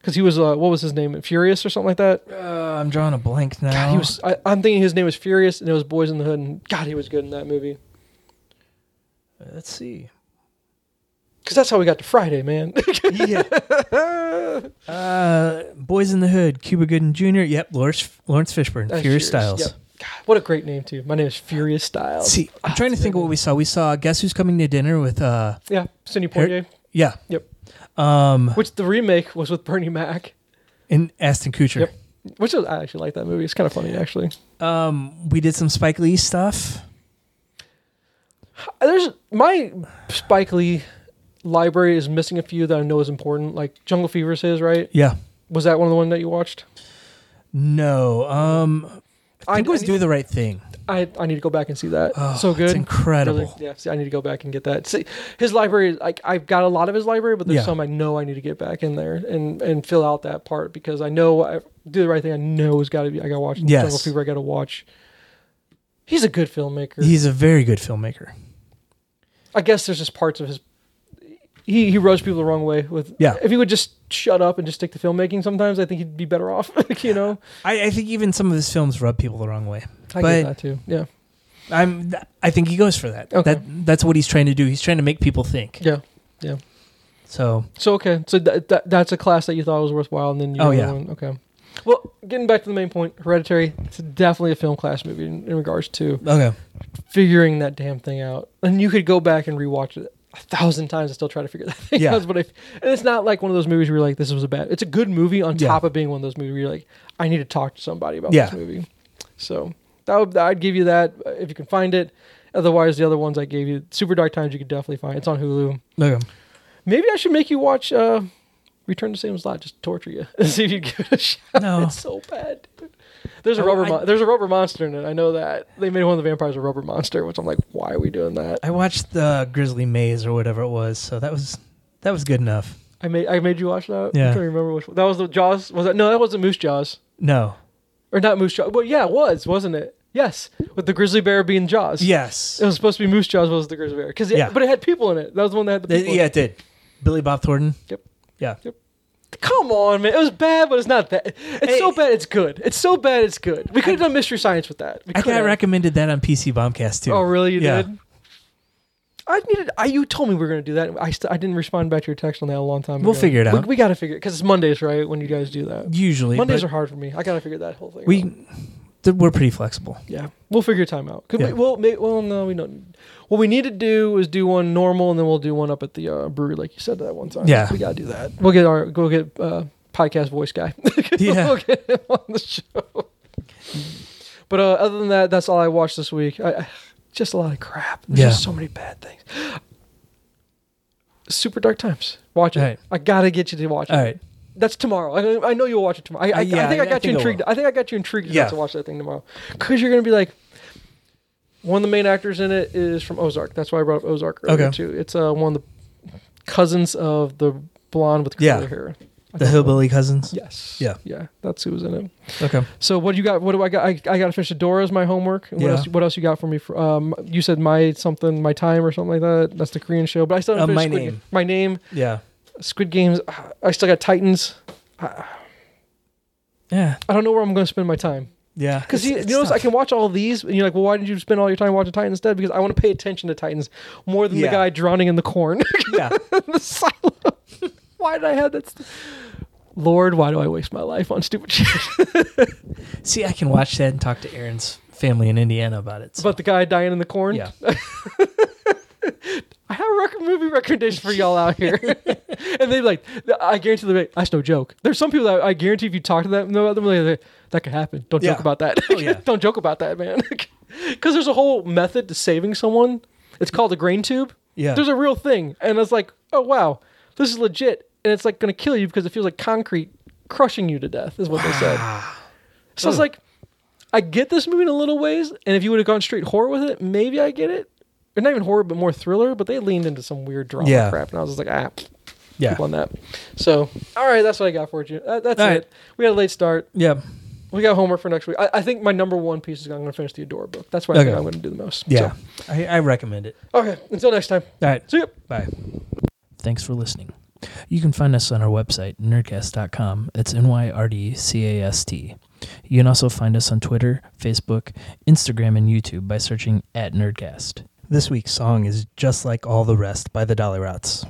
A: Because he was, uh, what was his name? Furious or something like that?
B: uh, I'm drawing a blank now.
A: God, he was. I, I'm thinking his name was Furious, and it was Boys in the Hood, and God, he was good in that movie.
B: Uh, Let's see.
A: Because that's how we got to Friday, man.
B: yeah. Uh, Boys in the Hood, Cuba Gooden Jr. Yep, Lawrence Lawrence Fishburne,
A: That's
B: Furious Styles.
A: Oh, Yep. God, what a great name too. My name is Furious Styles.
B: See, I'm trying to think of what we saw. We saw Guess Who's Coming to Dinner with uh,
A: yeah, Cindy
B: Her-
A: Poitier,
B: yeah,
A: Yep.
B: um,
A: which the remake was with Bernie Mac,
B: and Aston Kutcher.
A: Yep. which was, I actually like that movie. It's kind of funny actually.
B: Um, we did some Spike Lee stuff.
A: There's my Spike Lee library is missing a few that I know is important, like Jungle Fever is his, right?
B: Yeah.
A: Was that one of the one that you watched?
B: No. Um, I
A: I,
B: think it was
A: I,
B: Do
A: need,
B: the Right Thing.
A: I, I need to go back and see that.
B: Oh,
A: so good.
B: It's incredible.
A: Really? Yeah, see, I need to go back and get that. See, his library, is- like I've got a lot of his library, but there's
B: Yeah.
A: some I know I need to get back in there and and fill out that part because I know I do the right thing. I know it's got to be. I got to watch
B: Yes.
A: Jungle Fever. I got to watch. He's a good filmmaker.
B: He's a very good filmmaker.
A: I guess there's just parts of his. He he rubs people the wrong way with.
B: Yeah.
A: If he would just shut up and just stick to filmmaking, sometimes I think he'd be better off. like, you know.
B: I, I think even some of his films rub people the wrong way.
A: I
B: But-
A: get that too. Yeah.
B: I'm. th- I think he goes for that.
A: Okay.
B: That that's what he's trying to do. He's trying to make people think.
A: Yeah.
B: So
A: So okay, so that that that's a class that you thought was worthwhile, and then you
B: Oh,
A: have
B: yeah.
A: one. okay. Well, getting back to the main point, Hereditary. It's definitely a film class movie in, in regards to
B: okay.
A: figuring that damn thing out, and you could go back and rewatch it a thousand times and still try to figure that thing
B: Yeah.
A: out. But if and it's not like one of those movies where you're like, this was a bad. It's a good movie on
B: Yeah.
A: top of being one of those movies where you're like, I need to talk to somebody about
B: Yeah.
A: this movie. So that would, I'd give you that uh, if you can find it. Otherwise, the other ones I gave you, Super Dark Times, you could definitely find. It's on Hulu.
B: Okay.
A: Maybe I should make you watch uh, Return to Salem's Lot. Just to torture you and see if you give it a shot.
B: No.
A: It's so bad. dude. There's a
B: Oh,
A: rubber.
B: I-
A: mon- there's a rubber monster in it. I know that they made one of the vampires a rubber monster, which I'm like, why are we doing that?
B: I watched the Grizzly Maze or whatever it was. So that was that was good enough.
A: I made I made you watch that.
B: Yeah.
A: I'm trying to remember which one. that was. The Jaws was that? No, that wasn't Moose Jaws
B: No.
A: or not Moose Jaws. Well, yeah, it was, wasn't it? Yes, with the grizzly bear being Jaws.
B: Yes.
A: It was supposed to be Moose Jaws, but it was the grizzly bear? Because
B: Yeah.
A: yeah. but it had people in it. That was the one that had the
B: Th-
A: people. in
B: yeah,
A: it.
B: it did. Billy Bob Thornton.
A: Yep.
B: Yeah.
A: Come on, man. It was bad, but it's not that. It's so
B: Hey.
A: bad, it's good. It's so bad, it's good. We could have done mystery science with that. We
B: I think I
A: could've.
B: recommended that on PC Bombcast too.
A: Oh, really? You
B: Yeah.
A: did. I needed. I you told me we were going to do that. I st- I didn't respond back to your text on that a long time.
B: We'll
A: ago.
B: figure it
A: We-
B: out.
A: We, got to figure it because it's Mondays, right? When you guys do that.
B: Usually
A: Mondays
B: but
A: are hard for me. I got to figure that whole thing.
B: we
A: out.
B: th- we're pretty flexible.
A: yeah. We'll figure time out. Could
B: Yeah.
A: we? Well, may, well, no, we don't. What we need to do is do one normal, and then we'll do one up at the uh, brewery, like you said that one time.
B: Yeah.
A: we got to do that. We'll get our go get uh, podcast voice guy.
B: Yeah.
A: we'll get him on the show. But uh, other than that, that's all I watched this week. I, I- just a lot of crap. There's
B: Yeah.
A: just so many bad things. Super Dark Times. Watch it.
B: All right.
A: I gotta get you to watch it.
B: All right.
A: That's tomorrow. I, I know you'll watch it tomorrow. I, I,
B: Uh, yeah,
A: I think I
B: I
A: got you
B: think I
A: intrigued. I, think I got you intrigued
B: Yeah.
A: enough to watch that thing tomorrow because you're gonna be like, one of the main actors in it is from Ozark. That's why I brought up Ozark earlier
B: Okay.
A: too. It's uh, one of the cousins of the blonde with
B: Yeah.
A: curly hair. I
B: The
A: don't know.
B: Hillbilly Cousins.
A: Yes.
B: Yeah.
A: Yeah. That's who was in it.
B: Okay.
A: So what do you got? What do I got? I, I got to finish Adora's my homework. What
B: Yeah.
A: else? What else you got for me? For, um, you said my something, my time or something like that. That's the Korean show. But I still haven't
B: Uh,
A: finished
B: My
A: Squid
B: Name.
A: Ga- My name.
B: Yeah.
A: Squid Games. I still got Titans.
B: Yeah.
A: I don't know where I'm going to spend my time
B: Yeah.
A: because
B: It's-
A: you, you
B: it's
A: notice I
B: tough.
A: can watch all these and you're like, well, why didn't you spend all your time watching Titans instead? Because I want to pay attention to Titans more than
B: Yeah.
A: the guy drowning in the corn
B: Yeah.
A: in the silo. why did I have that? St- Lord, why do I waste my life on stupid shit?
B: See, I can watch that and talk to Aaron's family in Indiana about it. so-
A: About the guy dying in the corn.
B: yeah.
A: I have a rec- movie recommendation for y'all out here. and they like, I guarantee they're like, that's no joke. There's some people that I guarantee if you talk to them, no, they're like, that could happen. Don't
B: Yeah.
A: joke about that.
B: Oh, yeah.
A: Don't joke about that, man. Because there's a whole method to saving someone. It's called a grain tube.
B: Yeah.
A: There's a real thing. And it's like, oh, wow, this is legit. And it's like going to kill you because it feels like concrete crushing you to death, is what they said. So it's like, I get this movie in a little ways, and if you would have gone straight horror with it, maybe I get it. Or not even horror, but more thriller. But they leaned into some weird drama
B: Yeah.
A: crap, and I was just like, ah,
B: Yeah.
A: people on that. So, all right, that's what I got for you. That, that's
B: All
A: it.
B: right.
A: We had a late start.
B: Yeah.
A: We got homework for next week. I, I think my number one piece is I'm going to finish the Adora book. That's what I
B: Okay.
A: think I'm going to do the most.
B: Yeah. I, I recommend it.
A: So, okay. Until next time.
B: All right.
A: See ya.
B: Bye. Thanks for listening. You can find us on our website, nerdcast.com. It's N Y R D C A S T. You can also find us on Twitter, Facebook, Instagram, and YouTube by searching at Nerdcast. This week's song is Just Like All the Rest by the Dolly Rots.